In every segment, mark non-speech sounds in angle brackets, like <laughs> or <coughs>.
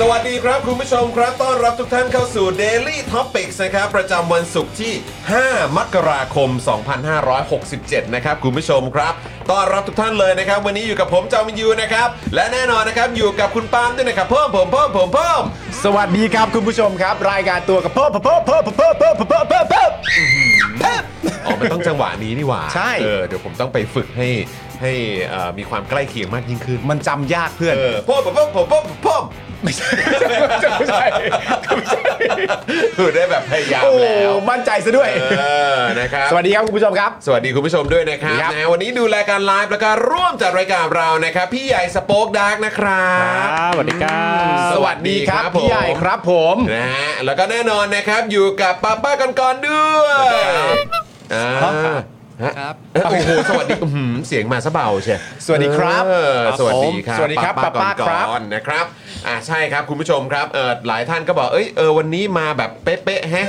สวัสดีครับคุณผู้ชมครับ ต้อนรับทุกท่านเข้าสู่ Daily Topics นะครับ ประจำวันศุกร์ที่ 5 มกราคม 2567 นะครับ คุณผู้ชมครับ ต้อนรับทุกท่านเลยนะครับ วันนี้อยู่กับผมจอมินยูนะครับ และแน่นอนนะครับ อยู่กับคุณปาล์มด้วยนะครับ เพิ่มผมเพิ่มผมเพิ่ม สวัสดีครับคุณผู้ชมครับ รายการตัวกับเพิ่มเพิ่มเพิ่มเพิ่มเพิ่มเพิ่มเพิ่มเพิ่ม อ๋อ มันต้องจังหวะนี้นี่หว่า ใช่ เออเดี๋ยวผมต้องไปฝึกให้ให้เอ่อมีความใกล้เคียงมากยิ่งขึ้น มันจำยากเพื่อน เออพ่อผมพ่อผมพ่อผมพ่อม ไม่ใช่ไม่ใช่ไม่ใช่ คือได้แบบพยายาม โอ้โห แล้ว มั่นใจซะด้วย เออนะครับ สวัสดีครับคุณผู้ชมครับ สวัสดีคุณผู้ชมด้วยนะครับ ครับ นะวันนี้ดูรายการไลฟ์แล้วก็ร่วมจัดรายการเรานะครับ พี่ใหญ่สป็อคดักนะครับ สวัสดีครับ สวัสดีครับผม พี่ใหญ่ครับผม นะฮะแล้วก็แน่นอนนะครับอยู่กับป้าป้ากันก่อนๆด้วยอ่า ครับ เอ้ยโอ้โหสวัสดีอื้อหือเสียงมาซะเบาเชีย สวัสดีครับ เออสวัสดีครับ สวัสดีครับ ป้า ป้าๆครับ ก่อนๆนะครับอ่าใช่ครับคุณผู้ชมครับเออหลายท่านก็บอกเอ้ยเออวันนี้มาแบบเป๊ะๆแฮะ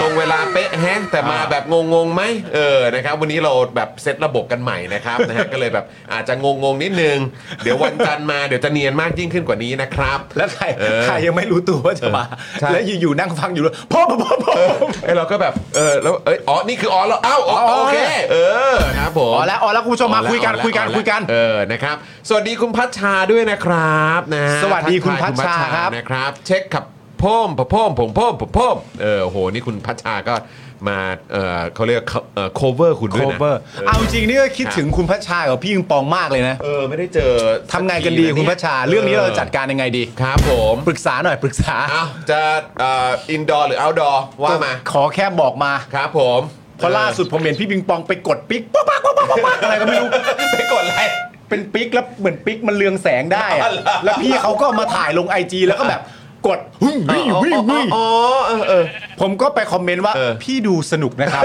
ตรงเวลาเป๊ะแฮะแต่มาแบบงงๆไหมเออนะครับวันนี้เราแบบเซตระบบกันใหม่นะครับนะฮะก็เลยแบบอาจจะงงๆนิดนึงเดี๋ยววันจันทร์มาเดี๋ยวจะเนียนมากยิ่งขึ้นกว่านี้นะครับ แล้วใคร เออ ใครยังไม่รู้ตัวว่าจะมา ใช่ แล้วอยู่ๆนั่งฟังอยู่แล้วพ่อพ่อพ่อพ่อ ไอยเราก็แบบเออแล้วเอ้ยอ๋อนี่คืออ๋อแล้วอ้าวอ๋อ อ๋อ โอเคเออครับผม อ๋อแล้วอ๋อแล้วคุณผู้ชมมา อ๋อแล้ว คุยกัน อ๋อแล้ว คุยกัน อ๋อแล้ว คุยกัน เออนะครับ สวัสดีคุณพัชชาด้วยนะครับนะ สวัสดีคุณ ทักทย พัชชาครับ นะครับ เช็คขับพ่มพ่มผมพ่มผมพ่มเออโหนี่คุณพัชชาก็มาเออเขาเรียกเออ cover คุณด้วยนะ cover เอาจริงนี่ก็คิด ครับ ถึงคุณพัชชากับพี่ยิงปองมากเลยนะ เออไม่ได้เจอ ทำไงกันดีคุณพัชชา เรื่องนี้เราจะจัดการยังไงดี ครับผม ปรึกษาหน่อยปรึกษา เอ้าจะเอ่อ indoor หรือ outdoor ว่ามา ขอแค่บอกมา ครับผม เพราะล่าสุดผมเห็นพี่ปิงปองไปกดปิ๊กป๊อกป๊อกป๊อกป๊อกป๊อกป๊อกอะไรก็ไม่รู้ ไปกดไลค์ เป็นปิ๊กแล้วเหมือนปิ๊กมันเรืองแสงได้อะ อ๋อเหรอ แล้วพี่เขาก็มาถ่ายลงไอจีแล้วก็แบบกดวิ่งวิ่งวิ่งวิ่ง อ๋อเออเออ ผมก็ไปคอมเมนต์ว่า เออ พี่ดูสนุก <laughs> นะครับ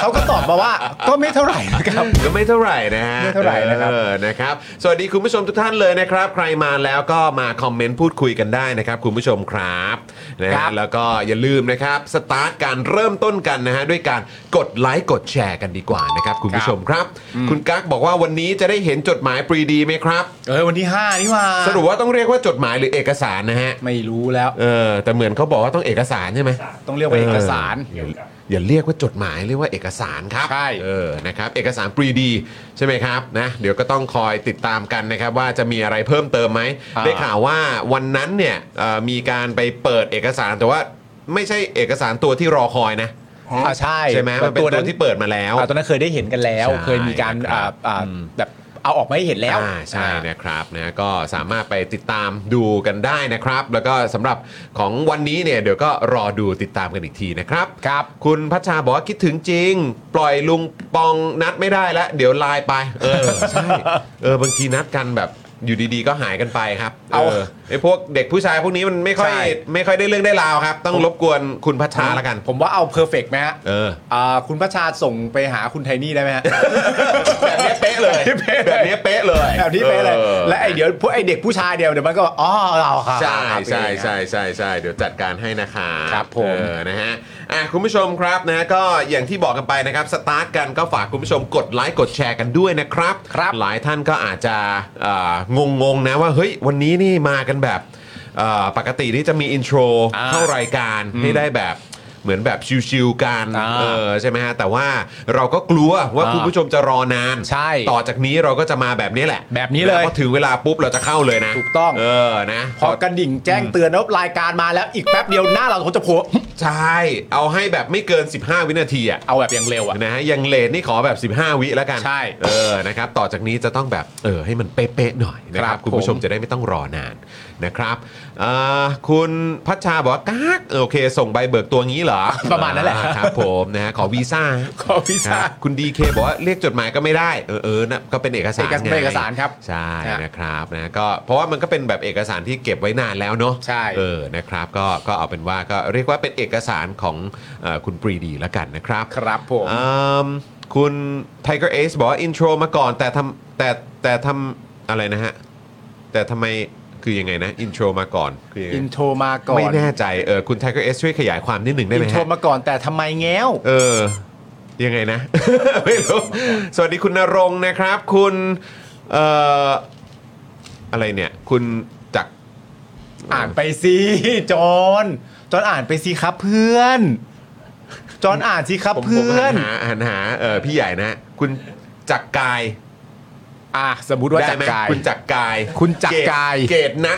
เขาก็ตอบมาว่าก็ไม่เท่าไหร่นะครับ ก็ไม่เท่าไหร่นะฮะ ไม่เท่าไหร่นะครับ เออนะครับ สวัสดีคุณผู้ชมทุกท่านเลยนะครับ ใครมาแล้วก็มาคอมเมนต์พูดคุยกันได้นะครับ คุณผู้ชมครับนะ ครั ฮะ บ แล้วก็อย่าลืมนะครับสตาร์ทการเริ่มต้นกันนะฮะด้วยการกดไลค์กดแชร์กันดีกว่านะครับ คุณผู้ชมครับ คุณกั๊กบอกว่าวันนี้จะได้เห็นจดหมายปรีดีไหมครับ เออวันที่ 5 นี่ว่า สรุปว่าต้องเรียกว่าจดหมายหรือเอกสารนะฮะ ไม่รู้แล้ว เออแต่เหมือนเขาบอกว่าต้องเอกสารใช่ไหม ต้องเรียกว่าเอกสาร เอออย่าอย่าเรียกว่าจดหมายเรียกว่าเอกสารครับ ใช่ เออนะครับเอกสารปรีดีใช่ไหมครับนะเดี๋ยวก็ต้องคอยติดตามกันนะครับ ว่าจะมีอะไรเพิ่มเติมไหมได้ข่าวว่าวันนั้นเนี่ยเอ่อมีการไปเปิดเอกสารแต่ว่าไม่ใช่เอกสารตัวที่รอคอยนะ อ่าใช่ ใช่ไหมมันเป็นตัวที่เปิดมาแล้ว อ่าตัวนั้นเคยได้เห็นกันแล้ว ใช่ เคยมีการ ครั อ่า บ อ่าแบบเอาออกมาให้เห็นแล้ว อ่าใช่นะครับนะก็สามารถไปติดตามดูกันได้นะครับ แล้วก็สำหรับของวันนี้เนี่ยเดี๋ยวก็รอดูติดตามกันอีกทีนะครับ ครับ คุณพัชชาบอกว่าคิดถึงจริง ปล่อยลุงปองนัดไม่ได้แล้วเดี๋ยวไลน์ไป เออใช่เออบางทีนัดกันแบบ อยู่ดีๆก็หายกันไปครับ เอา เออไอ้พวกเด็กผู้ชายพวกนี้มันไม่ค่อย ใช่ ไม่ค่อยได้เรื่องได้ราวครับ ต้องรบกวนคุณพัชชาละกัน ผมว่าเอาเพอร์เฟกต์ไหมฮะ เออ อ่าคุณพระชาส่งไปหาคุณไทนี่ได้ไหมฮะ <laughs> แบบเนี้ยเป๊ะเลยแบบเนี้ยเป๊ะเลย แบบนี้ไปเลย ออ และไอเดี๋ยวพวกไอเด็กผู้ชายเดียวเดี๋ยวมันก็อ๋อเราครับ ใช่ใช่ใช่ใช่ใช่เดี๋ยวจัดการให้นะคะ ครับผม เออนะฮะอ่ะคุณผู้ชมครับนะก็อย่างที่บอกกันไปนะครับสตาร์ทกันก็ฝากคุณผู้ชมกดไลค์กดแชร์กันด้วยนะครับครับหลายท่านก็อาจจะงงงๆนะว่าเฮ้ยวันนี้นี่มากันแบบเอ่อปกตินี่จะมีอินโทร อ่า เข้ารายการให้ได้แบบเหมือนแบบชิวๆกัน อ่า เออใช่ไหมฮะแต่ว่าเราก็กลัวว่า อ่า คุณผู้ชมจะรอนาน ใช่ ต่อจากนี้เราก็จะมาแบบนี้แหละ แบบนี้เลย แล้วพอถึงเวลาปุ๊บเราจะเข้าเลยนะ ถูกต้อง เออนะ พอกระดิ่งแจ้งเตือนแล้วรายการมาแล้วอีกแป๊บเดียวหน้าเราเขาจะโผล่ ใช่ เอาให้แบบไม่เกิน 15 วินาทีอ่ะ เอาแบบอย่างเร็วอ่ะ นะฮะยังเลนนี่ขอแบบ 15 วิแล้วกัน ใช่ เออนะครับต่อจากนี้จะต้องแบบเออให้มันเป๊ะๆหน่อยนะค ครั รับบ คุณผู้ชม ผม จะได้ไม่ต้องรอนานนะครับเอ่อคุณพัชชาบอกว่ากากเออโอเค ส่งใบเบิกตัวงี้เหรอ ประมาณนั้นแหละ อ่าครับผมนะฮะขอวีซ่า ขอวีคซ่ารับคุณดีเคบอกว่าเรียกจดหมายก็ไม่ได้เออเออนะก็เป็นเอกสาร เอกสาร ไง เป็นเอกสารครับ ใช่ ฮะ นะครับนะก็เพราะว่ามันก็เป็นแบบเอกสารที่เก็บไว้นานแล้วเนาะ ใช่ เออนะครับก็ก็เอาเป็นว่าก็เรียกว่าเป็นเอกสารของเอ่อคุณปรีดีแล้วกันนะครับ ครับผม อืมคุณ Tiger Ace บอกว่าอินโทรมาก่อนแต่ทำแต่แต่ทำอะไรนะฮะ แต่ทำไมคือยังไงนะอินโทรมาก่อนคือยังไง อินโทรมาก่อน ไม่แน่ใจเออคุณ Tiger Ace ช่วยขยายความนิดหนึ่งได้ อิ ไหม น ฮะ โทรมาก่อนแต่ทำไมแง้ว เออ ยังไงนะ <laughs> ไม่รู้ สวัสดีคุณนรงค์นะครับ คุณเอ่ออะไรเนี่ย คุณจักร อ่านไปสิจอนจอนอ่านไปสิครับเพื่อนจอนอ่านสิครับ ผมผม เพื่อ หันนหาหันหาเออพี่ใหญ่นะ คุณจักรกาย อ่ะสมมติว่า ได้ จัก ไหม รกาย คุณจักรกาย คุณจักรกาย เกรดนะ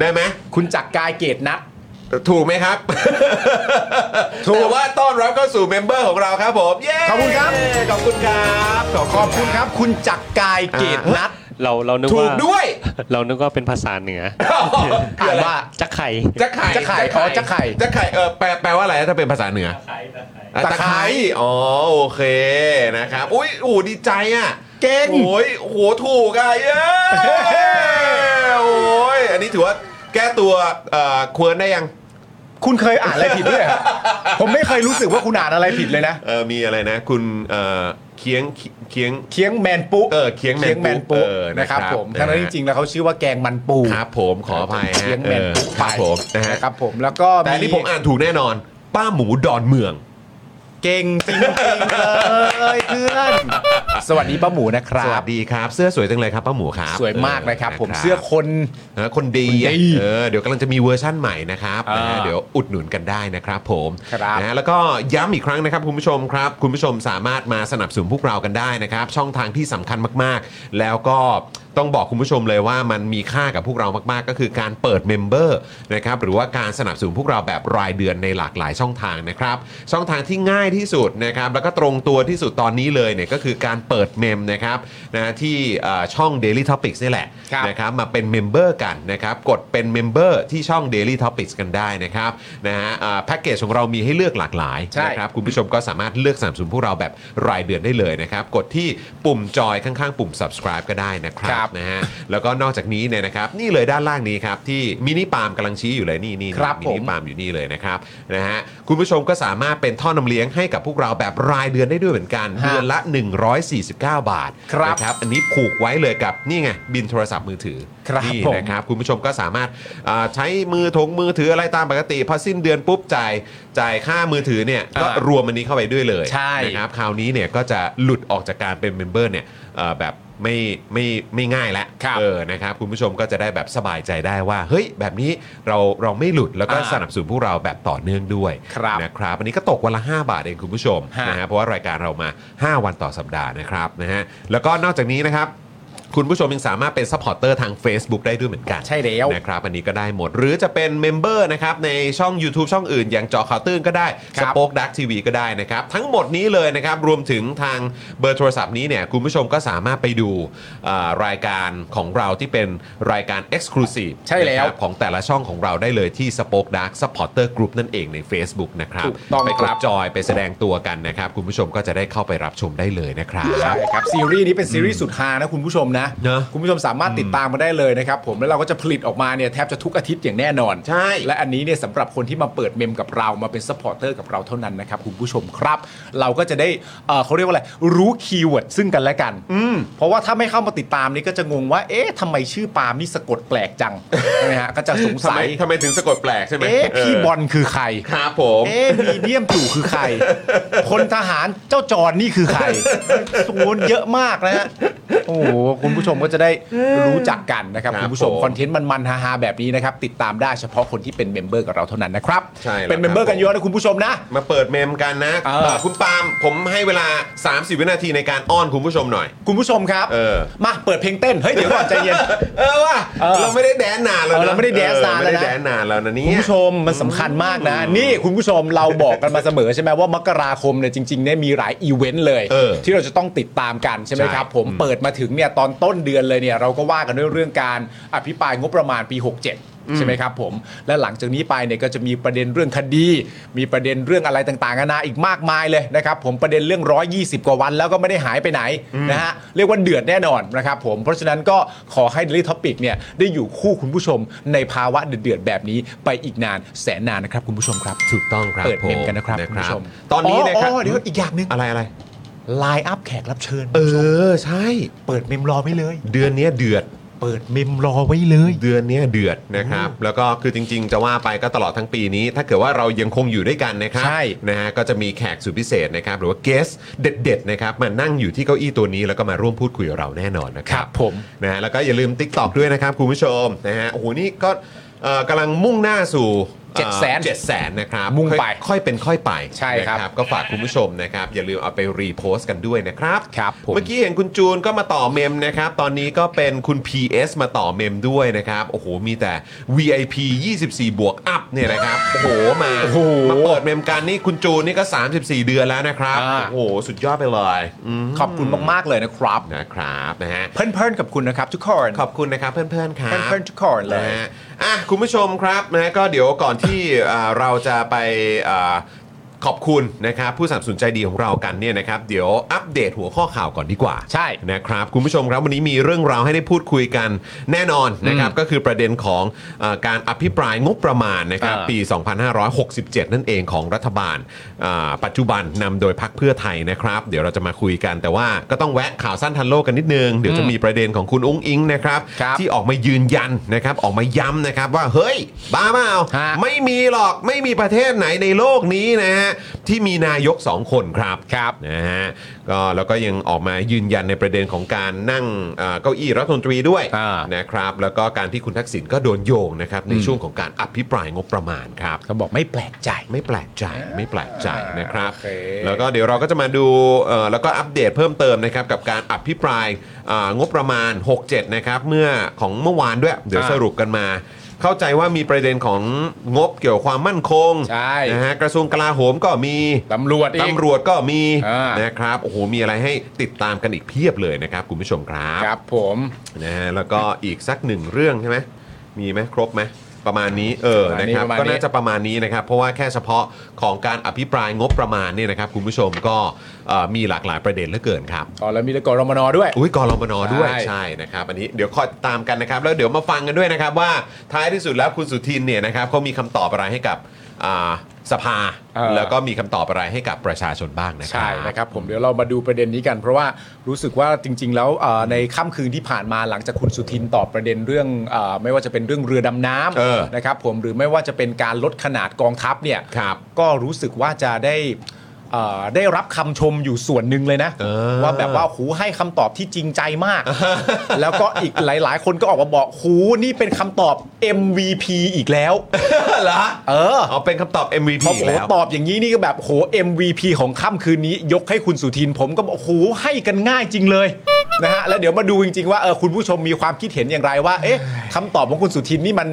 ได้ไหม คุณจักรกายเกตนัด ถูกไหมครับ <laughs> ถูก แต่ว่าต้อนรับเข้าสู่เมมเบอร์ของเราครับผมเย้ ขอบคุณครับ ขอบคุณครับ ขอบคุณครับ คุณจักรกายเกตนัด เราเรานึก ถู ว่าก ด้วย เรานึกว่าเป็นภาษาเหนือ อ่านว่า จะไข่ จะไข่ จะไข่อ๋อจะไข่ จะไข่เออแปลแปลว่าอะไรนะถ้าเป็นภาษาเหนืออ่ะ ตะตะไคร้ไคร้อ๋อโอเคนะครับอุ้ยอู้ดีใจอ่ะ เก่ง โอ้ยโอ้โหถูกอ่ะเย้ <laughs> โอ้ยอันนี้ถือว่าแก้ตัวเอ่อควรได้ยัง คุณเคยอ่านอะไรผิดด้วยเหรอผมไม่เคยรู้สึกว่าคุณอ่านอะไรผิดเลยนะ เออมีอะไรนะ คุณเอ่อเคียงเคียง เคียงแมนปุ เออเคียงแมนปุเออนะ นะ ค ค รั รั บบ ผม นะฮะ ทั้งนั้นจริงๆแล้วเขาชื่อว่าแกงมันปู ครับผมขออภัยฮะ เคียงแมน ออ ปู ครับผมนะฮะ ครับผมแล้วก็ แต่อันนี่ผมอ่านถูกแน่นอน ป้าหมูดอนเมือง เก่งจริงๆเลยเพื่อนสวัสดีป้าหมูนะครั สวั บ สดีครับ เสื้อสวยจังเลยครับป้าหมูครับ สวยมากนะครับ ผม ะ เสื้อคน เออคนดี คน อะ ดี เออเดี๋ยวกำลังจะมีเวอร์ชั่นใหม่นะครับ อ่า นะฮะเดี๋ยวอุดหนุนกันได้นะครับผม ครับ นะฮะแล้วก็ย้ำอีกครั้งนะครับคุณผู้ชมครับ คุณผู้ชมสามารถมาสนับสนุนพวกเรากันได้นะครับ ช่องทางที่สำคัญมากๆ แล้วก็ต้องบอกคุณผู้ชมเลยว่ามันมีค่ากับพวกเรามากๆ ก็คือการเปิดเมมเบอร์นะครับหรือว่าการสนับสนุนพวกเราแบบรายเดือนในหลากหลายช่องทางนะครับ ช่องทางที่ง่ายที่สุดนะครับแล้วก็ตรงตัวที่สุดตอนนี้เลยเนี่ยก็คือการเปิดเมมนะครับนะที่เอ่อช่อง Daily Topics นี่แหละ ครับ นะ นะครับมาเป็นเมมเบอร์กันนะครับกดเป็นเมมเบอร์ที่ช่อง Daily Topics กันได้นะครับนะฮะอ่าแพ็กเกจของเรามีให้เลือกหลากหลาย ใช่ นะครับคุณผู้ชมก็สามารถเลือกสามสูนพวกเราแบบรายเดือนได้เลยนะครับ กดที่ปุ่มจอยข้างๆ ปุ่ม subscribe ก็ได้นะครับ ครับ นะฮะแล้วก็นอกจากนี้เนี่ยนะครับนี่เลยด้านล่างนี้ครับ ที่มินิปาล์มกำลังชี้อยู่เลยนี่นี่ ครับ มิ ผม นิปาล์มอยู่นี่เลยนะครับนะฮะคุณผู้ชมก็สามารถเป็นท่อนำเลี้ยงให้กับพวกเราแบบรายเดือนได้ด้วยเหมือนกันเดือนละ 149 บาท ครับ นะ ครับอันนี้ผูกไว้เลยกับนี่ไงบินโทรศัพท์มือถือ ครับ นี่ ผม นะครับคุณผู้ชมก็สามารถอ่าใช้มือถงมือถืออะไรตามปกติพอสิ้นเดือนปุ๊บจ่ายจ่ายค่ามือถือเนี่ยก็ อ่าร วมอันนี้เข้าไปด้วยเลย ใช่ นะครับคราวนี้เนี่ยก็จะหลุดออกจากการเป็นเมมเบอร์เนี่ยเอ่อแบบไม่ไม่ไม่ง่ายแล้ว ครับ เออนะครับคุณผู้ชมก็จะได้แบบสบายใจได้ว่าเฮ้ยแบบนี้เราเราไม่หลุดแล้วก็ อ่า สนับสนุนพวกเราแบบต่อเนื่องด้วย ครับ นะครับอันนี้ก็ตกวันละ 5 บาทเองคุณผู้ชม ฮะ นะฮะ นะเพราะว่ารายการเรามา 5 วันต่อสัปดาห์นะครับนะฮะแล้วก็นอกจากนี้นะครับ คุณผู้ชมยังสามารถเป็นซัพพอร์ตเตอร์ทาง Facebook ได้ด้วยเหมือนกัน ใช่แล้ว นะครับอันนี้ก็ได้หมด หรือจะเป็นเมมเบอร์นะครับในช่อง YouTube ช่องอื่น อย่างเจอข่าวตื้นก็ได้ ค ส รับ ป o อคดักทีวีก็ได้นะครับ ทั้งหมดนี้เลยนะครับ รวมถึงทางเบอร์โทรศัพท์นี้เนี่ยคุณผู้ชมก็สามารถไปดูเอ่อรายการของเราที่เป็นรายการ Exclusive ใช่แล้นะวครับของแต่ละช่องของเราได้เลยที่ Spoke Dark Supporter Group นั่นเองใน Facebook นะครับ ถูกต้อง ไปก ค ด รับ จอยไปแสดงตัวกันนะครับ คุณผู้ชมก็จะได้เข้าไปรับชมได้เลยนะครับ ใช่ครับซีรีส์นี้เป็นซีรีส์สุดฮานะคุณผู้ชมนะ นะ เนอะ คุณผู้ชมสามารถติดตามมาได้เลยนะครับผมแล้วเราก็จะผลิตออกมาเนี่ยแทบจะทุกอาทิตย์อย่างแน่นอน ใช่ และอันนี้เนี่ยสำหรับคนที่มาเปิดเมมกับเรามาเป็นซัพพอร์เตอร์กับเราเท่านั้นนะครับคุณผู้ชมครับ เราก็จะได้เอ่อเขาเรียกว่าอะไรรู้คีย์เวิร์ดซึ่งกันและกันเพราะว่าถ้าไม่เข้ามาติดตามนี่ก็จะงงว่า เอ๊ะทำไมชื่อปาล์มนี่สะกดแปลกจัง ใช่ไหมฮะก็จะสง ทำ สั ไม ย ทำไมถึงสะกดแปลกใช่ไหม เอ๊ะพี่บอลคือใคร ครับผม เอ๊ะมีเดียมตู่คือใคร คนทหารเจ้าจอนนี่คือใครสมนเยอะมากนะฮะ โอ้โห คุณผู้ชมก็จะได้รู้จักกันนะครับ ครับ คุณผู้ชม ผม คอนเทนต์มันๆฮาๆแบบนี้นะครับ ติดตามได้เฉพาะคนที่เป็นเมมเบอร์กับเราเท่านั้นนะครับ ใช่แล้ว เป็นเมมเบอร์ ครับ กันเยอะนะคุณผู้ชมนะ มาเปิดเมมกันนะ เออ เอ่อคุณปาล์มผมให้เวลา 30 วินาทีในการอ้อนคุณผู้ชมหน่อย คุณผู้ชมครับ เออ มาเปิดเพลงเต้น เฮ้ย เดี๋ยวก่อนใจเย็น เออว่ะ เออ เราไม่ได้แดนนานแล้ว เออ นะ เราไม่ได้แดนนาน เออไม่ได้ แล้วนะ แดนนานแล้วนะเนี่ คุณ ย ผู้ชมมันสำคัญมากนะ นี่คุณผู้ชมเราบอกกันมาเสมอใช่ไหมว่ามกราคมเนี่ยจริงๆเนี่ยมีหลายอีเวนต์เลย เออ ที่เราจะต้องติดตามกันใช่ไหม ใช่ ครับ ผมเปิดมาถึงเนี่ยตอนต้นเดือนเลยเนี่ยเราก็ว่ากันด้วยเรื่องการอภิปรายงบประมาณปี 67 ใช่ไหมครับผม และหลังจากนี้ไปเนี่ยก็จะมีประเด็นเรื่องคดี มีประเด็นเรื่องอะไรต่างๆนานาอีกมากมายเลยนะครับผมประเด็นเรื่อง 120 กว่าวันแล้วก็ไม่ได้หายไปไหนนะฮะเรียกว่าเดือดแน่นอนนะครับผมเพราะฉะนั้นก็ขอให้ Daily Topic เนี่ยได้อยู่คู่คุณผู้ชมในภาวะเดือดๆแบบนี้ไปอีกนานแสนนานนะครับคุณผู้ชมครับ ถูกต้องครับ เปิดเมมกันนะครับ ผม คุณผู้ชม นะครับตอนนี้นะครับ เดี๋ยวอีกอย่างหนึง อะไรอะไร ไลน์อัพแขกรับเชิญ เออ ใช่ เปิดเมมรอไว้เลย เดือนเนี้ยเดือด เปิดเมมรอไว้เลย เดือนเนี้ยเดือดนะครับ แล้วก็คือจริง ๆ จะว่าไปก็ตลอดทั้งปีนี้ ถ้าเกิดว่าเรายังคงอยู่ด้วยกันนะครับ ใช่ นะฮะก็จะมีแขกสุดพิเศษนะครับ หรือว่าเกสเด็ดๆนะครับมานั่งอยู่ที่เก้าอี้ตัวนี้แล้วก็มาร่วมพูดคุยกับเราแน่นอนนะค ค รั รั บบ ผม นะฮะแล้วก็อย่าลืม Tik t o อกด้วยนะครับคุณผู้ชมนะฮะโอ้โหนี่ก็เอ่อกำลังมุ่งหน้าสู่ เจ็ดแสน เจ็ดแสนนะครับ มุ่งไป ค่อยค่อยเป็นค่อยไป ใช่ครับ นะก็ฝากคุณผู้ชมนะครับอย่าลืมเอาไปรีโพสต์กันด้วยนะครับ ครับผม เมื่อกี้ ที่เห็นคุณจูนก็มาต่อเมมนะครับ ตอนนี้ก็เป็นคุณ PS มาต่อเมมด้วยนะครับ โอ้โห มีแต่ VIP 24 บวกอัพเนี่ยนะครับ โอ้โห มา โอ้โห มาเปิดเมมกันนี่คุณจูนนี่ก็ 34 เดือนแล้วนะครับ อ่า โอ้โห สุดยอดไปเลยอืม ขอบคุณมากๆเลยนะครับ นะครับนะฮะ เพื่อนๆกับคุณนะครับทุกคน ขอบคุณนะครับเพื่อนๆครับ เพื่อนๆทุกคนเลย นะฮะอ่ะคุณผู้ชมครับนะก็เดี๋ยวก่อนที่อ่าเราจะไปอ่าขอบคุณนะครับผู้สนับสนุนใจดีของเรากันเนี่ยนะครับเดี๋ยวอัปเดตหัวข้อข่าวก่อนดีกว่า ใช่ นะครับคุณผู้ชมครับวันนี้มีเรื่องราวให้ได้พูดคุยกันแน่นอนนะครับก็คือประเด็นของอาการอภิปรายงบประมาณนะครับ อ่า ปี 2567 นั่นเองของรัฐบาลอ่าปัจจุบันนำโดยพักเพื่อไทยนะครับ เดี๋ยวเราจะมาคุยกันแต่ว่าก็ต้องแวะข่าวสั้นทันโลกกันนิดนึงเดี๋ยวจะมีประเด็นของคุณอุ้งอิงนะครับ ครับ ที่ออกมายืนยันนะครับออกมาย้ำนะครับว่าเฮ้ย บ้าเปล่า ฮะ ไม่มีหรอกไม่มีประเทศไหนในโลกนี้นะฮะที่มีนายก 2 คนครับ ครับ นะฮะก็แล้วก็ยังออกมายืนยันในประเด็นของการนั่งเอ่อเก้าอี้รัฐมนตรีด้วย อ่าน นะครับ แล้วก็การที่คุณทักษิณก็โดนโยงนะครับในช่วงของการอภิปรายงบประมาณครับ เขาบอกไม่แปลกใจ ไม่แปลกใจไม่แปลกใจนะครับ โอเค แล้วก็เดี๋ยวเราก็จะมาดูเอ่อแล้วก็อัปเดตเพิ่มเติมนะครับกับการอภิปรายอ่างบประมาณ 67 นะครับเมื่อของเมื่อวานด้วย เดี๋ยว อ่า สรุปกันมา เข้าใจว่ามีประเด็นของงบเกี่ยวความมั่นคง ใช่ นะฮะกระทรวงกลาโหมก็มี ตำรวจอีก ตำรวจก็มี อ่าน นะครับโอ้โหมีอะไรให้ติดตามกันอีกเพียบเลยนะครับคุณผู้ชมครับ ครับผม นะฮะแล้วก็อีกสักหนึ่งเรื่องใช่ไหมมีไหมครบไหมประมาณนี้เออ ประมาณ นะ นี้ ครับ ประมาณนี้ ก็น่าจะประมาณนี้นะครับเพราะว่าแค่เฉพาะของการอภิปรายงบประมาณเนี่ยนะครับคุณผู้ชมก็เอ่อมีหลากหลายประเด็นเหลือเกินครับ ๋อแล้วมีเรื่องกรมนด้วย อุ้ยกรมนด้วย ใช่ ใช่นะครับอันนี้เดี๋ยวคอยตามกันนะครับแล้วเดี๋ยวมาฟังกันด้วยนะครับว่าท้ายที่สุดแล้วคุณสุทินเนี่ยนะครับเขามีคำตอบอะไรให้กับอ่าสภา เออ แล้วก็มีคำตอบอะไรให้กับประชาชนบ้างนะครับ ใช่นะครับผมเดี๋ยวเรามาดูประเด็นนี้กัน เพราะว่ารู้สึกว่าจริง ๆ แล้วเอ่อในค่ำคืนที่ผ่านมาหลังจากคุณสุทินตอบประเด็นเรื่องเออไม่ว่าจะเป็นเรื่องเรือดำน้ เออ ำนะครับผมหรือไม่ว่าจะเป็นการลดขนาดกองทัพเนี่ย ครับ ก็รู้สึกว่าจะได้เอ่อได้รับคำชมอยู่ส่วนหนึ่งเลยนะ เออ ว่าแบบว่าหูให้คำตอบที่จริงใจมาก แล้วก็อีกหลาย ๆ คนก็ออกมาบอกหูนี่เป็นคำตอบ MVP อีกแล้ว เหรอ เออ เอาเป็นคำตอบ MVP พอ อีก โห แล้ว ตอบอย่างนี้นี่ก็แบบโห MVP ของค่ำคืนนี้ยกให้คุณสุทินผมก็บอกโหให้กันง่ายจริงเลยนะฮะแล้วเดี๋ยวมาดูจริง ๆ ว่าเออคุณผู้ชมมีความคิดเห็นอย่างไรว่า เอ๊ะคำตอบของคุณสุทินนี่มัน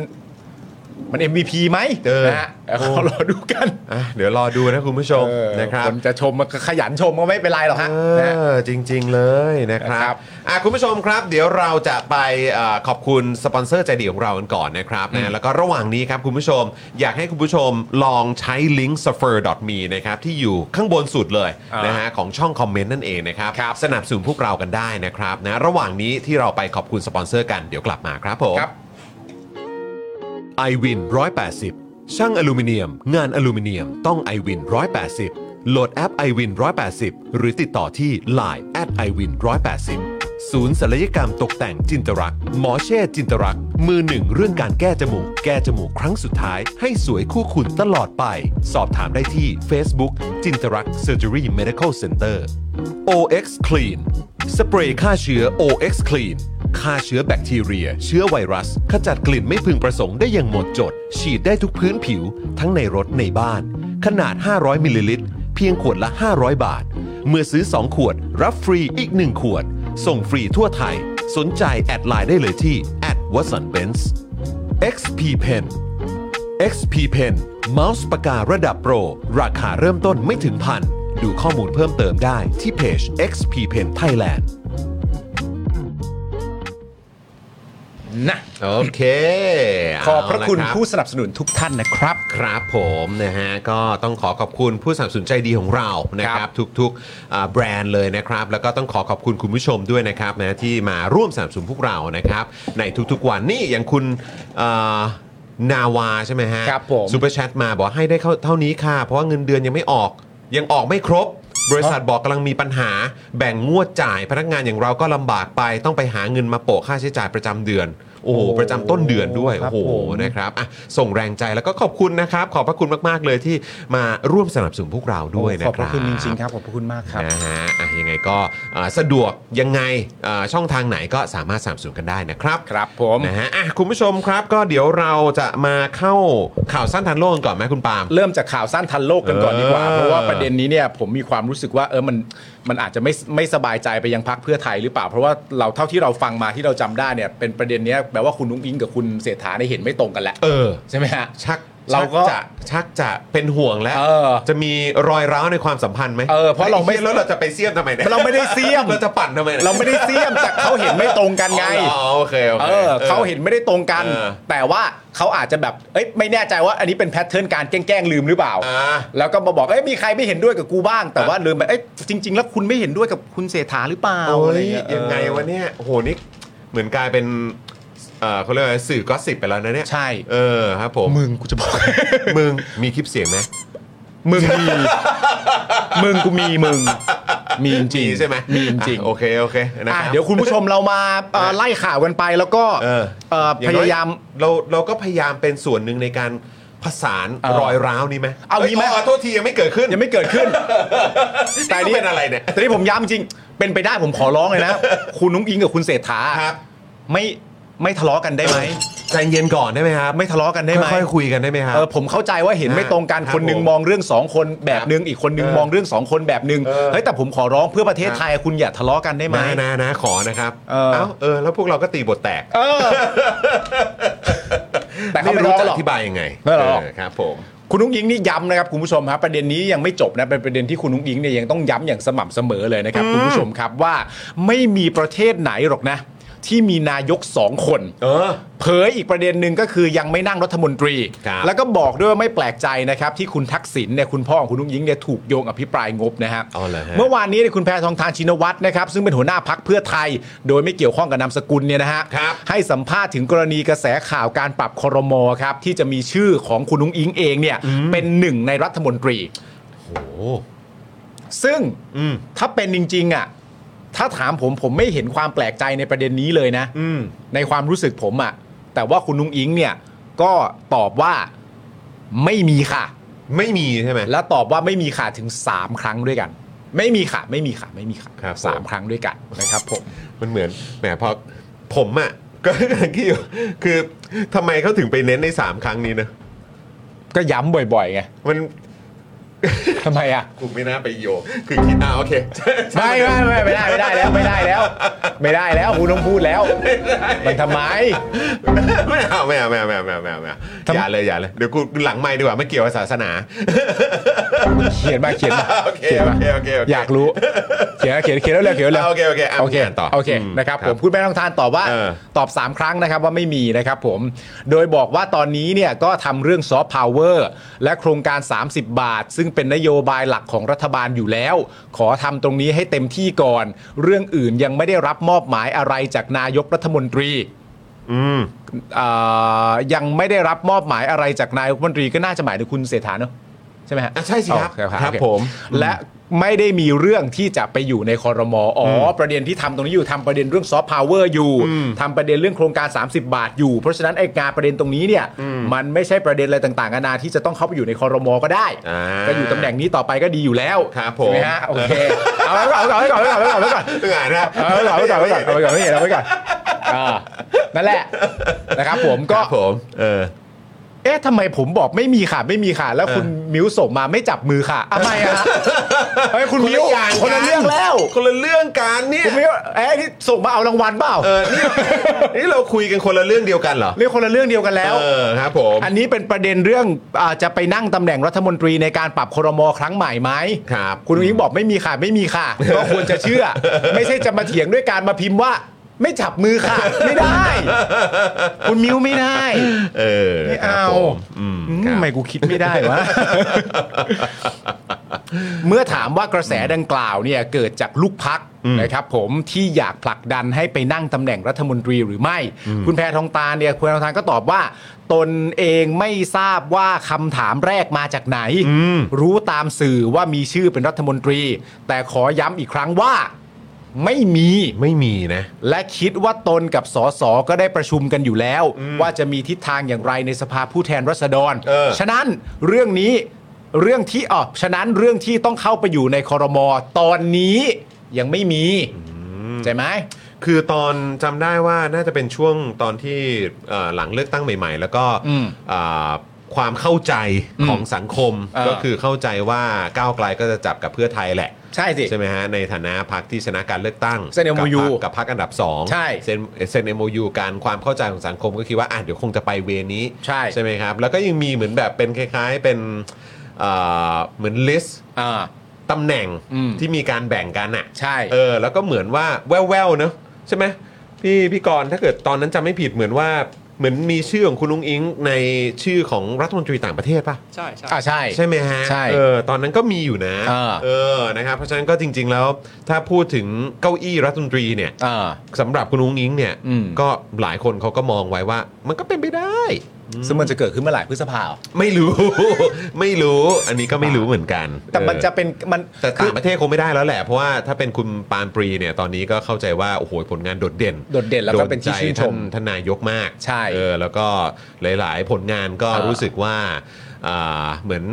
มัน MVP ไหม เออ นะฮะเดี๋ยวเขารอดูกัน อ่ะเดี๋ยวรอดูนะคุณผู้ชม เออ นะครับ คนจะชมมันก็ขยันชมก็ไม่เป็นไรหรอกฮะนะฮะ เออจริง ๆ เลยนะครั นะบครับ อ่ะคุณผู้ชมครับ เดี๋ยวเราจะไปเออขอบคุณสปอนเซอร์ใจดีของเรากันก่อนนะครับนะแล้วก็ระหว่างนี้ครับคุณผู้ชม อยากให้คุณผู้ชมลองใช้ลิงก์ s u f f e r m e นะครับที่อยู่ข้างบนสุดเลย อ่าน นะฮะของช่องคอมเมนต์นั่นเองนะครับ สนับสนุนพวกเรากันได้นะครับนะระหว่างนี้ที่เราไปขอบคุณสปอนเซอร์กันเดี๋ยวกลับมาครับผม ครับ i w วิน180 ช่างอลูมิเนียม งานอลูมิเนียมต้อง i w วิน180 โหลดแอป i w วิน180 หรือติดต่อที่ Line at i w วิน180 ศูนย์ศัลยกรรมตกแต่งจินตรัก หมอเช่จินตรัก มือหนึ่งเรื่องการแก้จมูก แก้จมูกครั้งสุดท้าย ให้สวยคู่คุณตลอดไป สอบถามได้ที่ Facebook จินตรัก Surgery Medical Center OX Clean สเปรย์ฆ่าเชื้อ OX Clean ฆ่าเชื้อแบคทีเรีย เชื้อไวรัส ขจัดกลิ่นไม่พึงประสงค์ได้อย่างหมดจด ฉีดได้ทุกพื้นผิว ทั้งในรถในบ้าน ขนาด 500 มิลลิลิตร เพียงขวดละ 500 บาท เมื่อซื้อ 2 ขวด รับฟรีอีก 1 ขวด ส่งฟรีทั่วไทย สนใจแอดไลน์ได้เลยที่ w a t s o n b e n z XP Pen XP Pen เมาส์ปากการะดับโปร ราคาเริ่มต้นไม่ถึงพัน ดูข้อมูลเพิ่มเติมได้ที่เพจ XP Pen Thailand นะ โอเค ขอบพระคุณ เาลรับ ผู้สนับสนุนทุกท่านนะครับ ครับผมนะฮะก็ต้องขอขอบคุณผู้สนับสนุนใจดีของเรานะครับ ทุกๆอ่าแบรนด์เลยนะครับ แล้วก็ต้องขอขอบคุณคุณผู้ชมด้วยนะครับนะที่มาร่วมสนับสนุนพวกเรานะครับ ในทุกๆวันนี่อย่างคุณเอ่อนาวาใช่ไหมฮะ ครับผม ซูเปอร์แชทมาบอกให้ได้เท่าเท่านี้ค่ะ เพราะว่าเงินเดือนยังไม่ออก ยังออกไม่ครบ บริษัทบอกกำลังมีปัญหา แบ่งงวดจ่ายพนักงานอย่างเราก็ลำบากไปต้องไปหาเงินมาโปะค่าใช้จ่ายประจำเดือน โอ้โหประจำต้นเดือนด้วย ครั โอ้ บ โห ผม นะครับอ่ะส่งแรงใจแล้วก็ขอบคุณนะครับ ขอบพระคุณมาก ๆ เลยที่มาร่วมสนับสนุนพวกเราด้วยนะค ข รั อบบ พระคุณจริงๆครับ ขอบพระคุณมากครับ นะฮะอ่ะยังไงก็อ่าสะดวกยังไงอ่าช่องทางไหนก็สามารถสามสูนกันได้นะครับ ครับผม นะฮะอ่ะคุณผู้ชมครับก็เดี๋ยวเราจะมาเข้าข่าวสั้นทันโลกกันก่อนไหมคุณปาล์ม เริ่มจากข่าวสั้นทันโลกกันก่อนดีกว่า เออ เพราะว่าประเด็นนี้เนี่ยผมมีความรู้สึกว่าเออมันมันอาจจะไม่ไม่สบายใจไปยังพักเพื่อไทยหรือเปล่า เพราะว่าเราเท่าที่เราฟังมาที่เราจำได้เนี่ยเป็นประเด็นเนี้ยแปลว่าคุณนุ้งอิงกับคุณเศรษฐาได้เห็นไม่ตรงกันแหละ เออ ใช่ไหมฮะ ชัก เราก็ ชัจะชักจะเป็นห่วงแล้ว เออ จะมีรอยร้าวในความสัมพันธ์ไหม เออเพราะเราไม่ อ้หี้ยแล้วเราจะไปเสียมทำไมเนี่ย เราไม่ได้เสียม เราจะปั่นทำไมนี่ย เราไม่ได้เสียมแต่เขาเห็นไม่ตรงกันไง อ๋อโอเคโอเค เออเขาเห็นไม่ได้ตรงกัน เออ แต่ว่าเขาอาจจะแบบเอ้ยไม่แน่ใจว่าอันนี้เป็นแพทเทิร์นการแกล้งๆลืมหรือเปล่า อ่า แล้วก็มาบอกเอ้ยมีใครไม่เห็นด้วยกับกูบ้าง แต่ว่าลืมไปเอ้ยจริง ๆ แล้วคุณไม่เห็นด้วยกับคุณเศรษฐาหรือเปล่า โอ้ อะไร ย เงี้ย ยังไงวะ เอ เนี่ยโอ้โหนี่เหมือนกลายเป็นเอ่อเขาเรียกว่าสื่อก็สซิบไปแล้วนะเนี่ย ใช่ เออครับผม อมึงกูจะบอก มึงมีคลิปเสียงไหม <laughs> มึงมี มึงกูมีมึง มีจริ มี ง ใช่ไหม มีจริง อ่ะโอเคโอเคนะค อ่ะ รับ เดี๋ยวคุณผู้ชมเรามาเอ่อไล่ข่าวกันไปแล้วก็ เออ เอ่อ อ พ งน้อย ายาม เราเราก็พยายามเป็นส่วนหนึ่งในการผสาน เออ รอยร้าวนี้ไหม เอางี้ไหม ยขโทษทียังไม่เกิดขึ้น ยังไม่เกิด <laughs> ขึ้น แต่นี่เป็นอะไรเนี่ย แต่นี่ผมย้ำจริง เป็นไปได้ผมขอร้อง <laughs> เลยนะ คุณนุ้งอิงกับคุณเศรษฐา ครับ ไม่ไม่ทะเลาะกันได้ไหม ใจเย็นก่อนได้ไหมครับ ไม่ทะเลาะกันได้ไหม ค่อยๆคุยกันได้ไหมครับ เออผมเข้าใจว่าเห็นไม่ตรงกัน ครับ คนหนึง ผม มองเรื่องสองคนแบบนึงอีกคนหนึง เออ มองเรื่องสองคนแบบนึง เออ เฮ้ยแต่ผมขอร้องเพื่อประเทศไทยคุณอย่าทะเลาะกันได้ไหม นะนะนะขอนะครับ เออ เออแล้วพวกเราก็ตีบทแตก เออ แต่เขา ไม่ ไม่ รู้ ร้อง จะ หร อ อก ธิบายยังไง ไม่หรอก เครับผม คุณนุ้งอิงนี่ย้ำนะครับคุณผู้ชมครับประเด็นนี้ยังไม่จบนะเป็นประเด็นที่คุณนุ้งอิงเนี่ยยังต้องย้ำอย่างสม่ำเสมอเลยนะครับคุณผู้ชมครับว่าไม่มีประเทศไหนหรอกนะ ที่มีนายกสองคน เออ เผยอีกประเด็นหนึ่งก็คือยังไม่นั่งรัฐมนตรี ครับ แล้วก็บอกด้วยว่าไม่แปลกใจนะครับ ที่คุณทักษิณเนี่ยคุณพ่อของคุณนุ้งยิงเนี่ยถูกโยงอภิปรายงบนะฮะ อ๋อเหรอฮะ เมื่อวานนี้เนี่ยคุณแพทองทานชินวัตรนะครับซึ่งเป็นหัวหน้าพักเพื่อไทย โดยไม่เกี่ยวข้องกับนามสกุลเนี่ยนะฮะ ครับ ให้สัมภาษณ์ถึงกรณีกระแสข่าวการปรับครมครับที่จะมีชื่อของคุณนุ้งอิงเองเนี่ยเป็นหนึ่งในรัฐมนตรี โอ้โห ซึ่ง อืม ถ้าเป็นจริงๆอ่ะถ้าถามผมผมไม่เห็นความแปลกใจในประเด็นนี้เลยนะ อืม ในความรู้สึกผมอะ่ะ แต่ว่าคุณนุ้งอิงเนี่ยก็ตอบว่าไม่มีค่ะ ไม่มีใช่ไหม และตอบว่าไม่มีค่ะถึง 3 ครั้งด้วยกัน ไม่มีค่ะ ไม่มีค่ะ ไม่มีค่ะ ครับผม สามครั้งด้วยกันนะครับผม มันเหมือนแหมพอผมอ่ะ ก็ <laughs> กำลังคิดอยู่คือทำไมเขาถึงไปเน้นใน 3 ครั้งนี้นะ ก็ย้ำบ่อยๆไง มัน ทำไมอ่ะ กูไม่น่าไปโยงคือคิดอ่าโอเค ไม่ไม่ไม่ไม่ได้ไม่ได้แล้วไม่ได้แล้ว ไม่ได้แล้วคุณต้องพูดแล้ว มันทำไม ไม่เอาไม่เอาไม่เอาไม่เอาไม่เอาไม่เอาไม่เอา ทำ อย่าเลยอย่าเลยเดี๋ยวกูหลังไม่ดีกว่าไม่เกี่ยวกับศาสนา เขียนมาเขียนมา โอเค ยนมา โอเคโอเคโอเค อยากรู้เขียนเขียนเขียนแล้วเร็วเขียนแล้วเร็ว โอเคโอเคอ่ะ โอเค อ่านต่อ โอเค อืม นะครับ ครับ ผมคุณแม่ต้องทานตอบว่า เออ ตอบ 3 ครั้งนะครับว่าไม่มีนะครับผมโดยบอกว่าตอนนี้เนี่ยก็ทำเรื่องซอฟต์พาวเวอร์และโครงการ 30 บาท ซึ่งเป็นนโยบายหลักของรัฐบาลอยู่แล้ว ขอทำตรงนี้ให้เต็มที่ก่อน เรื่องอื่นยังไม่ได้รับมอบหมายอะไรจากนายกรัฐมนตรี อืม อ่ายังไม่ได้รับมอบหมายอะไรจากนายกรัฐมนตรีก็น่าจะหมายถึงคุณเศรษฐาเนอะใช่ไหมฮะ อ่ะใช่สิครับ โอเ ครับ โอเ ผม และไม่ได้มีเรื่องที่จะไปอยู่ในคอรมออ๋ออประเด็นที่ทำตรงนี้อยู่ทำประเด็นเรื่องซอฟต์พาวเวอร์อยู่ทำประเด็นเรื่องโครงการ 30 บาทอยู่ เพราะฉะนั้นไอ้งานประเด็นตรงนี้เนี่ยมันไม่ใช่ประเด็นอะไรต่างๆนานาที่จะต้องเข้าไปอยู่ในคอรมอก็ได้ อ่า ก็อยู่ตำแหน่งนี้ต่อไปก็ดีอยู่แล้ว ครับผม ใช่ไหมฮะโอเคเอาไว้ก่อนเอาไว้ก่อนเอาไว้ก่อนเอาไว้ก่อน เอออ่านนะ เอาไว้ก่อนเอาไว้ก่อนเอาไว้ก่อนเอาไว้ก่อนไม่เห็นเอาไว้ก่อนอ่านั่นแหละนะครับผม ค ก็ รับผมเออ เอ๊ะทำไมผมบอกไม่มีค่ะไม่มีค่ะ แล้วคุณ เออ มิวส่งมาไม่จับมือค่ะทำไมอะฮะเฮ้ยคุณมิว ละอย่าง คนละ กั เรื่องแล้ว คนละเรื่องกันเนี่ย คุณมิวเอ๊ะที่ส่งมาเอารางวัลเปล่า เออนี่นี่เราคุยกันคนละเรื่องเดียวกันเหรอ เรื่องคนละเรื่องเดียวกันแล้ว เออครับผม อันนี้เป็นประเด็นเรื่องอาจะไปนั่งตำแหน่งรัฐมนตรีในการปรับครมครั้งใหม่ไหม ครับ คุณอุ้งอิ๊งบอกไม่มีค่ะไม่มีค่ะ ก็ควรจะเชื่อ <laughs> ไม่ใช่จะมาเถียงด้วยการมาพิมพ์ว่า ไม่จับมือค่ะ ไม่ได้ คุณมิวไม่ได้ เออ ไม่ ครับ เอา ผมอืม อืม ครับ ทำไมกูคิดไม่ได้วะ เมื่อถามว่ากระแสดังกล่าวเนี่ยเกิดจากลูกพักนะครับผมที่อยากผลักดันให้ไปนั่งตำแหน่งรัฐมนตรีหรือไม่ คุณแพทองตาลเนี่ยคุณแพทองตาลก็ตอบว่า ตนเองไม่ทราบว่าคำถามแรกมาจากไหน รู้ตามสื่อว่ามีชื่อเป็นรัฐมนตรี แต่ขอย้ำอีกครั้งว่าไม่มี ไม่มีนะ และคิดว่าตนกับสสก็ได้ประชุมกันอยู่แล้ว ว่าจะมีทิศทางอย่างไรในสภาผู้แทนราษฎร เออ ฉะนั้นเรื่องนี้เรื่องที่ออฉะนั้นเรื่องที่ต้องเข้าไปอยู่ในคอรมอตอนนี้ยังไม่มีใช่ไหม คือตอนจำได้ว่าน่าจะเป็นช่วงตอนที่เอ่อหลังเลือกตั้งใหม่ ๆ แล้วก็ อืม อ่าความเข้าใจของสังคม เออ ก็คือเข้าใจว่าก้าวไกลก็จะจับกับเพื่อไทยแหละ ใช่สิ ใช่ไหมฮะ ในฐานะพักที่ชนะการเลือกตั้ง เซ็น MOU กับพรรคกับพักอันดับ 2 ใช่ เซ็นเซ็นเอ็มยูการความเข้าใจของสังคมก็คิดว่าอ่ะเดี๋ยวคงจะไปเวนี้ ใช่ ใช่ไหมครับ แล้วก็ยังมีเหมือนแบบเป็นคล้ายๆเป็นเอ่อเหมือนลิสต์ อ่า ตำแหน่ง อืม ที่มีการแบ่งกันอ่ะ ใช่ เออแล้วก็เหมือนว่าแว่วๆเนอะใช่ไหมพี่พี่กรณ์ถ้าเกิดตอนนั้นจำไม่ผิดเหมือนว่าเหมือนมีชื่อของคุณลุงอิงในชื่อของรัฐมนตรีต่างประเทศป่ะ ใช่ใช่ อ่าใช่ ใช่ไหมฮะ ใช่ เออตอนนั้นก็มีอยู่นะ เออ เออนะครับเพราะฉะนั้นก็จริง ๆ แล้วถ้าพูดถึงเก้าอี้รัฐมนตรีเนี่ย อ่า สำหรับคุณลุงอิงเนี่ย อืม ก็หลายคนเขาก็มองไว้ว่า มันก็เป็นไปได้ <laughs> ซึ่งมันจะเกิดขึ้นเมื่อไหร่พฤษภาเหรอ ไม่รู้ <laughs> ไม่รู้อันนี้ก็ไม่รู้เหมือนกัน แต่มัน เออ จะเป็นมัน แต่ คื ต่า อง ประเทศคงไม่ได้แล้วแหละ เพราะว่าถ้าเป็นคุณปานปรีเนี่ยตอนนี้ก็เข้าใจว่า โอ้โห ผลงานโดดเด่น โดดเด่นแล้วก็เป็นที่ชื่นชม โดใจท่านท่านนายกมาก ใช่ เออแล้วก็หลาย ๆ ผลงานก็ อ่ารู้ รู้สึกว่าอ่าเหมือน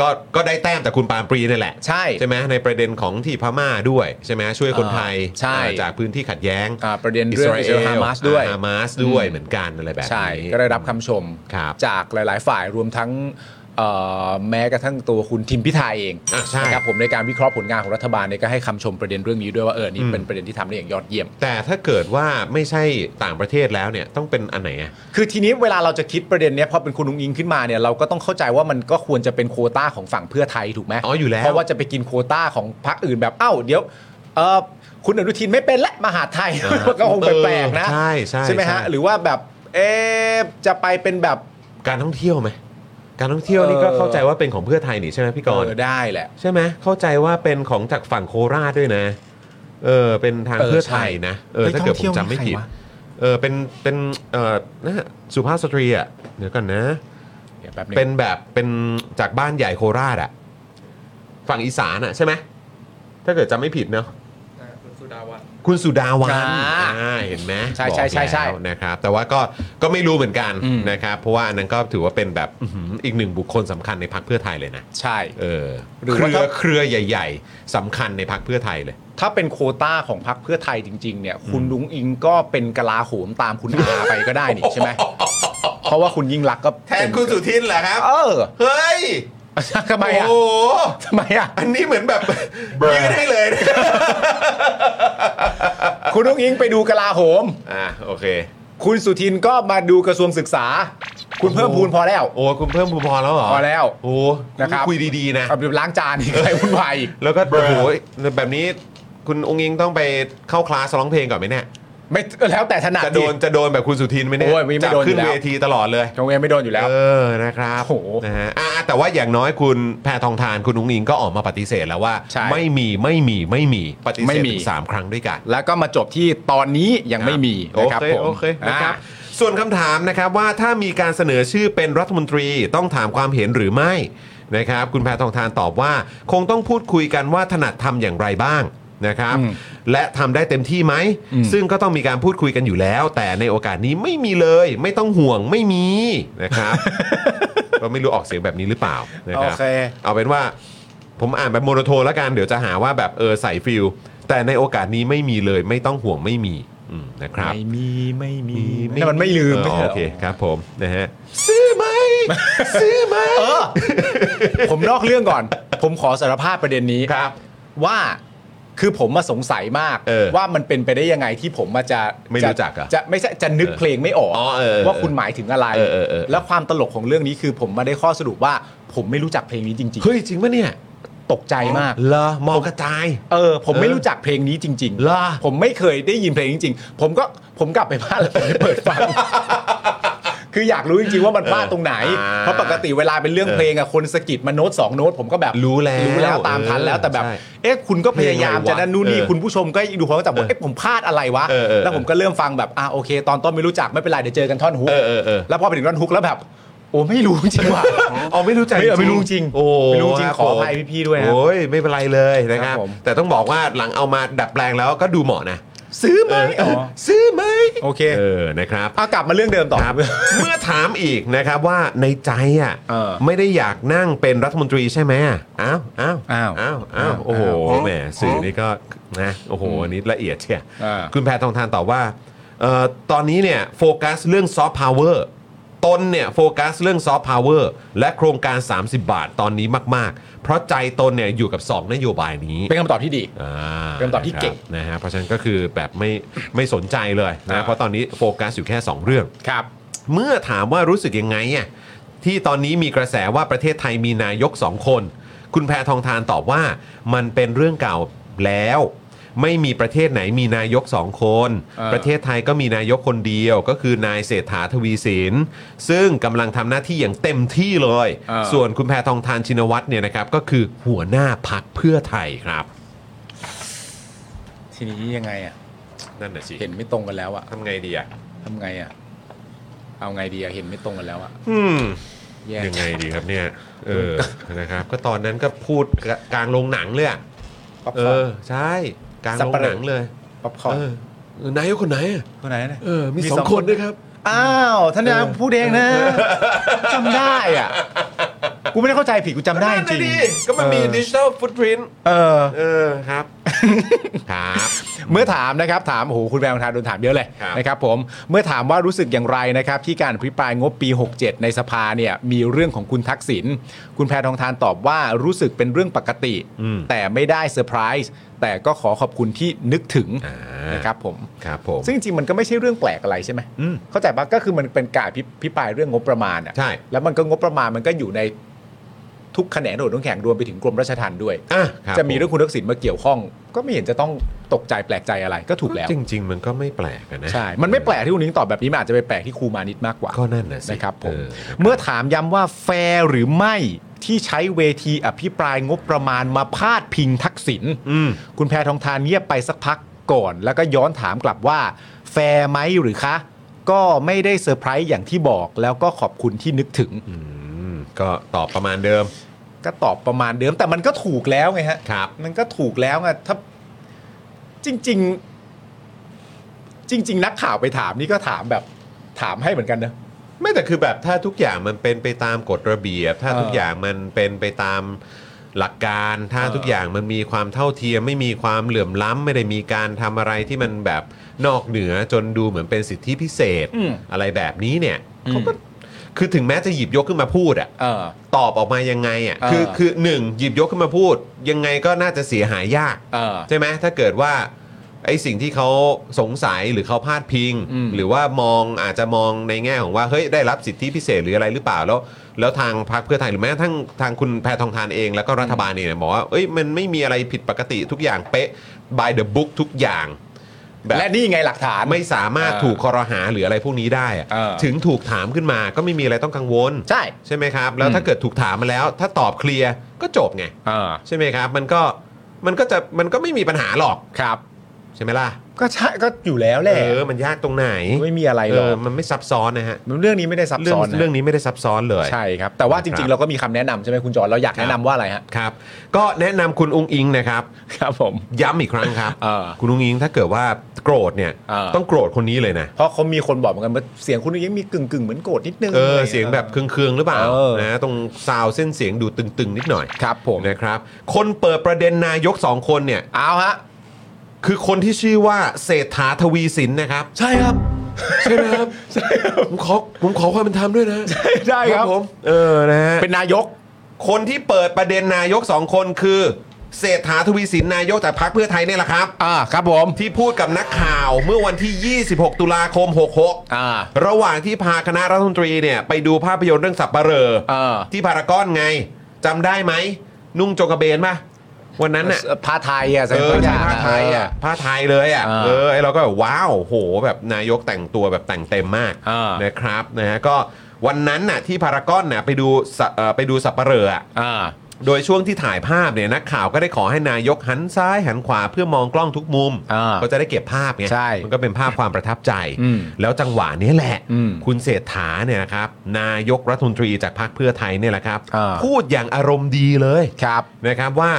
ก็ก็ได้แต้มจากคุณปานปรีนี่แหละ ใช่ ใช่ไหมในประเด็นของที่พม่าด้วยใช่ไหมช่วยคนไทย ใช่ อ่าจากพื้นที่ขัดแย้ง อ่าประเด็นเรื่องอิสราเอลฮามาสด้วย ฮามาสด้วย อืม เหมือนกันอะไรแบบนี้ ใช่ ก็ได้รับคำชม ครับ จากหลาย ๆ ฝ่ายรวมทั้งเอ่อแม้กระทั่งตัวคุณทิมพิธาเอง อ่ะใช่ นะครับผมในการวิเคราะห์ผลงานของรัฐบาลเนี่ยก็ให้คำชมประเด็นเรื่องนี้ด้วยว่าเออนี่เป็นประเด็นที่ทำได้อย่างยอดเยี่ยม แต่ถ้าเกิดว่าไม่ใช่ต่างประเทศแล้วเนี่ยต้องเป็นอันไหนอะ คือทีนี้เวลาเราจะคิดประเด็นเนี้ยพอเป็นคุณนุงอิงขึ้นมาเนี่ยเราก็ต้องเข้าใจว่ามันก็ควรจะเป็นโควต้าของฝั่งเพื่อไทยถูกไหม อ๋ออยู่แล้ว เพราะว่าจะไปกินโควต้าของพรรคอื่นแบบเอ้าเดี๋ยวเออคุณอนุทินไม่เป็นและมหาดไทย ก็คงแปลกๆนะ ใช่ใช่ ไหมฮะ ใช่ หรือว่าแบบเอะจะไปเป็นแบบ การท่องเที่ยวไหม การท่องเที่ยวนี่ก็ เออ เข้าใจว่าเป็นของเพื่อไทยนี่ใช่ไหมพี่กรณ์ เออได้แหละ ใช่ไหมเข้าใจว่าเป็นของจากฝั่งโคราชด้วยนะ เออเป็นทาง เออ เพื่อไทยนะเออ เฮ้ย ถ้าเกิด ท่อง ผ เที่ ม ยว จำไม่ผิด นี่ใครวะ เออเป็นเป็นเออนะฮะสุภาพสตรีอ่ะเดี๋ยวก่อนนะ ดี๋ยวแป๊บง เป็นแบบเป็นจากบ้านใหญ่โคราชอ่ะฝั่งอีสานอ่ะใช่ไหมถ้าเกิดจำไม่ผิดเนาะคุณสุดาวัน อ่ คุณสุดาวั าน อ่าเห็นไหม ใช่ใช่ บอก ใช่ใช่ แล้วนะครับ แต่ว่าก็ก็ไม่รู้เหมือนกัน อืม นะครับเพราะว่าอันนั้นก็ถือว่าเป็นแบบอื้อหืออีกหนึ่งบุคคลสำคัญในพรรคเพื่อไทยเลยนะ ใช่ เออ หรือ เค ว่า รือ ถ้า เครือใหญ่ ๆสำคัญในพรรคเพื่อไทย <laughs> เลย ถ้าเป็นโควต้าของพรรคเพื่อไทยจริง ๆ เนี่ย คุณลุงอิงก็เป็นกลาโหมตามคุณอาไปก็ <laughs> ได้นี่ใช่ไหม เพราะว่าคุณยิ่งรักษณ์ก็ แทนคุณสุทินเหรอครับ เออ <laughs> เฮ้ย ทำไม โอ้ อ่ะ โห ทำไมอ่ะ อันนี้เหมือนแบบยืดให้เลยนะ คุณนุ้งอิงไปดูกลาโหม อ่ะโอเค คุณสุทินก็มาดูกระทรวงศึกษา คุณเพิ่มพูนพอแล้ว โอ้คุณเพิ่มภูมิพรแล้วเหรอ พอแล้ว โอ้ นะครับ คุยดีๆนะ เอาไปล้างจานอีกอะไรวุ่นวายอีก แล้วก็โอ้โหแบบนี้คุณองค์ยิงต้องไปเข้าคลาสร้องเพลงก่อนไหมเนี่ย ไม่แล้วแต่ถนัด จะโดน ดิ จะโดนแบบคุณสุทินไหมเนี่ย โอ้ยไม่ไม่ จับ โดนอยู่ ขึ้น แล้ว เวทีตลอดเลย โรงเรียนไม่โดนอยู่แล้ว เออ นะครับ โอ้โห นะฮะอ่ะแต่ว่าอย่างน้อยคุณแพทองทานคุณนุ้งอิงก็ออกมาปฏิเสธแล้วว่า ใช่ ไม่มีไม่มีไม่มีปฏิ ไม่ เสธ มี ถึงสามครั้งด้วยกัน แล้วก็มาจบที่ตอนนี้ยังไม่มีนะครับ โอเค ผม โอเคนะครับ อ่า ส่วนคำถามนะครับว่าถ้ามีการเสนอชื่อเป็นรัฐมนตรีต้องถามความเห็นหรือไม่นะครับ คุณแพทองทานตอบว่า คงต้องพูดคุยกันว่าถนัดทำอย่างไรบ้างนะครับ อืม และทำได้เต็มที่ไหม อืม ซึ่งก็ต้องมีการพูดคุยกันอยู่แล้ว แต่ในโอกาสนี้ไม่มีเลย ไม่ต้องห่วงไม่มีนะครับ <laughs> ก็ไม่รู้ออกเสียงแบบนี้หรือเปล่านะครับ เอาเป็นว่าผมอ่านแบบโมโนโทนแล้วกัน เดี๋ยวจะหาว่าแบบเออใส่ฟิลแต่ในโอกาสนี้ไม่มีเลยไม่ต้องห่วงไม่มีอืมนะครับ ไม่มีไม่มีนั่นมันไม่ลืม เออ ไม่ใช่หร โอเคครับผมนะฮะซื้อไหม <laughs> ซื้อไหม เออ ผมนอกเรื่องก่อน ผมขอสารภาพประเด็นนี้ ครับ ว่าคือผมมาสงสัยมาก เออ ว่ามันเป็นไปได้ยังไงที่ผมมาจะ ไม่รู้จักเหรอ จะไม่ใช่จะนึกเพลงไม่ออก อ๋อเออเออ ว่าคุณหมายถึงอะไร เออเออเออ แล้วความตลกของเรื่องนี้คือผมมาได้ข้อสรุปว่า ผมไม่รู้จักเพลงนี้จริง เฮ้ยจริงปะเนี่ย ๆ ตกใจมาก เหรอมองกระจาย เออ ผมไม่ เออ รู้จักเพลงนี้จริง เหรอ ผมไม่เคยได้ยินเพลงนี้จริงๆ ผมก็ผมกลับไปบ้านแล้วผมไปเปิดฟัง <laughs> คืออยากรู้จริงๆว่ามันพลาดตรงไหน อ่า เพราะปกติเวลาเป็นเรื่องเพลงอะคนสะกิดมาโน้ตสองโน้ตผมก็แบบ รู้แล้ว รู้แล้วตามทันแล้วแต่แบบ ใช่ เอ๊ะคุณก็พยายามจะนั่นนู่นนี่ เออ คุณผู้ชมก็ดูผมแต่ว่าเอ๊ะผมพลาดอะไรวะ เออเออ แล้วผมก็เริ่มฟังแบบอ่าโอเค ตอนต้นไม่รู้จักไม่เป็นไรเดี๋ยวเจอกันท่อนฮุก เออเออเออ แล้วพอไปถึงท่อนฮุกแล้วแบบ โอ้ไม่รู้จริง <laughs> ว่ะ อ๋อไม่รู้จัก ไม่ไม่รู้จริง โอ้ ไม่รู้จริง คบ ขออภัย ผม พี่ๆด้วยนะ โอ้ยไม่เป็นไรเลยนะครับ ครับผม แต่ต้องบอกว่าหลังเอามาดัดแปลงแล้วก็ดูเหมาะนะ ซื้อไหมอ๋อ ซื้อไหม โอเค เออนะครับ เอากลับมาเรื่องเดิมต่อ ครับ เมื่อถามอีกนะครับว่าในใจอ่ะ เออ ไม่ได้อยากนั่งเป็นรัฐมนตรีใช่ไหมอ่ะอ้าวอ้าว อ้าว อ้าวอ้าวโอ้โห อ้าว แหมสื่อนี่ก็นะโอ้โหอันนี้ละเอียดเชีย อ่า คุณแพทองทานตอบว่าเอ่อตอนนี้เนี่ยโฟกัสเรื่องซอฟต์พาวเวอร์ตนเนี่ยโฟกัสเรื่องซอฟต์พาวเวอร์และโครงการ 30 บาทตอนนี้มาก ๆ เพราะใจตนเนี่ยอยู่กับ 2 นโยบายนี้ เป็นคำตอบที่ดี อ่า เป็นคำตอบที่เก่ง นะครับนะฮะเพราะฉะนั้นก็คือแบบไม่ไม่สนใจเลยนะ อ่า เพราะตอนนี้โฟกัสอยู่แค่ 2 เรื่อง ครับ เมื่อถามว่ารู้สึกยังไงอ่ะที่ตอนนี้มีกระแสว่าประเทศไทยมีนายกสองคน คุณแพทองทานตอบว่ามันเป็นเรื่องเก่าแล้ว ไม่มีประเทศไหนมีนายกสองคน เออ ประเทศไทยก็มีนายกคนเดียวก็คือนายเศรษฐาทวีสินซึ่งกำลังทำหน้าที่อย่างเต็มที่เลย ส่วนคุณแพทองทานชินวัตรเนี่ยนะครับก็คือหัวหน้าพักเพื่อไทยครับ ทีนี้ยังไงอ่ะ นั่นน่ะสิ เห็นไม่ตรงกันแล้วอ่ะ ทำไงดีอ่ะ ทำไงอ่ะ เอาไงดีอ่ะ เห็นไม่ตรงกันแล้วอ่ะ อืม แย่ ยังไงดีครับเนี่ย เออ นะครับ ก็ตอนนั้นก็พูดกลางโรงหนังเลยอะ ป๊อป เอ คอร์ อ น ใช่ กลาง สัโรบง ปะเห ห ร่อ นังเลย ป๊อปคอร์ เอน อ นายกคนไหนอะ คนไหนนะ เออ มีสองคนด้วยครับ อ้าว ท่านนายกพูดเองนะจำได้อ่ะ กูไม่ได้เข้าใจผิดกูจำได้จ นั่น ริง น่ะดิก็มันมี เออ ดิจิทัลฟุตพิ้น เออ เออ ครับ ครับ <laughs> เมื่อถามนะครับถามโอ้โหคุณแววทานโดนถามเยอะเลย ครับ นะครับผมเมื่อถามว่ารู้สึกอย่างไรนะครับที่การอภิปรายงบปี 67 ในสภาเนี่ยมีเรื่องของคุณทักษิณคุณแพทองทานตอบว่ารู้สึกเป็นเรื่องปกติ อืม แต่ไม่ได้เซอร์ไพรส์แต่ก็ขอขอบคุณที่นึกถึง อ่า นะครับผม ครับผม ซึ่งจริงๆมันก็ไม่ใช่เรื่องแปลกอะไรใช่ไหม อืม เข้าใจปะก็คือมันเป็นการพิพิปรายเรื่องงบประมาณอะ ใช่ แล้วมันก็งบประมาณมันก็อยู่ในทุกแขนงโดดน้ำแข็งรวมไปถึงกรมราชทัณฑ์ด้วย อ่ะครับ จะมีเรื่อ ผ งคุณทักษิณมาเกี่ยวข้อง ก็ไม่เห็นจะต้องตกใจแปลกใจอะไรก็ถูกแล้ว จริง ๆ มันก็ไม่แปลกอะนะ ใช่ มันไม่แปลกที่คุณนิ้งตอบแบบนี้มันอาจจะไปแปลกที่ครูมานิดมากกว่า ก็นั่นน่ะสิ นะครับผม เออ เมื่อถามย้ำว่าแฟร์หรือไม่ที่ใช้เวทีอภิปรายงบประมาณมาพาดพิงทักษิณ อืม คุณแพทองทานเงียบไปสักพักก่อน แล้วก็ย้อนถามกลับว่า แฟร์ไหมหรือคะ ก็ไม่ได้เซอร์ไพรส์อย่างที่บอกแล้วก็ขอบคุณที่นึกถึง อืม ก็ตอบประมาณเดิม ก็ตอบประมาณเดิมแต่มันก็ถูกแล้วไงฮะ ครับ มันก็ถูกแล้วไงถ้าจริง ๆ จริง ๆ นักข่าวไปถามนี่ก็ถามแบบถามให้เหมือนกันนะ ไม่แต่คือแบบถ้าทุกอย่างมันเป็นไปตามกฎระเบียบ ถ้า เออ ทุกอย่างมันเป็นไปตามหลักการ ถ้า เออ ทุกอย่างมันมีความเท่าเทียม ไม่มีความเหลื่อมล้ำไม่ได้มีการทำอะไรที่มันแบบนอกเหนือจนดูเหมือนเป็นสิทธิพิเศษ อืม อะไรแบบนี้เนี่ย อืม เขาก็ คือถึงแม้จะหยิบยกขึ้นมาพูดอะ เออ ตอบออกมายังไงอะ เออ คือคือหนึ่งหยิบยกขึ้นมาพูด ยังไงก็น่าจะเสียหายยาก เออ ใช่ไหมถ้าเกิดว่าไอ้สิ่งที่เขาสงสัยหรือเขาพลาดพิง อืม หรือว่ามองอาจจะมองในแง่ของว่าเฮ้ยได้รับสิทธิพิเศษหรืออะไรหรือเปล่าแล้ว แล้วทางพรรคเพื่อไทยหรือแม้กระทั่งทางคุณแพทองทานเองแล้วก็รัฐบาลเองเนี่ยบอกว่าเอ้ยมันไม่มีอะไรผิดปกติทุกอย่างเป๊ะ by the book ทุกอย่าง แบบ และนี่ไงหลักฐาน ไม่สามารถ เออ ถูกคอรหาหรืออะไรพวกนี้ได้อะ เออ ถึงถูกถามขึ้นมาก็ไม่มีอะไรต้องกังวล ใช่ ใช่ไหมครับ แล้ว อืม ถ้าเกิดถูกถามมาแล้ว ถ้าตอบเคลียร์ก็จบไง เออ ใช่ไหมครับ มันก็มันก็จะมันก็ไม่มีปัญหาหรอก ครับ ใช่ไหมล่ะ ก็ใช่ก็อยู่แล้วแห เออละมันยากตรงไหน ไม่มีอะไรห เอ รอ อก มันไม่ซับซ้อนนะฮะ มันเรื่องนี้ไม่ได้ซับ เรื่ ซ้อนนะ เรื่องนี้ไม่ได้ซับซ้อนเลย ใช่ครับ แต่ว่าจ ครั ริง บ ๆ เราก็มีคำแนะนำใช่ไหมคุณจอห์นเราอยากแนะนำว่าอะไรฮะ ครับ ก็แนะนำคุณอุ้งอิงนะครับ ครับผม ย้ำอีกครั้งครับ เออ คุณอุ้งอิงถ้าเกิดว่าโกรธเนี่ย เออ ต้องโกรธคนนี้เลยนะ เพราะเขามีคนบอกเหมือนกันว่าเสียงคุณอุ้งยังมีกึ่งกึ่งๆเหมือนโกรธนิดนึเอองะไรางงี้ เสียงแบบเคืองๆหรือเปล่า เออ นะตรงซาวเส้นเสียงดูตึงๆ นิดหน่อย ครับผม นะครับ คนเปิดประเด็นนายกสองคนเนี่ย เอาฮะ คือคนที่ชื่อว่าเศรษฐาทวีสินนะครับ <laughs> ใช่ครับ ใช่ไหมครับใช่ผมขอผมขอความเป็นธรรมด้วยนะ ได้ครับ ผมเออนะฮะ เป็นนายก คนที่เปิดประเด็นนายกสองคนคือ เศรษฐาทวีสินนายกจากพรรคเพื่อไทยเนี่ยแหละครับ อ่าครับผม ที่พูดกับนักข่าวเมื่อวันที่ 26 ตุลาคม 66 อ่า ระหว่างที่พาคณะรัฐมนตรีเนี่ยไปดูภาพยนตร์เรื่องสับปะเหรอ เออ ที่พารากอนไงจำได้ไหม นุ่งโจงกระเบนป่ะวันนั้นน่ะ ผ้าไทยอ่ะใส่ เออ ผ้า ใช่ผ้าไทยไทยอ่ะผ้าไทยเลยอ่ะ อ่า เออไอเราก็แบบว้าวโหแบบนายกแต่งตัวแบบแต่งเต็มมาก อ่าน นะครับนะฮะก็วันนั้นน่ะที่พารากอนน่ะไปดูสะเอ่อไปดูสับปะเหรออ่ะ ่า โดยช่วงที่ถ่ายภาพเนี่ยนักข่าวก็ได้ขอให้นายกหันซ้ายหันขวาเพื่อมองกล้องทุกมุม อ่า ก็จะได้เก็บภาพไง ใช่ มันก็เป็นภาพความประทับใจ อืม แล้วจังหวะนี้แหละ อืม คุณเศรษฐาเนี่ยนะครับนายกรัฐมนตรีจากพรรคเพื่อไทยเนี่ยแหละครับ อ่า พูดอย่างอารมณ์ดีเลย ครับ นะครับว่า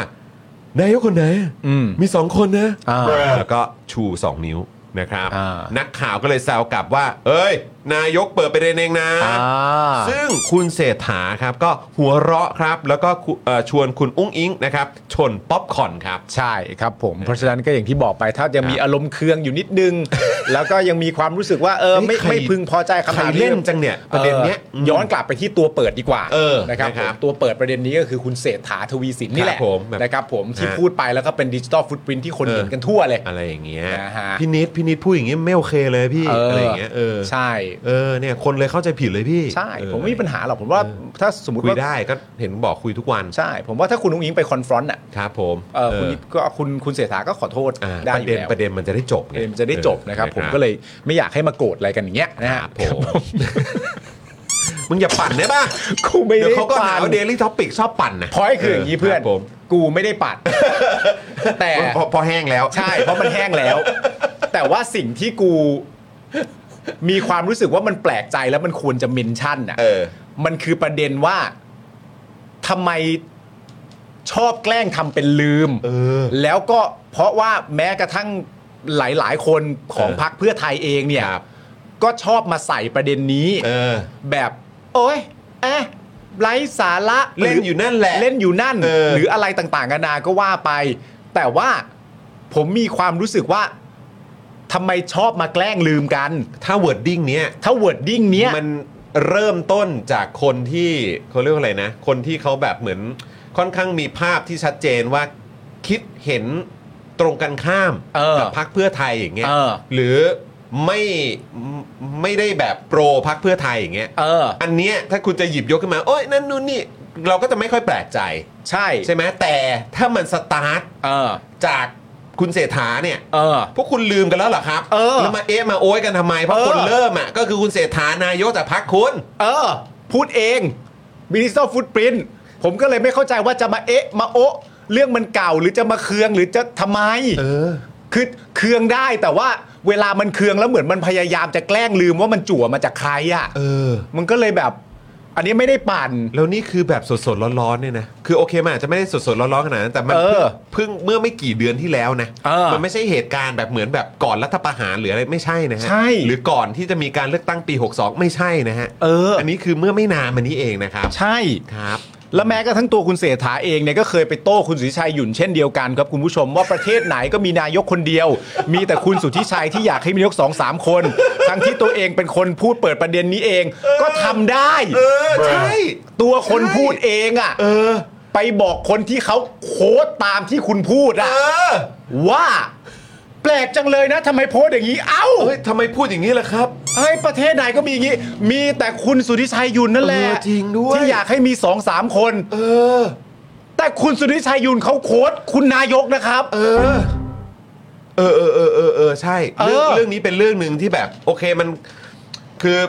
นายกคนไหน อืม สองคนนะ อ่า แล้วก็ชู 2 นิ้วนะครับ อ่า นักข่าวก็เลยแซวกลับว่า เอ้ย นายกเปิดประเด็นเองนะ อ่า ซึ่งคุณเศรษฐาครับก็หัวเราะครับ แล้วก็คุเอ่อชวนคุณอุ้งอิงนะครับ ชนป๊อปคอร์นครับ ใช่ครับผม เพราะฉะนั้นก็อย่างที่บอกไปถ้ายังมีอารมณ์เคืองอยู่นิดนึง แล้วก็ยังมีความรู้สึกว่าเออเฮ้ไม่ยใคร ไม่พึงพอใจคำถาม ใครเล่นจังเนี่ยประเด็นเนี้ย ออย้อนกลับไปที่ตัวเปิดดีกว่า เออ นะครับ นะค ผ รับ มตัวเปิดประเด็นนี้ก็คือคุณเศรษฐาทวีสินนี่แหละ ครับผมแบบ นะครับผมที่ ฮะ พูดไปแล้วก็เป็นดิจิ a l ลฟุต r ิ n นที่คนเห็นกันทั่วเลย อะไรอย่างเงี้ย นะฮะ พี่นิดพี่นิดพูดอย่างเงี้ยไม่โอเคเลยพี่อะไรอย่างเงี้ยเออ ใช่ เออเนี่ยคนเลยเข้าใจผิดเลยพี่ ใช่ เออ ผมไม่มีปัญหาหรอกผมว่าถ้าสมมติ คุย ว่า ได้ก็เห็นบอกคุยทุกวัน ใช่ ผมว่าถ้าคุณนุ้งอิงไปคอนฟรอนต์อ่ะ ครับผม เออคุณ เออ ก็คุณคุณเศรษฐาก็ขอโทษ อ่า ได้ ประ อยู่ เด็น แล้ว ประเด็นมันจะได้จบ ป ไง ระเด็นมันจะได้จบนะครับ ผมก็เลยไม่อยากให้มาโกรธอะไรกันอย่างเงี้ยนะ ค ฮะ รับผมมึงอย่าปั่นได้ป่ะ กูไม่ เดี๋ยว ได้ เขาก็หา ปั่น เดลี่ท็อปิกชอบปั่นนะ พอยคืออย่างนี้เพื่อคนรับผม กูไม่ได้ <laughs> ปัด แต่ พอพอแห้งแล้ว ใช่เพราะมันแห้งแล้ว แต่ว่าสิ่งที่กูมีความรู้สึกว่ามันแปลกใจแล้วมันควรจะเมนชั่นอ่ะ เออ มันคือประเด็นว่าทำไมชอบแกล้งทำเป็นลืม เออ แล้วก็เพราะว่าแม้กระทั่งหลาย ๆ คนของ เออ พรรคเพื่อไทยเองเนี่ย ครับ ก็ชอบมาใส่ประเด็นนี้ เออ แบบโอ้ยเอ๊ะไร้สาระ เล่น รื อยู่นั่นแหละ เล่นอยู่นั่น เออ หรืออะไรต่างๆนานาก็ว่าไป แต่ว่าผมมีความรู้สึกว่าทำไมชอบมาแกล้งลืมกัน ถ้าเวิร์ดดิ้งเนี้ย ถ้าเวิร์ดดิ้งเนี้ย มันเริ่มต้นจากคนที่เขาเรียกว่าอะไรนะ คนที่เขาแบบเหมือนค่อนข้างมีภาพที่ชัดเจนว่าคิดเห็นตรงกันข้าม เออ กับพักเพื่อไทยอย่างเงี้ย เออ หรือไม่ไม่ได้แบบโปรพักเพื่อไทยอย่างเงี้ย เออ อันเนี้ยถ้าคุณจะหยิบยกขึ้นมา โอ้ยนั่นนู่นนี่ เราก็จะไม่ค่อยแปลกใจ ใช่ ใช่ไหมแต่ถ้ามันสตาร์ท เออ จากคุณเศรษฐาเนี่ย เออ พวกคุณลืมกันแล้วเหรอครับ เออ แล้วมาเอ๊ะมาโอ้ยกันทำไม เพราะ เออ คนเริ่มอ่ะก็คือคุณเศรษฐานายกจากพรรคคุณ เออ พูดเองมินิสเตอร์ฟุตปรินผมก็เลยไม่เข้าใจว่าจะมาเอ๊ะ มาโอะเรื่องมันเก่าหรือจะมาเคืองหรือจะทำไม เออ คือเคืองได้แต่ว่าเวลามันเคืองแล้วเหมือนมันพยายามจะแกล้งลืมว่ามันจั่วมาจากใครอะ่ะ เออ มันก็เลยแบบ อันนี้ไม่ได้ปั่น แล้วนี่คือแบบสดๆร้อนๆเนี่ยนะ คือโอเคมันอาจจะไม่ได้สดๆร้อนๆขนาดนั้น แต่มัน เออ เพิ่งเมื่อไม่กี่เดือนที่แล้วนะ เออ มันไม่ใช่เหตุการณ์แบบเหมือนแบบก่อนรัฐประหารหรืออะไรไม่ใช่นะฮะ ใช่ หรือก่อนที่จะมีการเลือกตั้งปี 62 ไม่ใช่นะฮะ เอออั นนี้คือเมื่อไม่นานมานี้เองนะครับ ใช่ ครับ และแม้กระทั่งตัวคุณเศรษฐาเองเนี่ยก็เคยไปโต้คุณสุทธิชัยหยุ่นเช่นเดียวกันครับคุณผู้ชมว่าประเทศไหนก็มีนายกคนเดียว <laughs> มีแต่คุณสุทธิชัยที่อยากให้มีนายกสองสามคน ทั้งที่ตัวเองเป็นคนพูดเปิดประเด็นนี้เอง ก็ทำได้ เออ ใช่ ตัวคนพูดเองอ่ะ เออ ไปบอกคนที่เขาโค้ดตามที่คุณพูด เอ อ่ะ อ ว่า แปลกจังเลยนะทำไมโพสต์อย่างนี้เอ้า เฮ้ยทำไมพูดอย่างนี้ล่ะครับ เฮ้ยประเทศไหนก็มีอย่างนี้ มีแต่คุณสุทธิชัยหยุนนั่นแหละ เออจริงด้วย ที่อยากให้มีสองสามคน เออ แต่คุณสุทธิชัยหยุนเขาโค้ดคุณนายกนะครับ เออ เออเออเออเออเออใช่เรื่อง เออ เรื่องนี้เป็นเรื่องหนึ่งที่แบบ โอเคมันคือ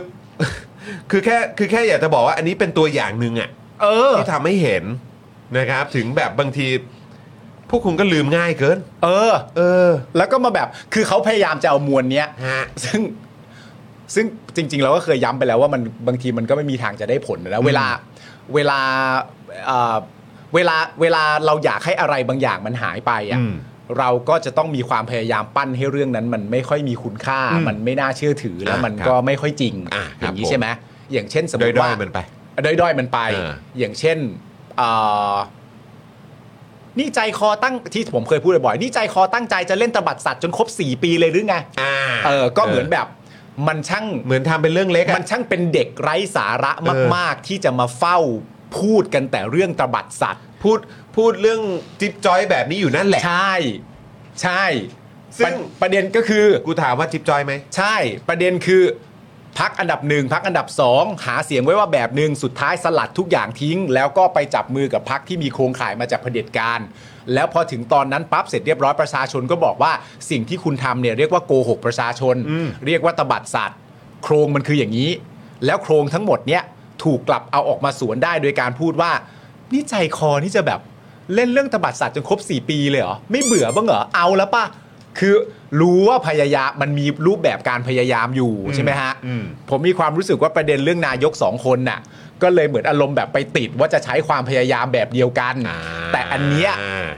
คือแค่คือแค่อยากจะบอกว่า อันนี้เป็นตัวอย่างหนึ่งอะ เออ ที่ทำให้เห็นนะครับ ถึงแบบบางทีพวกคุณก็ลืมง่ายเกิน เออ เออ แล้วก็มาแบบคือเขาพยายามจะเอามวลเนี้ย ฮะ ซึ่งซึ่งจริง ๆ เราก็เคยย้ำไปแล้วว่ามันบางทีมันก็ไม่มีทางจะได้ผลนะเวลาเวลาเอ่อเวลาเวลาเราอยากให้อะไรบางอย่างมันหายไปอ่ะ อืม เราก็จะต้องมีความพยายามปั้นให้เรื่องนั้น มันไม่ค่อยมีคุณค่า อืม มันไม่น่าเชื่อถือแล้ว อ่ะ มัน ครับ ก็ไม่ค่อยจริง อ่ะครับ อย่างนี้ ผม ใช่ไหมอย่างเช่นสมม ด้ ติ อ ว่า ยๆมันไป ด้อยๆมันไป เออ อย่างเช่นเอ่อนี่ใจคอตั้งที่ผมเคยพูดบ่อยๆนี่ใจคอตั้งใจจะเล่นตบัดสัตว์จนครบ 4 ปีเลยหรือไง ่า เออ ก็เหมือนแบบมันช่าง เหมือนทำเป็นเรื่องเล็กอะ มันช่างเป็นเด็กไร้สาระ เออ มาก ๆ ที่จะมาเฝ้าพูดกันแต่เรื่องตบัดสัตว์ พูดพูดเรื่องจิ๊บจอยแบบนี้อยู่นั่นแหละ ใช่ ใช่ ซึ่ง ประประเด็นก็คือ กูถามว่าจิ๊บจอยไหม ใช่ประเด็นคือพักอันดับหนึ่งพักอันดับสองหาเสียงไว้ว่าแบบหนึ่งสุดท้ายสลัดทุกอย่างทิ้ง แล้วก็ไปจับมือกับพักที่มีโครงข่ายมาจากเผด็จการ แล้วพอถึงตอนนั้นปั๊บเสร็จเรียบร้อยประชาชนก็บอกว่าสิ่งที่คุณทำเนี่ยเรียกว่าโกหกประชาชน เรียกว่าตบัดสัตว์ โครงมันคืออย่างนี้ แล้วโครงทั้งหมดเนี่ยถูกกลับเอาออกมาสวนได้โดยการพูดว่า นี่ใจคอนี่จะแบบเล่นเรื่องตบัดสัตว์จนครบ 4 ปีเลยเหรอ ไม่เบื่อบ้างเหรอ เอาแล้วป่ะ คือรู้ว่าพยายามมันมีรูปแบบการพยายามอยู่ใช่ไหมฮะ อืม ผมมีความรู้สึกว่าประเด็นเรื่องนายกสองคนน่ะ ก็เลยเหมือนอารมณ์แบบไปติดว่าจะใช้ความพยายามแบบเดียวกัน แต่อันเนี้ย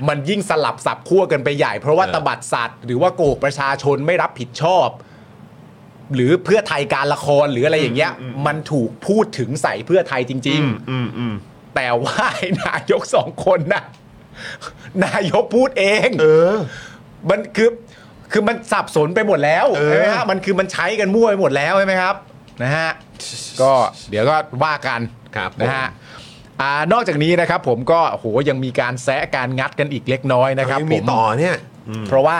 มันยิ่งสลับสับขั้วกันไปใหญ่ เพราะว่าตบัดสัตว์ หรือว่าโกหกประชาชนไม่รับผิดชอบ หรือเพื่อไทยการละครหรืออะไรอย่างเงี้ย มันถูกพูดถึงใส่เพื่อไทยจริง ๆ อืมอืม แต่ว่า ไอ้นายกสองคนน่ะ <laughs> นายกพูดเอง เออ มันคือคือมันสับสนไปหมดแล้ว เออ ใช่ไหมฮะมันคือมันใช้กันมั่วไปหมดแล้วใช่ไหมครับนะฮะก็เดี๋ยวก็ว่ากัน ครับ นะฮะอ่านอกจากนี้นะครับผมก็โหยังมีการแซะการงัดกันอีกเล็กน้อย นะ นะ ค ค รั รั บบ ยัง ผ มี ม ต่อเนี่ย เพราะว่า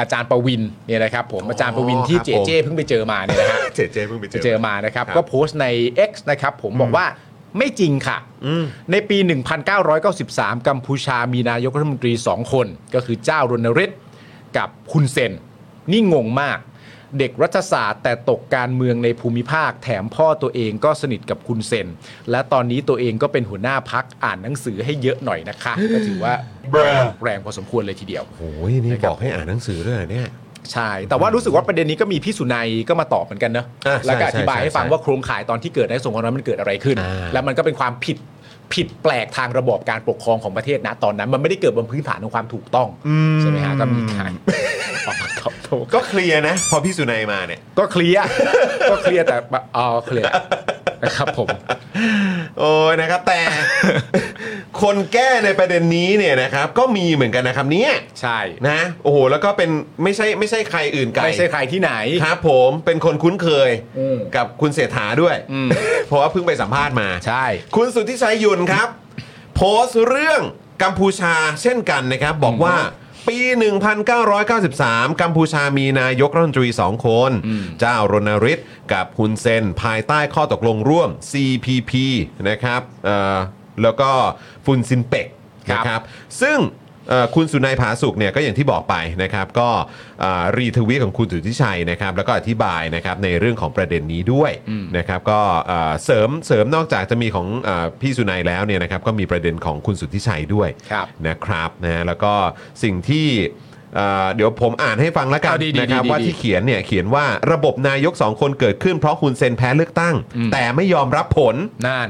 อาจารย์ประวินเนี่ยนะครับผมอาจารย์ประวินที่ ครับผมเจเจเพิ่งไปเจอมาเนี่ยนะฮะ เจเจเพิ่งไปเจอ เจอมานะครับ ครับ ก็โพสต์ใน X นะครับ ผมบอกว่าไม่จริงค่ะ ในปี 1993 กัมพูชามีนายกรัฐมนตรี 2 คน ก็คือเจ้ารณฤทธิ์กับคุณเซน นี่งงมาก เด็กรัฐศาสตร์แต่ตกการเมืองในภูมิภาค แถมพ่อตัวเองก็สนิทกับคุณเซน และตอนนี้ตัวเองก็เป็นหัวหน้าพักอ่านหนังสือให้เยอะหน่อยนะคะ ก็ถือว่าแรงพอสมควรเลยทีเดียว โอ้ยนี่บอกให้อ่านหนังสือด้วยเหรอเนี่ย ใช่ แต่ว่ารู้สึกว่าประเด็นนี้ก็มีพี่สุนัยก็มาตอบเหมือนกันเนอะ อ่ะใช่ แล้วก็อธิบายให้ฟัง ใช่ ว่าโครงข่ายตอนที่เกิดในสงครามนั้นมันเกิดอะไรขึ้น อ่า แล้วมันก็เป็นความผิดผิดแปลกทางระบอบการปกครองของประเทศนะตอนนั้น มันไม่ได้เกิดบนพื้นฐานของความถูกต้องใช่ไหมฮะก็มีการออกมาตอบโต้ ก็เคลียร์นะ พอพี่สุนัยมาเนี่ย <laughs> ก็เคลียร์ก็เคลียร์แต่แบบอ๋อเคลียร์นะครับผม โอ้ยนะครับ <laughs> แต่ คนแก้ในประเด็นนี้เนี่ยนะครับ ก็มีเหมือนกันนะครับเนี่ย ใช่ นะโอ้โหแล้วก็เป็นไม่ใช่ไม่ใช่ใครอื่นไกล ไม่ใช่ใครที่ไหน ครับผมเป็นคนคุ้นเคย อืม กับคุณเศรษฐาด้วย อืม เพราะว่าเพิ่งไปสัมภาษณ์มา ใช่ คุณสุทธิชัยหยุ่นครับ โพสต์เรื่องกัมพูชาเช่นกันนะครับ บอกว่าปี 1993 กัมพูชามีนายกรัฐมนตรี 2 คน เจ้ารณฤทธิ์กับฮุนเซน ภายใต้ข้อตกลงร่วม CPP นะครับเอ่อแล้วก็ฟุนซินเปก ครับ นะครับ ซึ่งเอ่อคุณสุนัยผาสุกเนี่ยก็อย่างที่บอกไปนะครับ ก็เอ่อรีทวีตของคุณสุทธิชัยนะครับ แล้วก็อธิบายนะครับในเรื่องของประเด็นนี้ด้วยนะครับ ก็เอ่อเสริมเสริมนอกจากจะมีของเออพี่สุนัยแล้วเนี่ยนะครับก็มีประเด็นของคุณสุทธิชัยด้วย ครับ นะครับนะแล้วก็สิ่งที่เอ่อเดี๋ยวผมอ่านให้ฟังแล้วกัน เอาดีๆ นะครับ ดีๆ ว่า ดีๆ ที่เขียนเนี่ยเขียนว่าระบบนายกสองคนเกิดขึ้นเพราะคุณเซนแพ้เลือกตั้ง แต่ไม่ยอมรับผล นั่น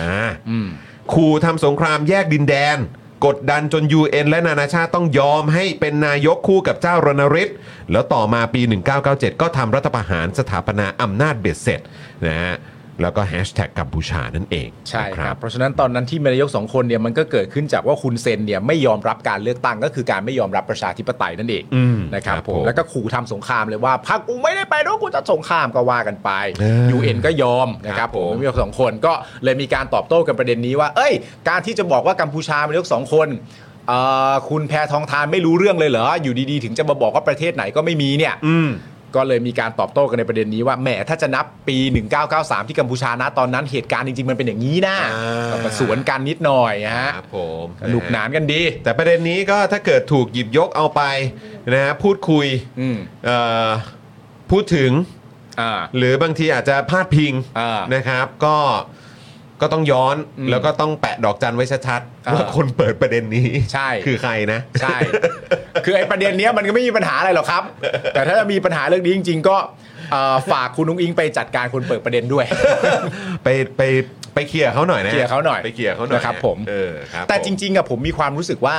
อ่า อืม ขู่ทำสงครามแยกดินแดน กดดันจน UN และนานาชาติต้องยอมให้เป็นนายกคู่กับเจ้ารณฤทธิ์แล้วต่อมาปี 1997 ก็ทำรัฐประหารสถาปนาอำนาจเบ็ดเสร็จนะฮะ แล้วก็แฮชแท็กกัมพูชานั่นเอง ใช่ นะ ครับ เพราะฉะนั้นตอนนั้นที่มีนายกสองคนเนี่ยมันก็เกิดขึ้นจากว่าคุณเซนเนี่ยไม่ยอมรับการเลือกตั้งก็คือการไม่ยอมรับประชาธิปไตยนั่นเอง อืม นะครับ ครับ ผ ผม มแล้วก็ขู่ทำสงครามเลยว่าพรรคกูไม่ได้ไปด้วยกูจะสงครามก็ว่ากันไป เออ UN ก็ยอมนะครับผมมีนายกสองคนก็เลยมีการตอบโต้กันประเด็นนี้ว่า เอ้ย การที่จะบอกว่ากัมพูชามีนายกสองคนเอ่อคุณแพทองทานไม่รู้เรื่องเลยเหรออยู่ดีๆ ถึงจะมาบอกว่าประเทศไหนก็ไม่มีเนี่ย อืม ก็เลยมีการตอบโต้กันในประเด็นนี้ว่าแหมถ้าจะนับปี 1993 ที่กัมพูชานะตอนนั้นเหตุการณ์จริง ๆ มันเป็นอย่างนี้นะ อ่า ก็มาสวนกันนิดหน่อยฮะ ครับผม สนุกหนานกันดี แต่ประเด็นนี้ก็ถ้าเกิดถูกหยิบยกเอาไปนะฮะพูดคุย อืม เอ่อพูดถึง อ่า หรือบางทีอาจจะพลาดพิง อ่า นะครับ ก็ก็ต้องย้อน อืม แล้วก็ต้องแปะดอกจันไว้ชัดๆ อ่า ว่าคนเปิดประเด็นนี้ ใช่ คือใครนะ ใช่ คือไอ้ประเด็นเนี้ยมันก็ไม่มีปัญหาอะไรหรอกครับ แต่ถ้าจะมีปัญหาเรื่องนี้จริง ๆ ก็เอ่อฝากคุณนุ้งอิงไปจัดการคนเปิดประเด็นด้วย ไปไปไปเคลียร์เขาหน่อยนะ เคลียร์เขาหน่อย ไปเคลียร์เขาหน่อย นะครับผม เออครับ แต่จริง ๆอะผมมีความรู้สึกว่า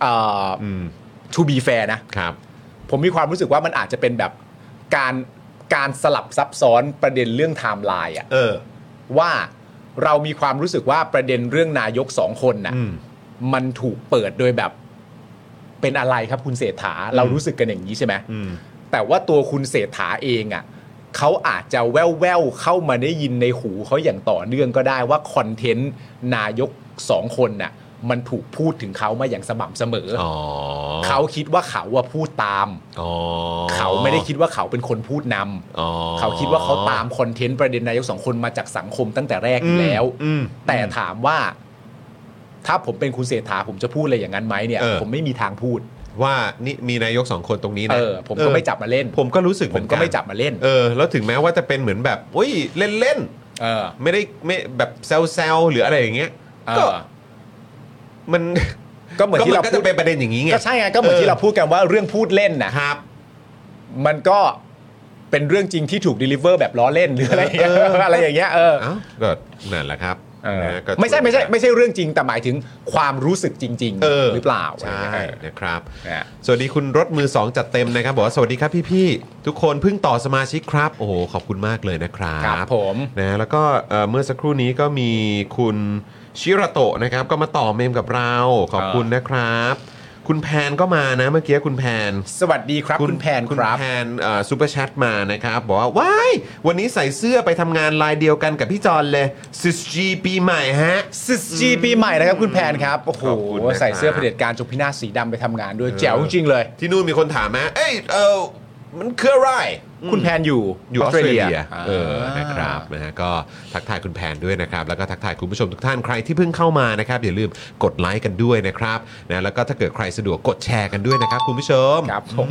เอ่อ ๆอืม to be fair นะ ครับ ผมมีความรู้สึกว่ามันอาจจะเป็นแบบการการสลับซับซ้อนประเด็นเรื่องไทม์ไลน์อะ เออ ว่าเรามีความรู้สึกว่าประเด็นเรื่องนายกสองคนน่ะ อืม มันถูกเปิดโดยแบบเป็นอะไรครับคุณเศรษฐาเรารู้สึกกันอย่างนี้ใช่ไหม อืม แต่ว่าตัวคุณเศรษฐาเองอ่ะเขาอาจจะแว่วๆเข้ามาได้ยินในหูเขาอย่างต่อเนื่องก็ได้ว่าคอนเทนต์นายกสองคนน่ะมันถูกพูดถึงเขามาอย่างสม่ำเสมอ อ๋อ เขาคิดว่าเขาว่าพูดตาม อ๋อ เขาไม่ได้คิดว่าเขาเป็นคนพูดนำ อ๋อ เขาคิดว่าเขาตามคอนเทนต์ประเด็นนายกสองคนมาจากสังคมตั้งแต่แรกอยู่แล้ว อืม แต่ถามว่า ถ้าผมเป็นคุณเศรษฐาผมจะพูดอะไรอย่างนั้นไหมเนี่ย เออ ผมไม่มีทางพูด ว่านี่มีนายกสองคนตรงนี้ เอ นะ อ ผมก็ไม่จับมาเล่น ผมก็รู้สึกเห ผ มือ ม นน ก็ไม่จับมาเล่น เออ แล้วถึงแม้ว่าจะเป็นเหมือนแบบอุ้ยเล่นๆ เออ ไม่ได้ไม่แบบแซวๆหรืออะไรอย่างเงี้ย เอ ก็ อ มัน <laughs> ก็เหมือน ก็ ที่ มั เรา นก็ พู จะ ด เป็นประเด็นอย่างนี้ไง ก็ใช่ไงก็เหมือนที่เราพูดกันว่าเรื่องพูดเล่นนะครับ มันก็เป็นเรื่องจริงที่ถูกดลิเวอร์แบบล้อเล่นหรืออะไรอย่างเงี้ย เออ อะไรอย่างเงี้ยเออ เอ้าก็นั่นแหละครับ เออ นะก็ ไม่ใช่ไม่ใช่ ไม่ใช่เรื่องจริงแต่หมายถึงความรู้สึกจริง เออ หรือเปล่า ใช่นะครับ เออ สวัสดีคุณรถมือ 2 จัดเต็มนะครับ บอกว่าสวัสดีครับพี่ๆทุกคนเพิ่งต่อสมาชิกครับ โอ้โหขอบคุณมากเลยนะครับ ครับผม นะแล้วก็เอ่อเมื่อสักครู่นี้ก็มีคุณชิระโตะนะครับ ก็มาต่อเมมกับเรา ขอบคุณนะครับ คุณแพนก็มานะเมื่อกี้คุณแพน สวัสดีครับ คุณแพน คุ ค ณ รับ แพนซูเปอร์แชทมานะครับ บอกว่าว้าย วันนี้ใส่เสื้อไปทำงานลายเดียวกันกับพี่จอนเลยซิสจีปีใหม่ฮะ ซิสจีปีใหม่นะครับคุณแพนครับ โอ้โห ขอบคุณนะครับ ใส่เสื้อเผด็จการจงพินาศสีดำไปทำงานด้วยแจ๋วจริงๆเลย ที่นู่นมีคนถามนะเอ้ยเออมันคืออะไร คุณแพนอยู่ อยู่ออสเตรเลียเออ าน นะครับนะฮะก็ทักทายคุณแพนด้วยนะครับ แล้วก็ทักทายคุณผู้ชมทุกท่านใครที่เพิ่งเข้ามานะครับ อย่าลืมกดไลค์กันด้วยนะครับนะแล้วก็ถ้าเกิดใครสะดวกกดแชร์กันด้วยนะครับ คุณผู้ชม ครับผม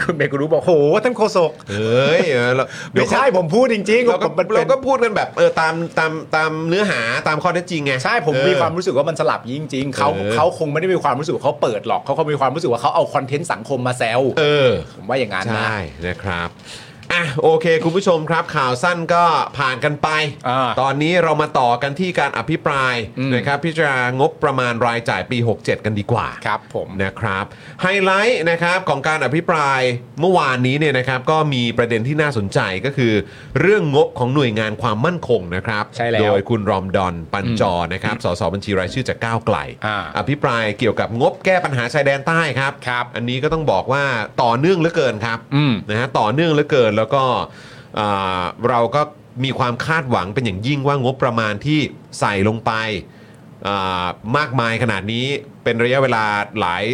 คุณเมกุรู้บอกโหท่านโคศก เอ้ยเออเราเดี๋ยวไม่เขา ใช่ผมพูดจริงๆ เราก็ ผมมันเป็ เรา น ก็พูดกันแบบเออตามตามตามเนื้อหาตามข้อเท็จจริงไง ใช่ผม เออ มีความรู้สึกว่ามันสลับจริงๆเขา เออ เขาคงไม่ได้มีความรู้สึกว่าเขาเปิดหรอกเขาเขามีความรู้สึกว่าเขาเอาคอนเทนต์สังคมมาแซว เออ ผมว่าอย่างนั้นนะ ใช่นะครับอ่ะโอเค คุณผู้ชมครับ ข่าวสั้นก็ผ่านกันไป อ่า ตอนนี้เรามาต่อกันที่การอภิปราย อืม นะครับพิจารณางบประมาณรายจ่ายปี 67 กันดีกว่า ครับผม นะครับไฮไลท์นะครับของการอภิปรายเมื่อวานนี้เนี่ยนะครับก็มีประเด็นที่น่าสนใจก็คือ เรื่องงบของหน่วยงานความมั่นคงนะครับ ใช่แล้ว โดยคุณรอมดอนปัญจอนะครับสสบัญชีรายชื่อจากก้าวไกล อ่า อภิปรายเกี่ยวกับงบแก้ปัญหาชายแดนใต้ครับ ครับ อันนี้ก็ต้องบอกว่าต่อเนื่องเหลือเกินครับ อืม นะฮะต่อเนื่องเหลือเกินแล้วก็อ่าเราก็มีความคาดหวังเป็นอย่างยิ่งว่างบประมาณที่ใส่ลงไป อ่ามากมายขนาดนี้เป็นระยะเวลาหลาย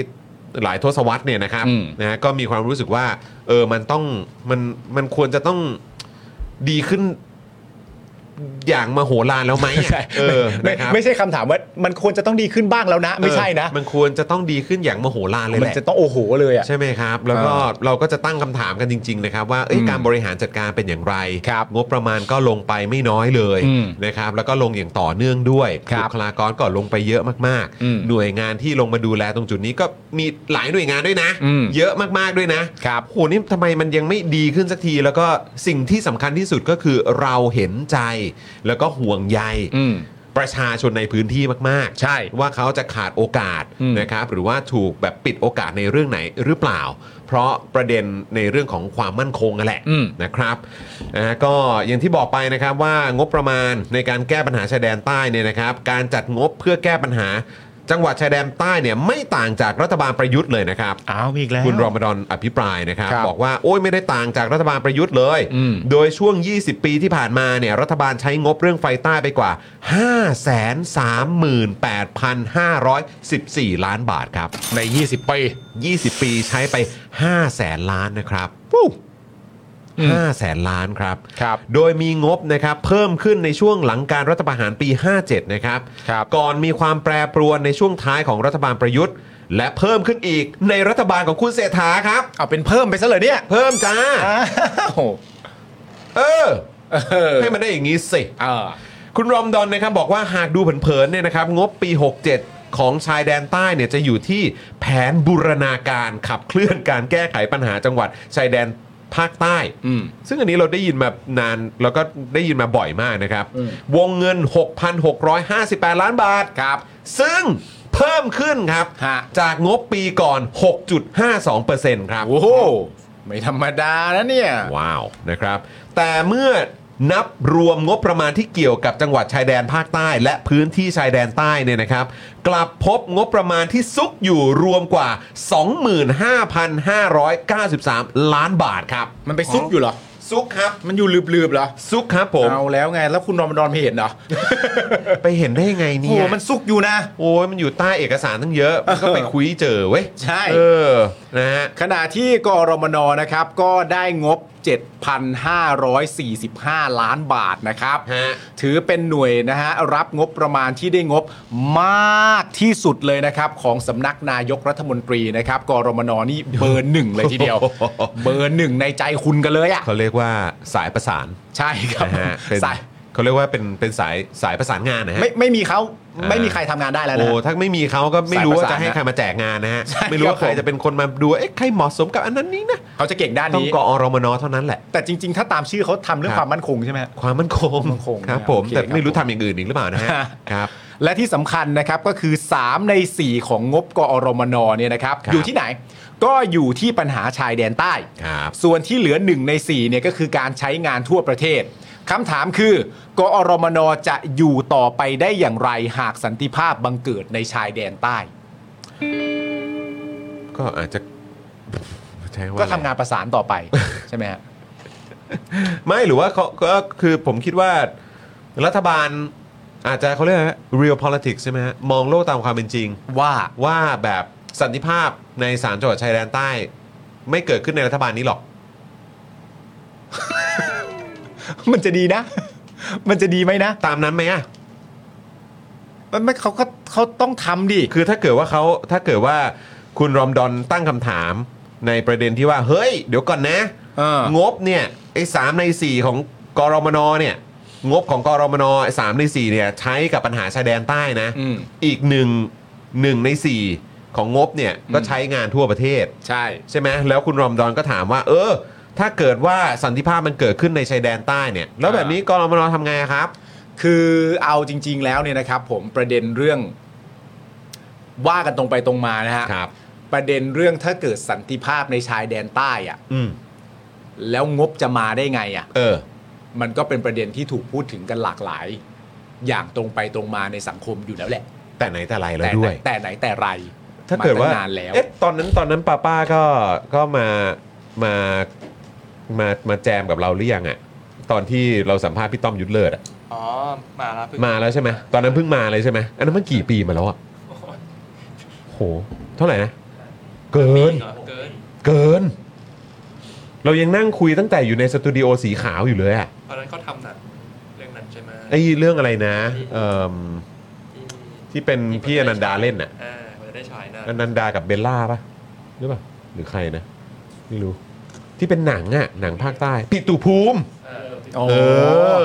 หลายทศวรรษเนี่ยนะครับ อืม นะฮะก็มีความรู้สึกว่าเออมันต้องมันมันควรจะต้องดีขึ้นอย่างมโหฬารแล้วไหมอะ ใช่ เออ ไม่ นะครับ ไม่ใช่คำถามว่ามันควรจะต้องดีขึ้นบ้างแล้วนะ ไม่ใช่นะ เออมันควรจะต้องดีขึ้นอย่างมโหฬารเลย มั แห น ละ จะต้องโอ้โหเลยอ่ะ ใช่ไหมครับ แล้วก็ อ่า เราก็จะตั้งคำถามกันจริง ๆ นะครับ ว่าเอ้ย อืม การบริหารจัดการเป็นอย่างไร ครับ งบประมาณก็ลงไปไม่น้อยเลย อืม นะครับแล้วก็ลงอย่างต่อเนื่องด้วย ครับ บุคลากรก็ลงไปเยอะมาก อืม หน่วยงานที่ลงมาดูแลตรงจุดนี้ก็มีหลายหน่วยงานด้วยนะ อืม เยอะมากๆด้วยนะครับ โหนี่ทำไมมันยังไม่ดีขึ้นสักที แล้วก็สิ่งที่สำคัญที่สุดก็คือเราเห็นใจ แล้วก็ห่วงใย อืม ประชาชนในพื้นที่มากๆ ใช่ ว่าเขาจะขาดโอกาส อืม นะครับหรือว่าถูกแบบปิดโอกาสในเรื่องไหนหรือเปล่า เพราะประเด็นในเรื่องของความมั่นคงนั่นแหละ อืม นะครับนะฮะก็อย่างที่บอกไปนะครับว่างบประมาณในการแก้ปัญหาชายแดนใต้เนี่ยนะครับ การจัดงบเพื่อแก้ปัญหา จังหวัดชายแดนใต้เนี่ยไม่ต่างจากรัฐบาลประยุทธ์เลยนะครับ อ้าวมีอีกแล้ว คุณรอมฎอนอภิปรายนะครับ ครับ บอกว่าโอ้ยไม่ได้ต่างจากรัฐบาลประยุทธ์เลย อืม โดยช่วง 20 ปีที่ผ่านมาเนี่ยรัฐบาลใช้งบเรื่องไฟใต้ไปกว่า 538,514 ล้านบาทครับ ใน 20 ปี 20 ปีใช้ไป 5 แสนล้านนะครับปุ๊บ อืม ห้าแสนล้านครับ ครับ โดยมีงบนะครับเพิ่มขึ้นในช่วงหลังการรัฐประหารปี 57 นะครับ ครับ ก่อนมีความแปรปรวนในช่วงท้ายของรัฐบาลประยุทธ์ และเพิ่มขึ้นอีกในรัฐบาลของคุณเศรษฐาครับ เอาเป็นเพิ่มไปซะเลยเนี่ย เพิ่มจ้า อ้าว เออ เออ ให้มันได้อย่างนี้สิ เออ คุณรอมดอนนะครับบอกว่าหากดูเผินๆเนี่ยนะครับงบปี 67 ของชายแดนใต้เนี่ยจะอยู่ที่แผนบูรณาการขับเคลื่อนการแก้ไขปัญหาจังหวัดชายแดนภาคใต้ อืม ซึ่งอันนี้เราได้ยินมานานแล้วก็ได้ยินมาบ่อยมากนะครับ อืม วงเงิน 6,658 ล้านบาท ครับ ซึ่งเพิ่มขึ้นครับ ฮะ จากงบปีก่อน 6.52%ครับ โอ้โหไม่ธรรมดานะเนี่ย ว้าวนะครับ แต่เมื่อนับรวมงบประมาณที่เกี่ยวกับจังหวัดชายแดนภาคใต้ และพื้นที่ชายแดนใต้เนี่ยนะครับ กลับพบงบประมาณที่ซุกอยู่รวมกว่า 25,593 ล้านบาทครับ มันไปซุกอยู่เหรอ ซุกครับ มันอยู่ลืบๆเหรอ ซุกครับผม เอาแล้วไง แล้วคุณรอมดอนไม่เห็นเหรอ ไปเห็นได้ยังไง โอ้โห เนี่ย มันซุกอยู่นะ โอ้ยมันอยู่ใต้เอกสารตั้งเยอะมันก็ไปคุยเจอเว้ย ใช่ เออนะฮะ ขณะที่กรมนนะครับ ก็ได้งบ 7,545 ล้านบาทนะครับ ฮะ ถือเป็นหน่วยนะฮะ รับงบประมาณที่ได้งบมากที่สุดเลยนะครับ ของสำนักนายกรัฐมนตรีนะครับ กรมนนี่เบอร์หนึ่งเลยทีเดียว <laughs> เบอร์หนึ่งในใจคุณกันเลยอ่ะ เขาเรียกว่าสายประสาน ใช่ครับ นะฮะเป็น สาย เขาเรียกว่าเป็นเป็นสายสายประสานงานนะฮะ ไม่ไม่มีเขา อ่า ไม่มีใครทำงานได้แล้วนะ โอ้ ถ้าไม่มีเขาก็ไม่รู้ว่า สายปจะระสานให้ใครมาแจกงานนะฮะ ใช่ ไม่รู้ว่า ครับผม ใครจะเป็นคนมาดู เอ๊ะ ใครเหมาะสมกับอันนั้นนี้นะ เขาจะเก่งด้าน ต้อง นี้ กอรมนเท่านั้นแหละ แต่จริง ๆ ถ้าตามชื่อเขาทำเรื่อง ค ครับ วามมั่นคงใช่ไหมฮะ ความมั่นคง มั่นคง ครับ นะ ผม โอเค แต่ไม่รู้ ครั ทำ บ อย่างอื่นอีกหรือเปล่านะฮะ ฮะ ครับ และที่สำคัญนะครับก็คือ 3 ใน 4 ของงบกอรมนเนี่ยนะครับ ครับ อยู่ที่ไหน ก็อยู่ที่ปัญหาชายแดนใต้ ครับ ส่วนที่เหลือ 1 ใน 4 เนี่ยก็คือการใช้งานทั่วประเทศคำถามคือกอรมนจะอยู่ต่อไปได้อย่างไรหากสันติภาพบังเกิดในชายแดนใต้ ก็อาจจะใช้ว่า ก็ อะไร ทำงานประสาน <laughs> ต่อไป ใช่ไหมฮะ ไม่หรือว่าเขาก็คือผมคิดว่ารัฐบาลอาจจะเขาเรียกอะไร real politics ใช่ไหมฮะ มองโลกตามความเป็นจริง ว่า ว่าแบบสันติภาพในสามจังหวัดชายแดนใต้ ไม่เกิดขึ้นในรัฐบาลนี้หรอก มันจะดีนะ มันจะดีไหมนะ ตามนั้นไหมอะ มันไม่เขาก็เขาต้องทำดิ คือถ้าเกิดว่าเขาถ้าเกิดว่าคุณรอมดอนตั้งคำถามในประเด็นที่ว่า เฮ้ย เดี๋ยวก่อนนะ เออง บเนี่ยไอ้สามในสี่ของกรมนเนี่ย งบของกรมนไอ้สามในสี่เนี่ยใช้กับปัญหาชายแดนใต้นะ อืม อีกหนึ่งหนึ่งในสี่ของงบเนี่ยก็ใช้งานทั่วประเทศ ใช่ ใช่ไหมแล้วคุณรอมดอนก็ถามว่า เออ ถ้าเกิดว่าสันติภาพมันเกิดขึ้นในชายแดนใต้เนี่ย แล้วแบบนี้กรมนทำไงอะครับ คือเอาจริง ๆ แล้วเนี่ยนะครับผมประเด็นเรื่องว่ากันตรงไปตรงมานะฮะ ครับ ประเด็นเรื่องถ้าเกิดสันติภาพในชายแดนใต้อะ อืม แล้วงบจะมาได้ไงอะ เออ มันก็เป็นประเด็นที่ถูกพูดถึงกันหลากหลาย อย่างตรงไปตรงมาในสังคมอยู่แล้วแหละ แต่ไหนแต่ไรแล้ว แต่ ด้วย แต่ไหนแต่ไร ถ้าเกิดว่า ตั้งนานแล้ว เอ๊ะตอนนั้นตอนนั้นป้าป้าก็ก็มามามามาแจมกับเราหรือยังอะตอนที่เราสัมภาษณ์พี่ต้อมยุทธเลิศอะ อ๋อ มาแล้วเพิ่ง มาแล้วใช่ไหมตอนนั้นเพิ่งมาเลยใช่ไหมอันนั้นมันกี่ปีมาแล้วอะโหเท่าไหร่นะเกิน เหรอเกิน เกิน เรายังนั่งคุยตั้งแต่อยู่ในสตูดิโอสีขาวอยู่เลยอะ ตอนนั้นเขาทำหนังเรื่องนั้นใช่ไหม ไอ้เรื่องอะไรนะเอ่มที่เป็นพี่อนันดาเล่นอะ อ่ามันจะได้ฉายหนะ อนันดากับเบลล่าปะหรือเปล่าหรือใครนะ ไม่รู้ ที่เป็นหนังอะหนังภาคใต้ปิตุภูมิ อ๋อ เออ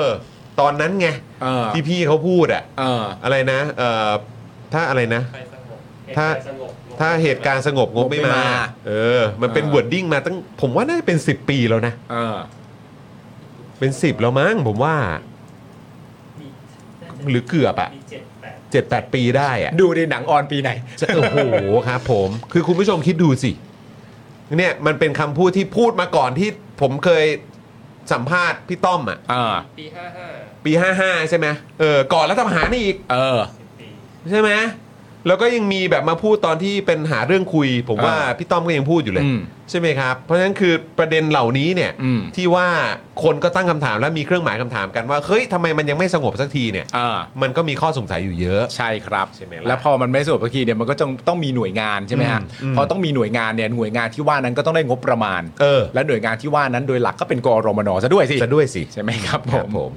ตอนนั้นไง เออ ที่พี่เขาพูดอะ เออ อะไรนะเอ่อถ้าอะไรนะ ใครสงบ ถ้า ใครสงบ ถ้าเหตุการณ์สงบงบไม่ งบไม่ มา มา เออ มันเป็นวอร์ดดิ้งมาตั้ง ผมว่าน่าจะเป็น 10 ปีแล้วนะ เออ เป็น 10 แล้วมั้งผมว่า หรือเกือบอะเจ็ดแปดปีได้อะ ดูในหนังออนปีไหน จะโอ้โห ครับผม คือคุณผู้ชมคิดดูสิ เนี่ยมันเป็นคำพูดที่พูดมาก่อนที่ผมเคยสัมภาษณ์พี่ต้อมอ่ะ อ่า ปีห้าห้า ปี 55 ใช่ไหมเออ ก่อนรัฐประหารนี่อีก เออ ปี ใช่ไหมแล้วก็ยังมีแบบมาพูดตอนที่เป็นหาเรื่องคุย ผมว่า อ่า พี่ต้อมก็ยังพูดอยู่เลย อืม ใช่ไหมครับ เพราะฉะนั้นคือประเด็นเหล่านี้เนี่ย อืม ที่ว่าคนก็ตั้งคำถามและมีเครื่องหมายคำถามกันว่าเฮ้ยทำไมมันยังไม่สงบสักทีเนี่ย อ่า มันก็มีข้อสงสัยอยู่เยอะ ใช่ครับ ใช่ไหมล่ะ แล้วพอมันไม่สะดวกสักทีเนี่ยมันก็ต้องต้องมีหน่วยงานใช่ไหมฮะ อืม พอต้องมีหน่วยงานเนี่ยหน่วยงานที่ว่านั้นก็ต้องได้งบประมาณ เออ และหน่วยงานที่ว่านั้นโดยหลักก็เป็นกอรมนซะด้วยสิ จะด้วยสิ ใช่ไหมครับผ ครับ ม ผม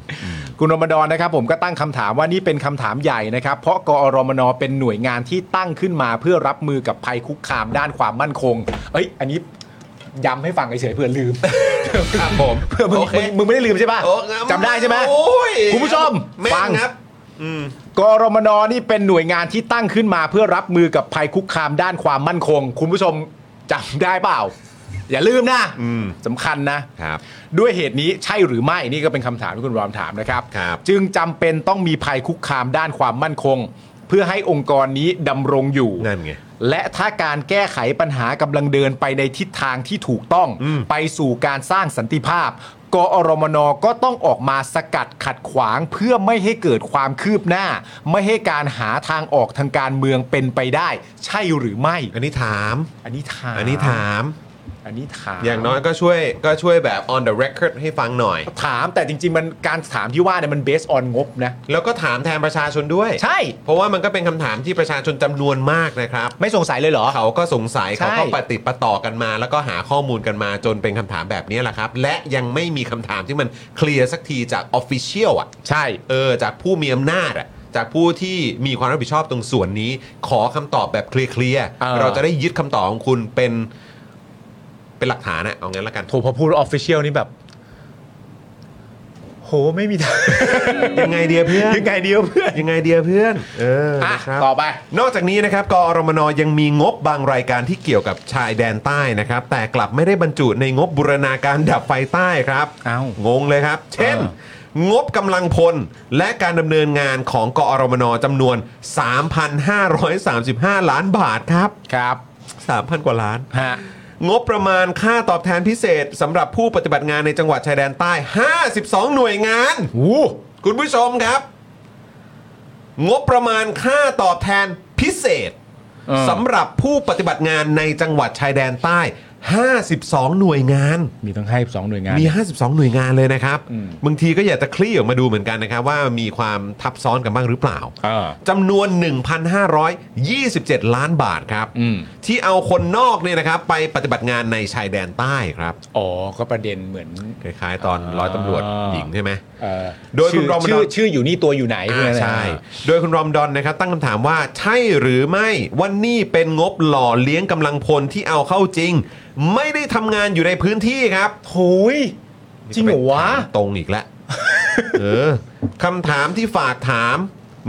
คุณรมดอนนะครับผมก็ตั้งคำถามว่านี่เป็นคำถามใหญ่นะครับ เพราะกอรมนเป็นหน่วยงานที่ตั้งขึ้นมาเพื่อรับมือกับภัยคุกคามด้านความมั่นคง เอ้ย อันนี้ย้ำให้ฟังเฉยๆเพื่อลืม ครับผม เพื่อมึง โอเค มึงมึงไม่ได้ลืมใช่ป่ะ โอ้งั้น จำได้ใช่ไหม โอ้ย คุณผู้ชม แม่ ฟัง นครับ กรมนนี่เป็นหน่วยงานที่ตั้งขึ้นมาเพื่อรับมือกับภัยคุกคามด้านความมั่นคง คุณผู้ชมจำได้เปล่า อย่าลืมนะ อืม สำคัญนะ ครับ ด้วยเหตุนี้ใช่หรือไม่นี่ก็เป็นคำถามที่คุณรอมถามนะครับ ครับ จึงจำเป็นต้องมีภัยคุกคามด้านความมั่นคง เพื่อให้องค์กรนี้ดำรงอยู่ นั่นไง และถ้าการแก้ไขปัญหากำลังเดินไปในทิศทางที่ถูกต้อง อืม ไปสู่การสร้างสันติภาพ กอรมนก็ต้องออกมาสกัดขัดขวางเพื่อไม่ให้เกิดความคืบหน้า ไม่ให้การหาทางออกทางการเมืองเป็นไปได้ ใช่หรือไม่ อันนี้ถาม อันนี้ถาม อันนี้ถาม อันนี้ถาม อย่างน้อยก็ช่วยก็ช่วยแบบ on the record ให้ฟังหน่อย ถามแต่จริง ๆ มันการถามที่ว่าเนี่ยมันเบสออนงบนะ แล้วก็ถามแทนประชาชนด้วย ใช่ เพราะว่ามันก็เป็นคำถามที่ประชาชนจำนวนมากนะครับ ไม่สงสัยเลยเหรอ เขาก็สงสัย ใช่ เขาก็ปฏิดประต่อกันมา แล้วก็หาข้อมูลกันมาจนเป็นคำถามแบบนี้แหละครับ และยังไม่มีคำถามที่มันเคลียร์สักทีจาก official อ่ะ ใช่ เออจากผู้มีอำนาจอะจากผู้ที่มีความรับผิดชอบตรงส่วนนี้ ขอคำตอบแบบเคลียร์ เออ ๆเราจะได้ยึดคำตอบของคุณเป็น เป็นหลักฐานอะเอางั้นละกัน โถพอพูดออฟฟิเชียลนี่แบบ โหไม่มีทาง ยังไงเดียเพื่อน ยังไงเดียวเพื่อน ยังไงเดียเพื่อน เออ อ่ะ นะครับ ต่อไป นอกจากนี้นะครับกอรมนยังมีงบบางรายการที่เกี่ยวกับชายแดนใต้นะครับ แต่กลับไม่ได้บรรจุในงบบูรณาการดับไฟใต้ครับ เอ้าง งเลยครับ เช่น เอ งบกำลังพล และการดำเนินงานของกอรมนจำนวน 3,535 ล้านบาทครับ ครับ 3,000 กว่าล้าน ฮะ งบประมาณค่าตอบแทนพิเศษสำหรับผู้ปฏิบัติงานในจังหวัดชายแดนใต้ 52 หน่วยงาน คุณผู้ชมครับ งบประมาณค่าตอบแทนพิเศษ เออ สำหรับผู้ปฏิบัติงานในจังหวัดชายแดนใต้ 52 หน่วยงาน มีทั้งให้สองหน่วยงาน มี 52 หน่วยงานเลยนะครับ อืม บางทีก็อยากจะคลี่ออกมาดูเหมือนกันนะครับ ว่ามีความทับซ้อนกันบ้างหรือเปล่า เออ จำนวน 1,527 ล้านบาทครับ อืม ที่เอาคนนอกเนี่ยนะครับ ไปปฏิบัติงานในชายแดนใต้ครับ อ๋อ ก็ประเด็นเหมือน คล้ายๆ ตอน อ่า ร้อยตำรวจหญิงใช่ไหม เอ่อ โดยคุณรอมดอน ชื่อชื่ออยู่นี่ตัวอยู่ไหนพวกอ่านั้น นะ ใช่ โดยคุณรอมดอนนะครับ ตั้งคำถามว่าใช่หรือไม่ว่านี่เป็นงบหล่อเลี้ยงกำลังพลที่เอาเข้าจริง ไม่ได้ทำงานอยู่ในพื้นที่ครับ โหยจริงเหรอวะ ตรงอีกแล้ว เออคำถามที่ฝากถาม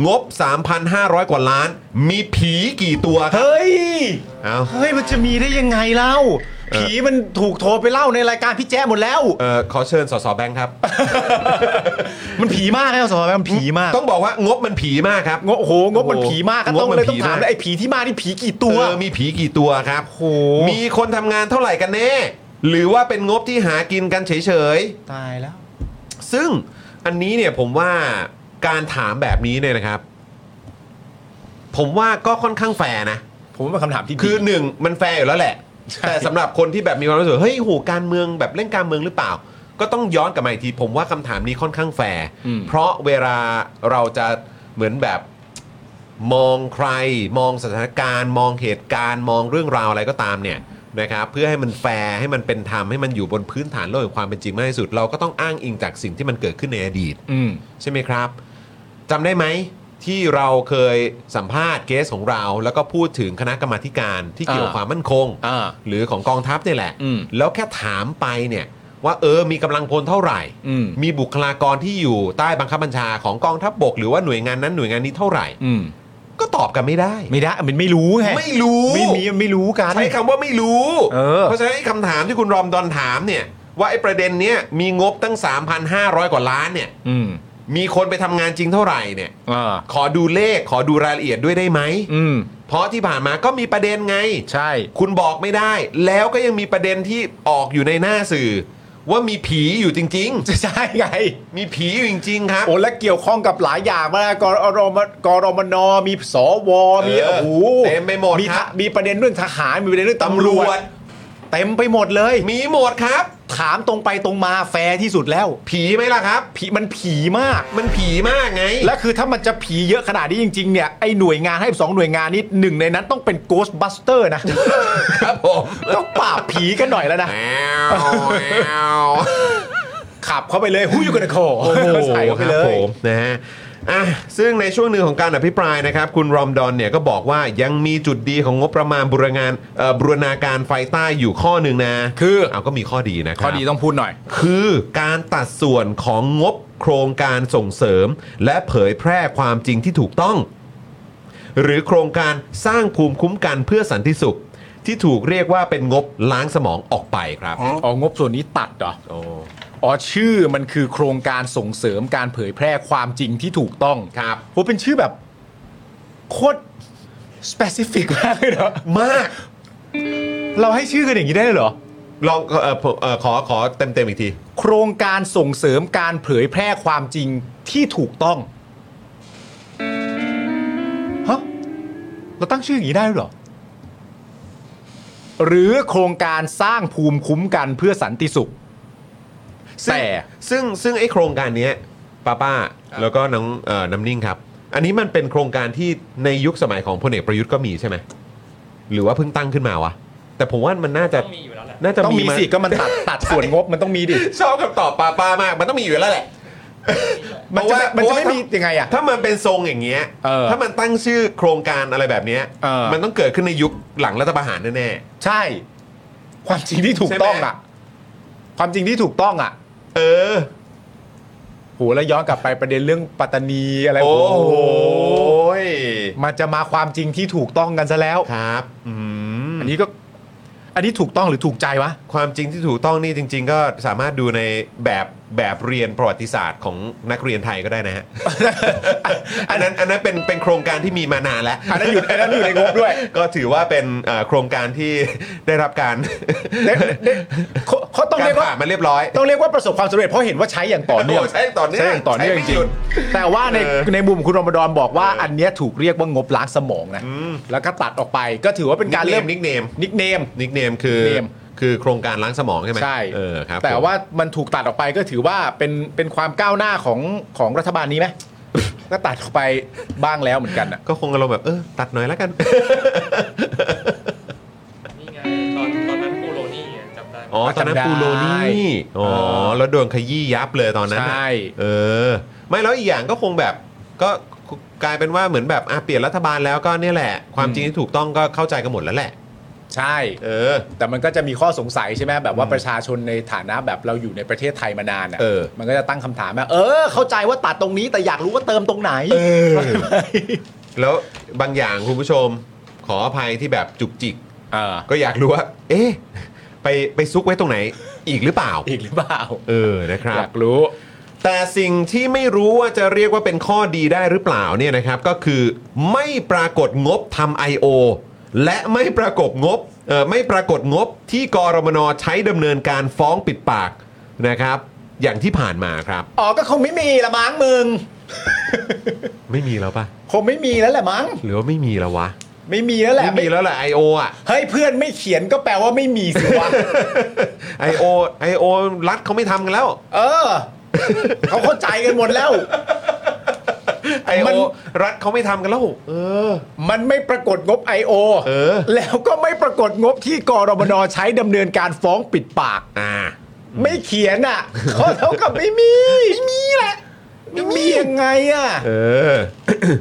งบ 3,500 กว่าล้าน มีผีกี่ตัวครับ เฮ้ย เอา เฮ้ย มันจะมีได้ยังไงเล่า เออ ผีมันถูกโทรไปเล่าในรายการพี่แจ้หมดแล้ว เออขอเชิญสสแบงค์ครับ มันผีมากนะสมมันผีมาก ต้องบอกว่างบมันผีมากครับ งบโอ้โหงบมันผีมากก็ งบ ต้อง มัน เลยต้อ ผี งถาม มาก เลยไอ้ผีที่มานี่ผีกี่ตัว เออมีผีกี่ตัวครับ โอ้โห มีคนทำงานเท่าไหร่กันแน่ หรือว่าเป็นงบที่หากินกันเฉย ตายแล้ว ๆ ซึ่งอันนี้เนี่ยผมว่าการถามแบบนี้เนี่ยนะครับ ผมว่าก็ค่อนข้างแฟร์นะ ผมว่าเป็นคำถามที่ดี คือหนึ่งมันแฟร์อยู่แล้วแหละ ใช่ แต่สำหรับคนที่แบบมีความรู้สึกเฮ้ยโหการเมืองแบบเล่นการเมืองหรือเปล่า ก็ต้องย้อนกลับมาอีกทีผมว่าคำถามนี้ค่อนข้างแฟร์เพราะเวลาเราจะเหมือนแบบมองใคร มองสถานการณ์ มองเหตุการณ์ มองเรื่องราวอะไรก็ตามเนี่ยนะครับเพื่อให้มันแฟร์ให้มันเป็นธรรมให้มันอยู่บนพื้นฐานโลกแห่งความเป็นจริงมากที่สุด เราก็ต้องอ้างอิงจากสิ่งที่มันเกิดขึ้นในอดีต อืม ใช่ไหมครับจำได้ไหมที่เราเคยสัมภาษณ์เกสของเรา แล้วก็พูดถึงคณะกรรมาธิการที่เกี่ยวกับ อ่า ความมั่นคง อ่า หรือของกองทัพนี่แหละ อืม แล้วแค่ถามไปเนี่ยว่าเออมีกำลังพลเท่าไหร่ อืม มีบุคลากรที่อยู่ใต้บังคับบัญชาของกองทัพบก หรือว่าหน่วยงานนั้นหน่วยงานนี้เท่าไหร่ อืม ก็ตอบกันไม่ได้ ไม่ได้มันไม่รู้ไง ไม่รู้ ไม่มีมันไม่รู้กัน ใช้คำว่าไม่รู้ เออ เพราะฉะนั้นไอ้คำถามที่คุณรอมดอนถามเนี่ยว่าไอ้ประเด็นเนี้ยมีงบตั้ง 3,500 กว่าล้านเนี่ย อืม มีคนไปทำงานจริงเท่าไหร่เนี่ย อ่า ขอดูเลขขอดูรายละเอียดด้วยได้ไหม อืม เพราะที่ผ่านมาก็มีประเด็นไง ใช่ คุณบอกไม่ได้ แล้วก็ยังมีประเด็นที่ออกอยู่ในหน้าสื่อ ว่ามีผีอยู่จริง ใช่ไง ๆ มีผีอยู่จริง ๆ ครับ โอ้และเกี่ยวข้องกับหลายอย่างมากนะกรมกรมนมีสวมี เออ โอ้โห เต็มไปหมด มีทะ ครับ มีประเด็นเรื่องทหารมีประเด็นเรื่องตำ ตำ ร ร ว ว จ จ เต็มไปหมดเลย มีหมดครับ ถามตรงไปตรงมาแฟร์ที่สุดแล้ว ผีไหมล่ะครับ ผีมันผีมาก มันผีมากไง และคือถ้ามันจะผีเยอะขนาดนี้จริง ๆ เนี่ย ไอ้หน่วยงานให้สองหน่วยงานนี้หนึ่งในนั้นต้องเป็น Ghostbuster นะ ครับผม ต้องปราบผีกันหน่อยแล้วนะ แอวแอว ขับเข้าไปเลยหูยูกันโค โอ้โห ใส่เข้า ค ไป รับ เล ผ ย มนะฮะอ่ะซึ่งในช่วงหนึ่งของการอภิปรายนะครับ คุณรอมดอนเนี่ยก็บอกว่ายังมีจุดดีของงบประมาณบูรณาเอ่อบูรณาการไฟใต้อยู่ข้อหนึ่งนะ คือ เอาก็มีข้อดีนะครั ข้อดีต้องพูดหน่อย คือการตัดส่วนของงบโครงการส่งเสริม และเผยแพร่ความจริงที่ถูกต้อง หรือโครงการสร้างภูมิคุ้มกันเพื่อสันติสุข ที่ถูกเรียกว่าเป็นงบล้างสมองออกไปครับ อ๋องบส่วนนี้ตัดเหรอ โอ้ อ๋อชื่อมันคือโครงการส่งเสริมการเผยแพร่ความจริงที่ถูกต้อง ครับ โหเป็นชื่อแบบ โคตร specific มากเลยเนาะ มาก เราให้ชื่อกันอย่างนี้ได้เลยเหรอ ลองเอ่อผมเอ่อขอขอเต็มเต็มๆอีกที โครงการส่งเสริมการเผยแพร่ความจริงที่ถูกต้องฮะเราตั้งชื่ออย่างนี้ได้ด้วยเหรอ หรือโครงการสร้างภูมิคุ้มกันเพื่อสันติสุข ซึ่ง แต่ ซึ่งซึ่งไอโครงการเนี้ยป้าป้า ครับ แล้วก็น้องเอ่อน้ำนิ่งครับ อันนี้มันเป็นโครงการที่ในยุคสมัยของพลเอกประยุทธ์ก็มีใช่ไหมหรือว่าเพิ่งตั้งขึ้นมาวะแต่ผมว่ามันน่าจะ ต้องมีอยู่แล้วแหละ น่าจะ ต้องมี า สิก็มันตัด <laughs> ตัดส่วนงบมันต้องมีดิ ชอบคำตอบป้าป้ามาก มันต้องมีอยู่แล้วแหละ มันจะไม่ เพ มัน รา จะ ว่า ไม่มียังไงอะ ถ้ามันเป็นทรงอย่างเงี้ย เออ ถ้ามันตั้งชื่อโครงการอะไรแบบเนี้ย เออ มันต้องเกิดขึ้นในยุคหลังรัฐประหารแน่ ใช่ ความจริงที่ถูกต้องอ่ะ ความจริงที่ถูกต้องอ่ะ ๆ เออ โหแล้วย้อนกลับไปประเด็นเรื่องปัตตานีอะไร โอ้โหย มันจะมาความจริงที่ถูกต้องกันซะแล้ว ครับอืม อันนี้ก็ อันนี้ถูกต้องหรือถูกใจวะ ความจริงที่ถูกต้องนี่จริง ๆ ก็สามารถดูในแบบแบบเรียนประวัติศาสตร์ของนักเรียนไทยก็ได้นะ <laughs> ฮะ อันนั้นอันนั้นเป็นเป็นโครงการที่มีมานานแล้ว อันนั้นอยู่อันนั้นอยู่ในงบด้วย <laughs> ก็ถือว่าเป็นเอ่อโครงการที่ ได้รับการ เด็กเด็กเขาเขาต้อง กา เรี ร ยกว่า ผ่านมาเรียบร้อย ต้องเรียกว่าประสบความสำเร็จเพราะเห็นว่าใช้อย่างต่อเนื่อง โอ้ใช้อย่างต่อเนื่อง ใช้อย่างต่อเนื่อง ใช้ จ ไม่ ริ หยุ ง ด ๆแต่ว่าใน เออ ในมุมคุณรมดอนบอกว่า เอออั อันเนี้ยถูกเรียกว่างบล้างสมองนะ อืม แล้วก็ตัดออกไปก็ถือว่าเป็นการเริ่ม นิกเนม นิกเนม นิกเนมคือ nickname คือโครงการล้างสมองใช่ไหม ใช่ เออครับ แต่ ผม ว่ามันถูกตัดออกไปก็ถือว่าเป็นเป็นความก้าวหน้าของของรัฐบาล <laughs> นี้ไหม ก็ตัดออกไปบ้างแล้วเหมือนกันอะ ก็คงอารมณ์แบบเออตัดหน่อยแล้วกัน นี่ไงตอนตอนนั้นปูโรนี่ไงจำได้ไหม อ๋อ ตอนนั้นปูโรนี่อ๋อ แล้วโดนขยี้ยับเลยตอนนั้นน่ะ ใช่ เออ ไม่แล้วอีกอย่างก็คงแบบก็กลายเป็นว่าเหมือนแบบอ่ะเปลี่ยนรัฐบาลแล้วก็เนี่ยแหละ ความจริงที่ถูกต้องก็เข้าใจกันหมดแล้วแหละ ใช่ เออ แต่มันก็จะมีข้อสงสัยใช่ไหมแบบว่าประชาชนในฐานะแบบเราอยู่ในประเทศไทยมานานอะ เออ มันก็จะตั้งคำถามว่าเออ เข้าใจว่าตัดตรงนี้แต่อยากรู้ว่าเติมตรงไหน แล้วบางอย่างคุณผู้ชม ขออภัยที่แบบจุกจิก เออ ก็อยากรู้ว่า เอ๊ะ ไปไปซุกไว้ตรงไหน อีกหรือเปล่า อีกหรือเปล่า เออ นะครั อบ ยากรู้ แต่สิ่งที่ไม่รู้ว่าจะเรียกว่าเป็นข้อดีได้หรือเปล่าเนี่ยนะครับ ก็คือไม่ปรากฏงบทำ I.O. และไม่ปรากฏงบเอ่อไม่ปรากฏงบที่กรมนใช้ดำเนินการฟ้องปิดปากนะครับ อย่างที่ผ่านมาครับ อ๋อก็คงไม่มีละมั้งมึง ไม่มีแล้วปะ คงไม่มีแล้วแหละมั้ง หรือว่าไม่มีแล้ววะ ไม่มีแล้วแหละ ไม่มีแล้วแหละ I.O. อ่ะ เฮ้ยเพื่อนไม่เขียนก็แปลว่าไม่มีสิว <laughs> ะ I.O. I.O. รัฐเขาไม่ทำกันแล้ว เออ เขาเข้าใจกันหมดแล้ว ม I.O. ัน รัฐเขาไม่ทำกันแล้วเออ มันไม่ปรากฏงบ I.O. เออ แล้วก็ไม่ปรากฏงบที่กรมนใช้ดำเนินการฟ้องปิดปาก อ่า ไม่เขียนอ่ะเขาเท่ากับไม่มี ไม่มีแหละไม่มียังไงอ่ะ เออ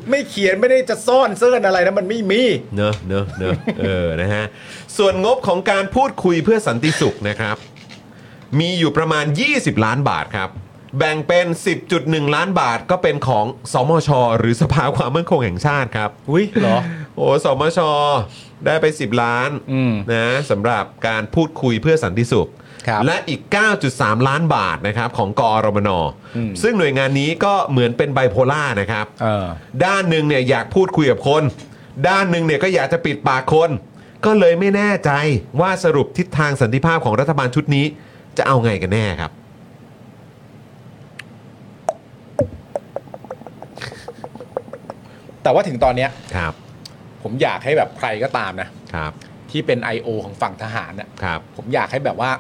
ไม่เขียนไม่ได้จะซ่อนเสื้อนอะไรนะมันไม่มี เนอะเนอะเนอะเออ นะฮะ ส่วนงบของการพูดคุยเพื่อสันติสุขนะครับ มีอยู่ประมาณ 20 ล้านบาทครับ แบ่งเป็น 10.1 ล้านบาทก็เป็นของสมช หรือสภาความมั่นคงแห่งชาติครับ อุ้ยเหรอ โอ้สมช ได้ไป 10 ล้าน อืม นะสำหรับการพูดคุยเพื่อสันติสุข ครับ และอีก 9.3 ล้านบาทนะครับของกอรมนซึ่งหน่วยงานนี้ก็เหมือนเป็นไบโพล่านะครับ เออ ด้านหนึ่งเนี่ยอยากพูดคุยกับคน ด้านหนึ่งเนี่ยก็อยากจะปิดปากคน ก็เลยไม่แน่ใจว่าสรุปทิศทางสันติภาพของรัฐบาลชุดนี้ จะเอาไงกันแน่ครับ แต่ว่าถึงตอนเนี้ย ครับ ผมอยากให้แบบใครก็ตามนะ ครับ ที่เป็น I.O. ของฝั่งทหารน่ะ ครับ ผมอยากให้แบบว่า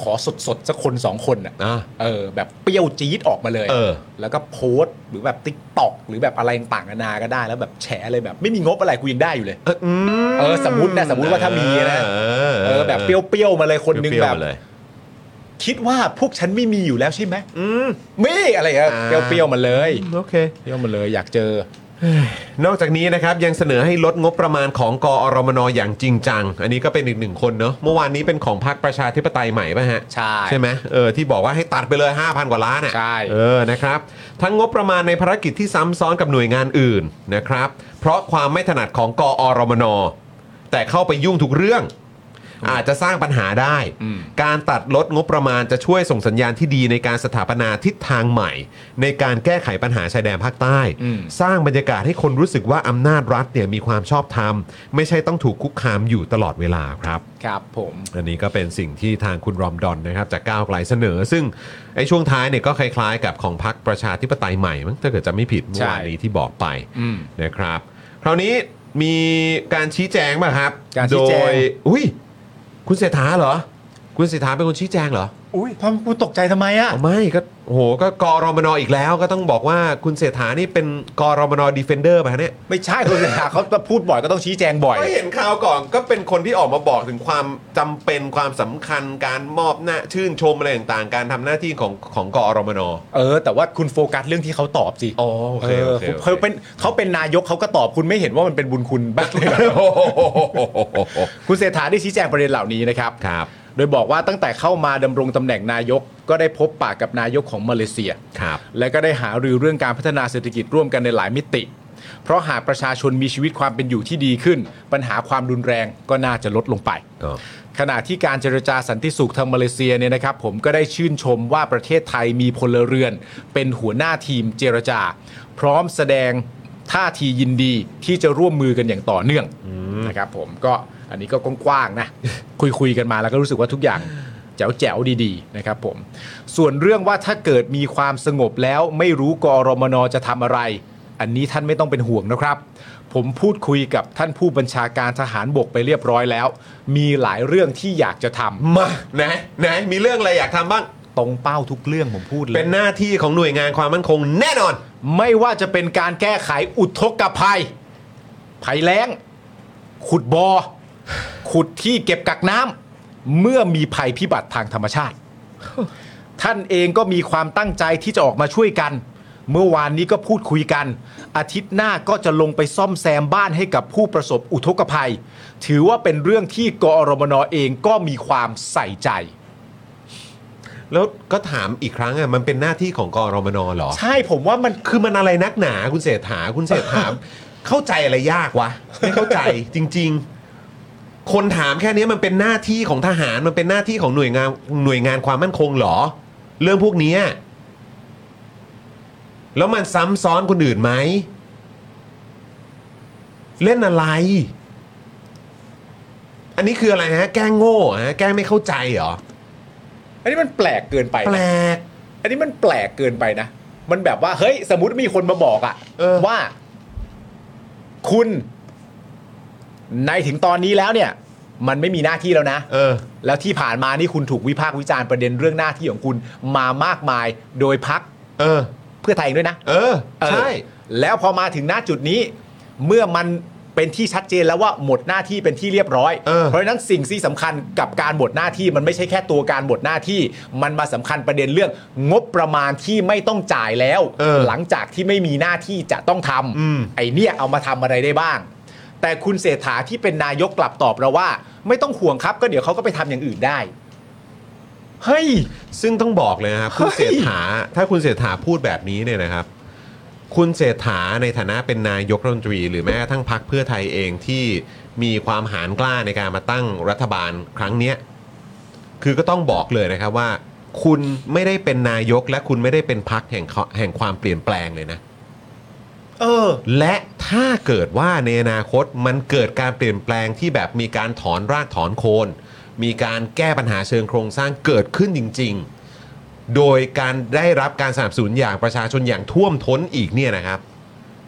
ขอสดๆสักคนสองคนน่ะ อ่ะ เออแบบเปรี้ยวจี๊ดออกมาเลย เออ แล้วก็โพสต์หรือแบบติ๊กตอกหรือแบบอะไรต่างๆนานาก็ได้แล้วแบบแฉเลยแบบ ไม่มีงบอะไรกูยังได้อยู่เลย เอออืม เออสมมุตินะสมมุติว่าถ้ามีนะ เออ เออแบบเปรี้ยวๆมาเลยคนนึง เปรี้ยว แบ ๆ บ มาเลย คิดว่าพวกฉันไม่มีอยู่แล้วใช่ไหม อืม มีอะไรเงี้ย อ่า เปรี้ยวๆมาเลย โอเค เปรี้ยวมาเลยอยากเจอ นอกจากนี้นะครับยังเสนอให้ลดงบประมาณของกอรมนอย่างจริงจัง อันนี้ก็เป็นอีกหนึ่งคนเนอะเมื่อวานนี้เป็นของพรรคประชาธิปไตยใหม่ป่ะฮะ ใช่ ใช่ไหมเออที่บอกว่าให้ตัดไปเลย 5,000 กว่าล้านอ่ะ ใช่ เออนะครับ ทั้งงบประมาณในภารกิจที่ซ้ำซ้อนกับหน่วยงานอื่นนะครับ เพราะความไม่ถนัดของกอรมน แต่เข้าไปยุ่งทุกเรื่อง อาจจะสร้างปัญหาได้ การตัดลดงบประมาณจะช่วยส่งสัญญาณที่ดีในการสถาปนาทิศทางใหม่ ในการแก้ไขปัญหาชายแดนภาคใต้ สร้างบรรยากาศให้คนรู้สึกว่าอำนาจรัฐเนี่ยมีความชอบธรรม ไม่ใช่ต้องถูกคุกคามอยู่ตลอดเวลาครับ ครับผม อันนี้ก็เป็นสิ่งที่ทางคุณรอมดอนนะครับจากก้าวไกลเสนอ ซึ่งไอ้ช่วงท้ายเนี่ยก็คล้ายๆ กับของพรรคประชาธิปไตยใหม่มั้งถ้าเกิดจะไม่ผิดเมื่อวานนี้ที่บอกไป อืม นะครับ คราวนี้มีการชี้แจงป่ะครับ การชี้แจโดงยอุ้ยคุณเศรษฐาเหรอ คุณเศรษฐาเป็นคนชี้แจงเหรอ อุ้ยทำกูตกใจทำไมอ่ะ อ๋อไม่ก็โหก็กรมนอีกแล้วก็ต้องบอกว่าคุณเศรษฐานี่เป็นกรมนดีเฟนเดอร์ป่ะฮะเนี่ย ไม่ใช่ <laughs> คุณเศรษฐาเขาพูดบ่อยก็ต้องชี้แจงบ่อย ก็เห็นข่าวก่อนก็เป็นคนที่ออกมาบอกถึงความจำเป็นความสำคัญการมอบหน้าชื่นชมอะไรต่างๆ การทำหน้าที่ของของกรมน เออ แต่ว่าคุณโฟกัสเรื่องที่เขาตอบสิ อ๋อโอเคโอเคโอเค เขาเป็นเขาเป็นนายกเขาก็ตอบคุณไม่เห็นว่ามันเป็นบุญคุณ <laughs> บ้างเลยเหรอ คุณเศรษฐาได้ชี้แจงประเด็นเหล่านี้นะครับ ครับ โดยบอกว่าตั้งแต่เข้ามาดำรงตำแหน่งนายกก็ได้พบปากกับนายกของมาเลเซีย ครับ และก็ได้หารือเรื่องการพัฒนาเศรษฐกิจร่วมกันในหลายมิติ เพราะหากประชาชนมีชีวิตความเป็นอยู่ที่ดีขึ้น ปัญหาความรุนแรงก็น่าจะลดลงไป อ๋อ ขณะที่การเจรจาสันติสุขทางมาเลเซียเนี่ยนะครับ ผมก็ได้ชื่นชมว่าประเทศไทยมีพลเรือน เป็นหัวหน้าทีมเจรจา พร้อมแสดงท่าทียินดีที่จะร่วมมือกันอย่างต่อเนื่องนะครับผมก็อันนี้ก็กว้างๆนะ <laughs> คุยคุยๆกันมาแล้วก็รู้สึกว่าทุกอย่างแจ๋วแจ๋วๆดีๆนะครับผมส่วนเรื่องว่าถ้าเกิดมีความสงบแล้วไม่รู้กอรมนจะทำอะไร อันนี้ท่านไม่ต้องเป็นห่วงนะครับ ผมพูดคุยกับท่านผู้บัญชาการทหารบกไปเรียบร้อยแล้ว มีหลายเรื่องที่อยากจะทำ มาไหนไหนมีเรื่องอะไรอยากทำบ้าง ตรงเป้าทุกเรื่องผมพูดเล เป็ ย นหน้าที่ของหน่วยงานความมั่นคงแน่นอน ไม่ว่าจะเป็นการแก้ไขอุทกภัย ภัยแล้ง ขุดบอ่อขุดที่เก็บกักน้ำเมื่อมีภัยพิบัติทางธรรมชาติ ท่านเองก็มีความตั้งใจที่จะออกมาช่วยกัน เมื่อวานนี้ก็พูดคุยกัน อาทิตย์หน้าก็จะลงไปซ่อมแซมบ้านให้กับผู้ประสบอุทกภัย ถือว่าเป็นเรื่องที่กอรมนเองก็มีความใส่ใจ แล้วก็ถามอีกครั้งอ่ะมันเป็นหน้าที่ของกรมนเหรอ ใช่ผมว่ามัน คือมันอะไรนักหนาคุณเศรษฐาคุณเศรษฐา <laughs> เข้าใจอะไรยากวะ ไม่เข้าใจ จริง ๆ คนถามแค่นี้มันเป็นหน้าที่ของทหารมันเป็นหน้าที่ของหน่วยงานหน่วยงานความมั่นคงเหรอ เรื่องพวกเนี้ยแล้วมันซ้ำซ้อนคนอื่นไหม เล่นอะไร อันนี้คืออะไรฮะ แกล้งโง่เหรอฮะแกล้งไม่เข้าใจเหรอ อันนี้มันแปลกเกินไปนะ แปลก อันนี้มันแปลกเกินไปนะ มันแบบว่า เฮ้ย สมมติมีคนมาบอกอะ เออ ว่า คุณ ในถึงตอนนี้แล้วเนี่ย มันไม่มีหน้าที่แล้วนะ เออ แล้วที่ผ่านมานี่คุณถูกวิพากษ์วิจารณ์ประเด็นเรื่องหน้าที่ของคุณมามากมายโดยพัก เออ เพื่อไทยเองด้วยนะ เออ เออ ใช่ แล้วพอมาถึงหน้าจุดนี้ เมื่อมันเป็นที่ชัดเจนแล้วว่าหมดหน้าที่เป็นที่เรียบร้อย เออ ราะฉะนั้นสิ่งที่สำคัญกับการหมดหน้าที่มันไม่ใช่แค่ตัวการหมดหน้าที่ มันมาสำคัญประเด็นเรื่อง งบประมาณที่ไม่ต้องจ่ายแล้ว เออ หลังจากที่ไม่มีหน้าที่จะต้องท อืม ำไอเนี่ยเอามาทำอะไรได้บ้าง แต่คุณเศรษฐาที่เป็นนายกกลับตอบเราว่า ไม่ต้องห่วงครับก็เดี๋ยวเขาก็ไปทำอย่างอื่นได้ เฮ้ย ซึ่งต้องบอกเลยนะครับคุณ เฮ้ย เศรษฐาถ้าคุณเศรษฐาพูดแบบนี้เนี่ยนะครับ คุณเศรษฐาในฐานะเป็นนายกรัฐมนตรี หรือแม้กระทั่งพรรคเพื่อไทยเองที่มีความหานกล้าในการมาตั้งรัฐบาลครั้งเนี้ย คือก็ต้องบอกเลยนะครับว่า คุณไม่ได้เป็นนายกและคุณไม่ได้เป็นพักแห่งเขาแห่งความเปลี่ยนแปลงเลยนะ เออ และถ้าเกิดว่าในอนาคตมันเกิดการเปลี่ยนแปลงที่แบบมีการถอนรากถอนโคน มีการแก้ปัญหาเชิงโครงสร้างเกิดขึ้นจริง ๆ โดยการได้รับการสนับสนุนอย่างประชาชนอย่างท่วมท้นอีกเนี่ยนะครับ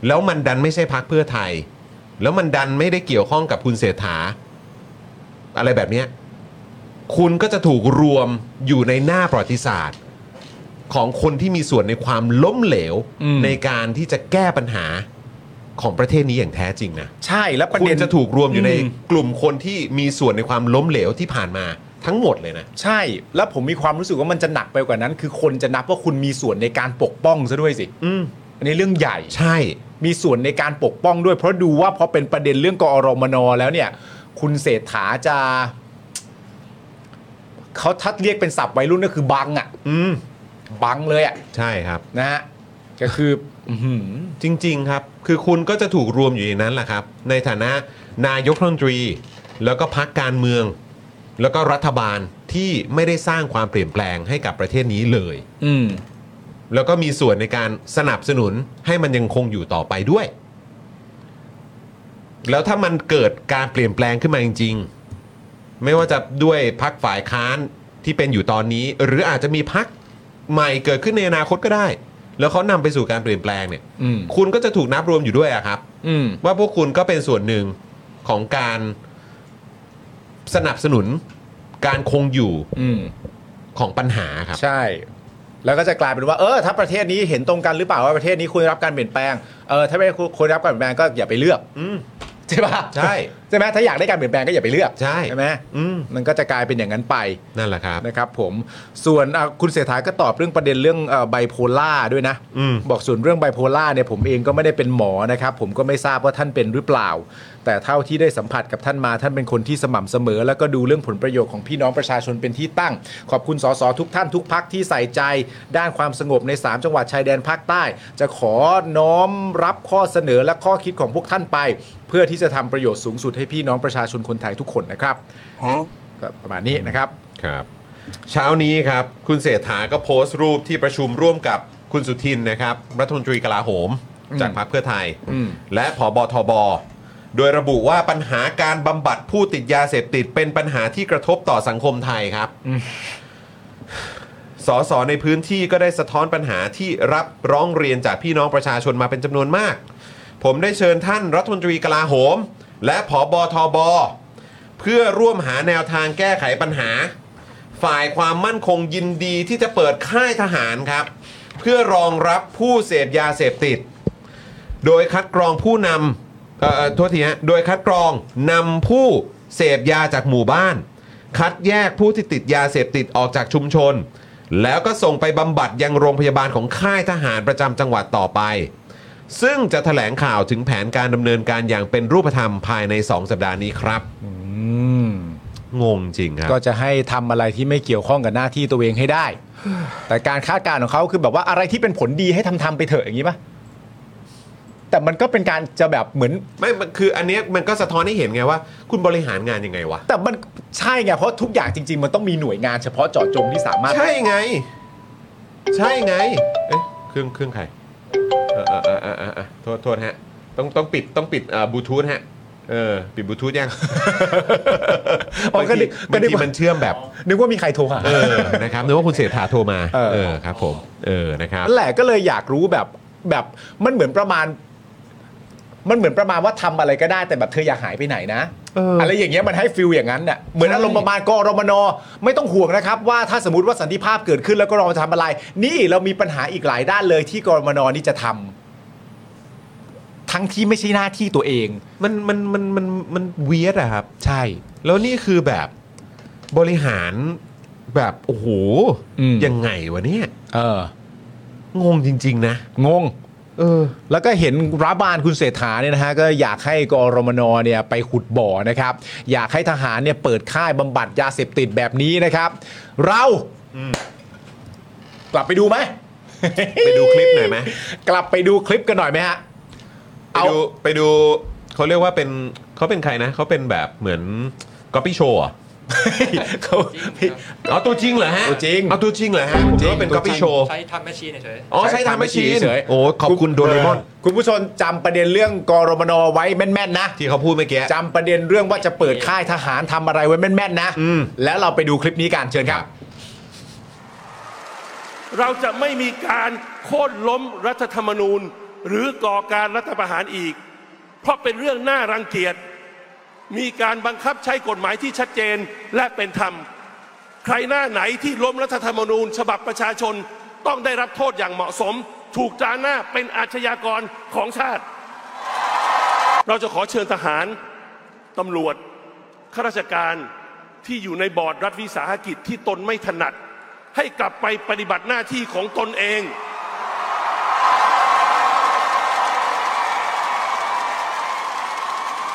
แล้วมันดันไม่ใช่พักเพื่อไทย แล้วมันดันไม่ได้เกี่ยวข้องกับคุณเศรษฐา อะไรแบบเนี้ยคุณก็จะถูกรวมอยู่ในหน้าประวัติศาสตร์ ของคนที่มีส่วนในความล้มเหลว อืม ในการที่จะแก้ปัญหา ของประเทศนี้อย่างแท้จริงนะ ใช่แล้วประ คุณ เด็น จะถูกรวมอยู่ใน อืม กลุ่มคนที่มีส่วนในความล้มเหลวที่ผ่านมาทั้งหมดเลยนะ ใช่ แล้วผมมีความรู้สึกว่ามันจะหนักไปกว่านั้น คือคนจะนับว่าคุณมีส่วนในการปกป้องซะด้วยสิ อืม อันนี้เรื่องใหญ่ ใช่ มีส่วนในการปกป้องด้วย เพราะดูว่าพอเป็นประเด็นเรื่องกอรมนแล้วเนี่ย คุณเศรษฐาจะ เขาทัดเรียกเป็นศัพท์วัยรุ่นก็คือบังอะ่ะ อืม บังเลยอะ่ะ ใช่ครับ นะฮะก็คืออื้อหือ จริง ๆ ครับ คือคุณก็จะถูกรวมอยู่ในนั้นแหละครับ ในฐานะนายกรัฐมนตรี แล้วก็พักการเมือง แล้วก็รัฐบาลที่ไม่ได้สร้างความเปลี่ยนแปลงให้กับประเทศนี้เลย อืม แล้วก็มีส่วนในการสนับสนุนให้มันยังคงอยู่ต่อไปด้วย แล้วถ้ามันเกิดการเปลี่ยนแปลงขึ้นมาจริง ๆ ไม่ว่าจะด้วยพักฝ่ายค้านที่เป็นอยู่ตอนนี้ หรืออาจจะมีพักใหม่เกิดขึ้นในอนาคตก็ได้ แล้วเขานำไปสู่การเปลี่ยนแปลงเนี่ย อืม คุณก็จะถูกนับรวมอยู่ด้วยอะครับ อืม ว่าพวกคุณก็เป็นส่วนหนึ่งของการสนับสนุนการคงอยู่ อืม ของปัญหาครับ ใช่ แล้วก็จะกลายเป็นว่า เออ ถ้าประเทศนี้เห็นตรงกันหรือเปล่าว่าประเทศนี้ควรได้รับการเปลี่ยนแปลง เออ ถ้าไม่ควรได้รับการเปลี่ยนแปลงก็อย่าไปเลือก อืม ใช่ปะ ใช่ ใช่ไหมถ้าอยากได้การเปลี่ยนแปลงก็อย่าไปเลือก ใช่ ใช่ไหม อืม มันก็จะกลายเป็นอย่างนั้นไป นั่นแหละครับ นะครับผมส่วนอ่ะคุณเสถาก็ตอบเรื่องประเด็นเรื่องไบโพล่าด้วยนะ อืม บอกส่วนเรื่องไบโพล่าเนี่ยผมเองก็ไม่ได้เป็นหมอนะครับ ผมก็ไม่ทราบว่าท่านเป็นหรือเปล่า แต่เท่าที่ได้สัมผัสกับท่านมาท่านเป็นคนที่สม่ำเสมอ แล้วก็ดูเรื่องผลประโยชน์ของพี่น้องประชาชนเป็นที่ตั้ง ขอบคุณสสทุกท่านทุกพักที่ใส่ใจ ด้านความสงบใน 3 จังหวัดชายแดนภาคใต้ จะขอน้อมรับข้อเสนอและข้อคิดของพวกท่านไป เพื่อที่จะทำประโยชน์สูงสุดให้พี่น้องประชาชนคนไทยทุกคนนะครับก็ประมาณนี้นะครับ ครับเช้านี้ครับคุณเศรษฐาก็โพสต์รูปที่ประชุมร่วมกับคุณสุทินนะครับรัฐมนตรีกลาโหม อืม จากพรรคเพื่อไทย อืม และผอบอทบ โดยระบุว่าปัญหาการบำบัดผู้ติดยาเสพติดเป็นปัญหาที่กระทบต่อสังคมไทยครับสสในพื้นที่ก็ได้สะท้อนปัญหาที่รับร้องเรียนจากพี่น้องประชาชนมาเป็นจำนวนมาก ผมได้เชิญท่านรัฐมนตรีกลาโหม และผอบอทบ เพื่อร่วมหาแนวทางแก้ไขปัญหา ฝ่ายความมั่นคงยินดีที่จะเปิดค่ายทหารครับ เพื่อรองรับผู้เสพยาเสพติด โดยคัดกรองผู้นำเอ่อเอ่อโทษทีฮะโดยคัดกรองนำผู้เสพยาจากหมู่บ้าน คัดแยกผู้ที่ติดยาเสพติดออกจากชุมชน แล้วก็ส่งไปบำบัดยังโรงพยาบาลของค่ายทหารประจำจังหวัดต่อไป ซึ่งจะแถลงข่าวถึงแผนการดำเนินการอย่างเป็นรูปธรรมภายใน 2 สัปดาห์นี้ครับ งงจริงครับ ก็จะให้ทำอะไรที่ไม่เกี่ยวข้องกับหน้าที่ตัวเองให้ <sighs> ได้ แต่การคาดการณ์ของเขาคือแบบว่าอะไรที่เป็นผลดีให้ทำทำไปเถอะอย่างนี้ป่ะ แต่มันก็เป็นการจะแบบเหมือน ไม่มันคืออันเนี้ยมันก็สะท้อนให้เห็นไงว่า คุณบริหารงานยังไงวะ แต่มันใช่ไงเพราะทุกอย่างจริง ๆ มันต้องมีหน่วยงานเฉพาะเจาะจงที่สามารถ ใช่ไง ใช่ไง เอ๊ะเครื่องเครื่องใครเออเออเออเออเออเออโทษโทษฮะ ต้องต้องปิดต้องปิดเอ่อบลูทูธฮะ เออ ปิดบลูทูธยัง อ๋อบ าง ก็นึ ที กบาก็ง นึก ที ว่า มันเชื่อมแบบ นึกว่ามีใครโทรหา เออ นะครับนึกว่าคุณเสถาโทรมา เออ เออครับผม เออ นะครับ นั่นแหละก็เลยอยากรู้แบบแบบมันเหมือนประมาณ มันเหมือนประมาณว่าทำอะไรก็ได้แต่แบบเธออย่าหายไปไหนนะ เอออ ไรอย่างเงี้ยมันให้ฟิลอย่างนั้นน่ะเหมือนอารมณ์ประมาณกอรมนไม่ต้องห่วงนะครับ ว่าถ้าสมมติว่าสันติภาพเกิดขึ้นแล้วก็เราจะทำอะไร นี่เรามีปัญหาอีกหลายด้านเลยที่กอรมนนี่จะทำทั้งที่ไม่ใช่หน้าที่ตัวเอง มันมันมันมันมันเวียดอะครับ ใช่ แล้วนี่คือแบบบริหารแบบโอ้โห อืม ยังไงวะเนี่ย เออ งงจริง ๆ นะ งง เออ แล้วก็เห็นรัฐบาลคุณเศรษฐาเนี่ยนะฮะก็อยากให้กอรมนเนี่ยไปขุดบ่อนะครับ อยากให้ทหารเนี่ยเปิดค่ายบำบัดยาเสพติดแบบนี้นะครับ เรากลับไปดูไหม <laughs> ไปดูคลิปหน่อยไหม กลับไปดูคลิปกันหน่อยไหมฮะ ไป เอา ดูไปดูเขาเรียกว่าเป็นเขาเป็นใครนะ เขาเป็นแบบเหมือนก๊อปปี้โชว์ <laughs> เขา อ๋อตัวจริงเหรอฮะ ตัวจริง เอาตัวจริงเหรอฮะผมนึกว่าเป็น ตัก๊อวจริงปปี้โชว์ ใช้ทำแมชชีนเฉยๆ อ๋อใช้ทำแมชชีน เฉยๆ โอ้ขอบคุณโดเรมอน คุณผู้ชมจำประเด็นเรื่องกรมนไว้แม่นๆนะ ที่เขาพูดเมื่อกี้ จำประเด็นเรื่องว่าจะเปิดค่ายทหารทำอะไรไว้แม่น ๆ นะ อืม แล้วเราไปดูคลิปนี้กันเชิญครับ เราจะไม่มีการโค่นล้มรัฐธรรมนูญ หรือก่อการรัฐประหารอีก เพราะเป็นเรื่องน่ารังเกียจ มีการบังคับใช้กฎหมายที่ชัดเจนและเป็นธรรม ใครหน้าไหนที่ล้มรัฐธรรมนูญ ฉบับประชาชนต้องได้รับโทษอย่างเหมาะสม ถูกจาหน้าเป็นอาชญากรของชาติ เราจะขอเชิญทหาร ตำรวจ ข้าราชการที่อยู่ในบอร์ดรัฐวิสาหกิจที่ตนไม่ถนัด ให้กลับไปปฏิบัติหน้าที่ของตนเอง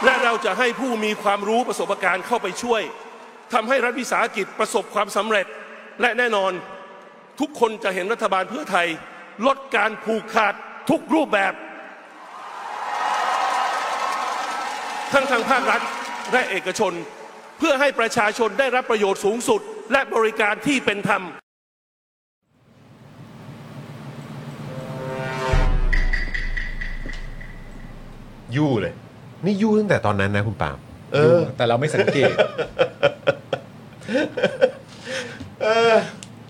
และเราจะให้ผู้มีความรู้ประสบการณ์เข้าไปช่วยทำให้รัฐวิสาหกิจประสบความสำเร็จ และแน่นอนทุกคนจะเห็นรัฐบาลเพื่อไทย ลดการผูกขาดทุกรูปแบบ ทั้งทางภาครัฐและเอกชน เพื่อให้ประชาชนได้รับประโยชน์สูงสุด และบริการที่เป็นธรรม ยู่เลย นี่ยู่ตั้งแต่ตอนนั้นนะคุณปาล์มเออ แต่เราไม่สังเกต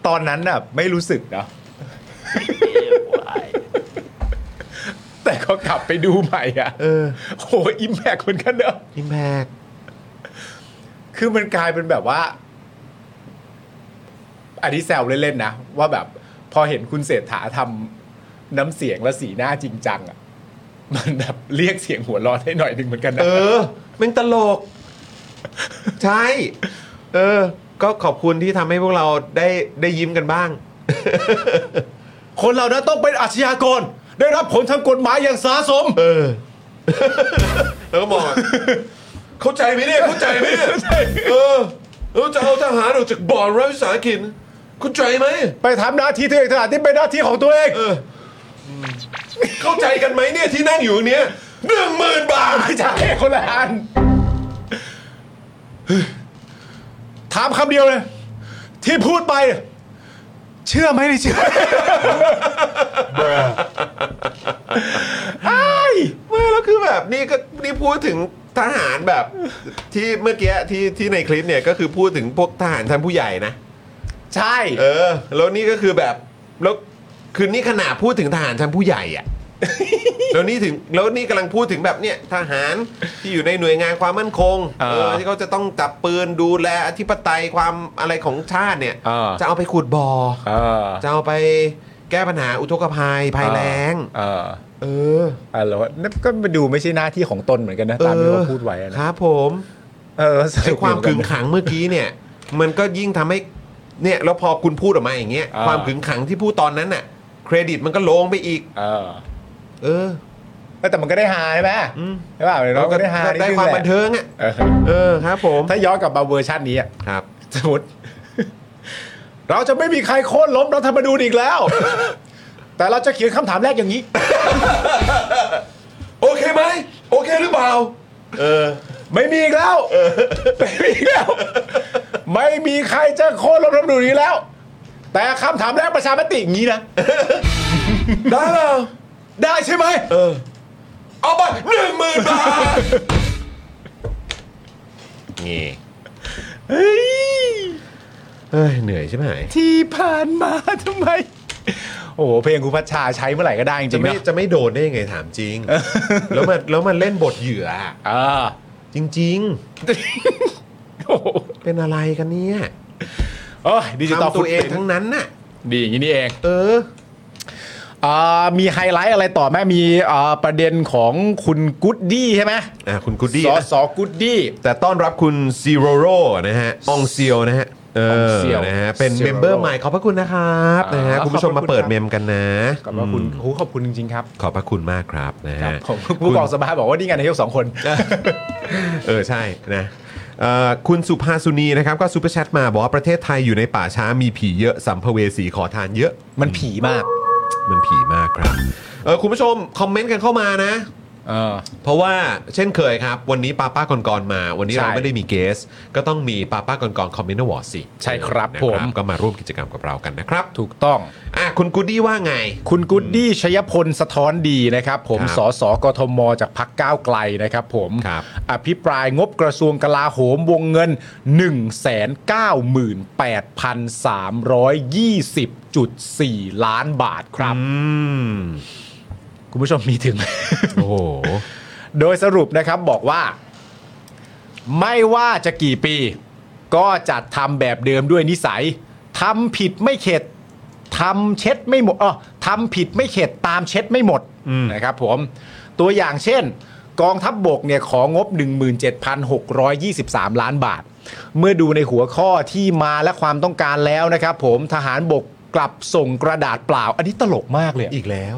ตอนนั้นน่ะไม่รู้สึกนะ แต่ก็กลับไปดูใหม่อ่ะ เออ โหอิมแพกเหมือนกันเนอะ อิมแพก คือมันกลายเป็นแบบว่า อันนี้แซวเล่น ๆ นะ ว่าแบบพอเห็นคุณเศรษฐาทำน้ำเสียงและสีหน้าจริงจังอ่ะ มันแบบเรียกเสียงหัวเร้อนให้หน่อยหนึ่งเหมือนกันนะ เออแม่งตลก ใช่ เออ ก็ขอบคุณที่ทำให้พวกเราได้ได้ยิ้มกันบ้าง คนเหล่านั้นต้องเป็นอาชญากร ได้รับผลทางกฎหมายอย่างสาสม เออ แล้วก็มองอะเข้าใจไหมเนี่ย เข้าใจไหมเนี่ยเออแล้วจะเอาทหารออกจากบ่อรัฐวิสาหกิจเข้าใจไหม ไปทำหน้าที่ตัวเองขนาดที่เป็นหน้าที่ของตัวเอง เออ เข้าใจกันไหมเนี่ยที่นั่งอยู่ตรงเนี้ยหนึ่งหมื่นบาท ไม่ใช่คนละอัน ถามคำเดียวเลย ที่พูดไป เชื่อไหมไม่เชื่ออ้าย ไม่แล้วคือแบบนี่ก็นี่พูดถึงทหารแบบ ที่เมื่อกี้ที่ที่ในคลิปเนี่ยก็คือพูดถึงพวกทหารท่านผู้ใหญ่นะ ใช่ เออ แล้วนี่ก็คือแบบแล้วคือนี่ขนาดพูดถึงทหารชั้นผู้ใหญ่อะ <laughs> แล้วนี่ถึงแล้วนี่กำลังพูดถึงแบบเนี่ยทหารที่อยู่ในหน่วยงานความมั่นคง เออ ที่เขาจะต้องจับปืนดูแลอธิปไตยความอะไรของชาติเนี่ย เออ จะเอาไปขุดบ่อ เออ จะเอาไปแก้ปัญหาอุทกภัยภัยแล้ง เออ เออ อ่ะแล้วนั่นก็มาดูไม่ใช่หน้าที่ของตนเหมือนกันนะ ตามที่เขาพูดไว้อะ ค นะ รับผม เออส ไอ้ นุก ค ดี วาม เห ขึ อน ง กันนะ ขังเมื่อกี้เนี่ย มันก็ยิ่งทำให้เนี่ยแล้วพอคุณพูดออกมาอย่างเงี้ย เออ ความขึงขังที่พูดตอนนั้นน่ะเครดิตมันก็ลงไปอีก เออ เออ เออแต่มันก็ได้หาใช่ไหม อืม ใช่ป่ะเราก็ได้หา ก็ได้ นินึง ความ แหละ บันเทิงอ่ะ เออ เออครับผม ถ้าย้อนกลับมาเวอร์ชันนี้อะ ครับ สมมติ <laughs> เราจะไม่มีใครโค่นล้มรัฐธรรมนูญอีกแล้ว <laughs> แต่เราจะเขียนคำถามแรกอย่างนี้ <laughs> โอเคไหมโอเคหรือเปล่า ไม่มีอีกแล้ว <laughs> ไม่มีอีกแล้ว <laughs> ไม่มีใครจะโค่นล้มรัฐธรรมนูญอีกแล้ว แต่คำถามแรกประชามติอย่างนี้นะ <laughs> ได้เปล่า ได้ใช่ไหม เออ เอาไปหนึ่งหมื่นบาทนี่ <laughs> เฮ้ย เฮ้ยเหนื่อยใช่ไหม ที่ผ่านมาทำไม โอ้โหเพลงครูพัชชาใช้เมื่อไหร่ก็ได้จ จะ ริงๆ ไม่ เนาะ จะไม่โดนได้ยังไงถามจริง แล้วมันแล้วมันเล่นบทเหยื่ออะ อ่า จริง โอ้โห ๆ เป็นอะไรกันเนี่ย เอ้ยดิจิตอล ทำ ฟุ ตั ต วเอ ป ง ริน ทั้ง ท์ นั้นน่ะ ดีอย่างนี้นี่เอง เออ อ่ามีไฮไลท์อะไรต่อไหมมีอ่าประเด็นของคุณกูดดี้ใช่ไหม อ่ะคุณกูดดี้ สอ นะ สอกูดดี้ แต่ต้อนรับคุณซีโรโรนะฮะอองเซียวนะฮะเออ องเซียว นะฮะเป็น Zero เมมเบอร์ใหม่ขอบพระคุณนะครับนะฮะ อ่า คุณผู้ชม ขอบพ มา ระคุณ เปิด ครับ เมมกันนะ ขอบพระคุณโอ้โหขอบคุณจริง ๆ ครับ ขอบพระคุณมากครับนะฮะ ผมผู้กองสบายบอกว่านี่ไงนายกสองคน เออใช่นะเอ่อคุณสุภาสุนีนะครับ ก็ซูเปอร์แชทมาบอกว่าประเทศไทยอยู่ในป่าช้ามีผีเยอะสัมภเวสีขอทานเยอะ มันผีมาก มันผีมากครับเออคุณผู้ชม คอมเมนต์กันเข้ามานะ เออ เพราะว่าเช่นเคยครับ วันนี้ป้าป้าก่อนกมา วันนี้ ใช่ เราไม่ได้มีเกส ก็ต้องมีป้าป้าก่อนกอนคอมเมนต์วอร์สิ ใช่ครับ นะ ผม ก็มาร่วมกิจกรรมกับเรากันนะครับ ถูกต้อง อ่ะคุณกูดดี้ว่าไง คุณกุดดี้ชยพลสะท้อนดีนะครับ ผม ครับ สสกทม จากพักก้าวไกลนะครับผม ครับ อภิปรายงบกระทรวงกลาโหมวงเงิน 198,320.4 ล้านบาทครับ อืม คุณผู้ชมมีถึง โอ้โห โดยสรุปนะครับบอกว่า ไม่ว่าจะกี่ปี ก็จัดทำแบบเดิมด้วยนิสัยทำผิดไม่เข็ดทำเช็ดไม่หมดอ๋อทำผิดไม่เข็ดตามเช็ดไม่หมดนะครับผมตัวอย่างเช่น กองทัพบบกเนี่ยของบ 17,623 ล้านบาท เมื่อดูในหัวข้อที่มาและความต้องการแล้วนะครับผมทหารบกกลับส่งกระดาษเปล่า อันนี้ตลกมากเลยอะ <laughs> อีกแล้ว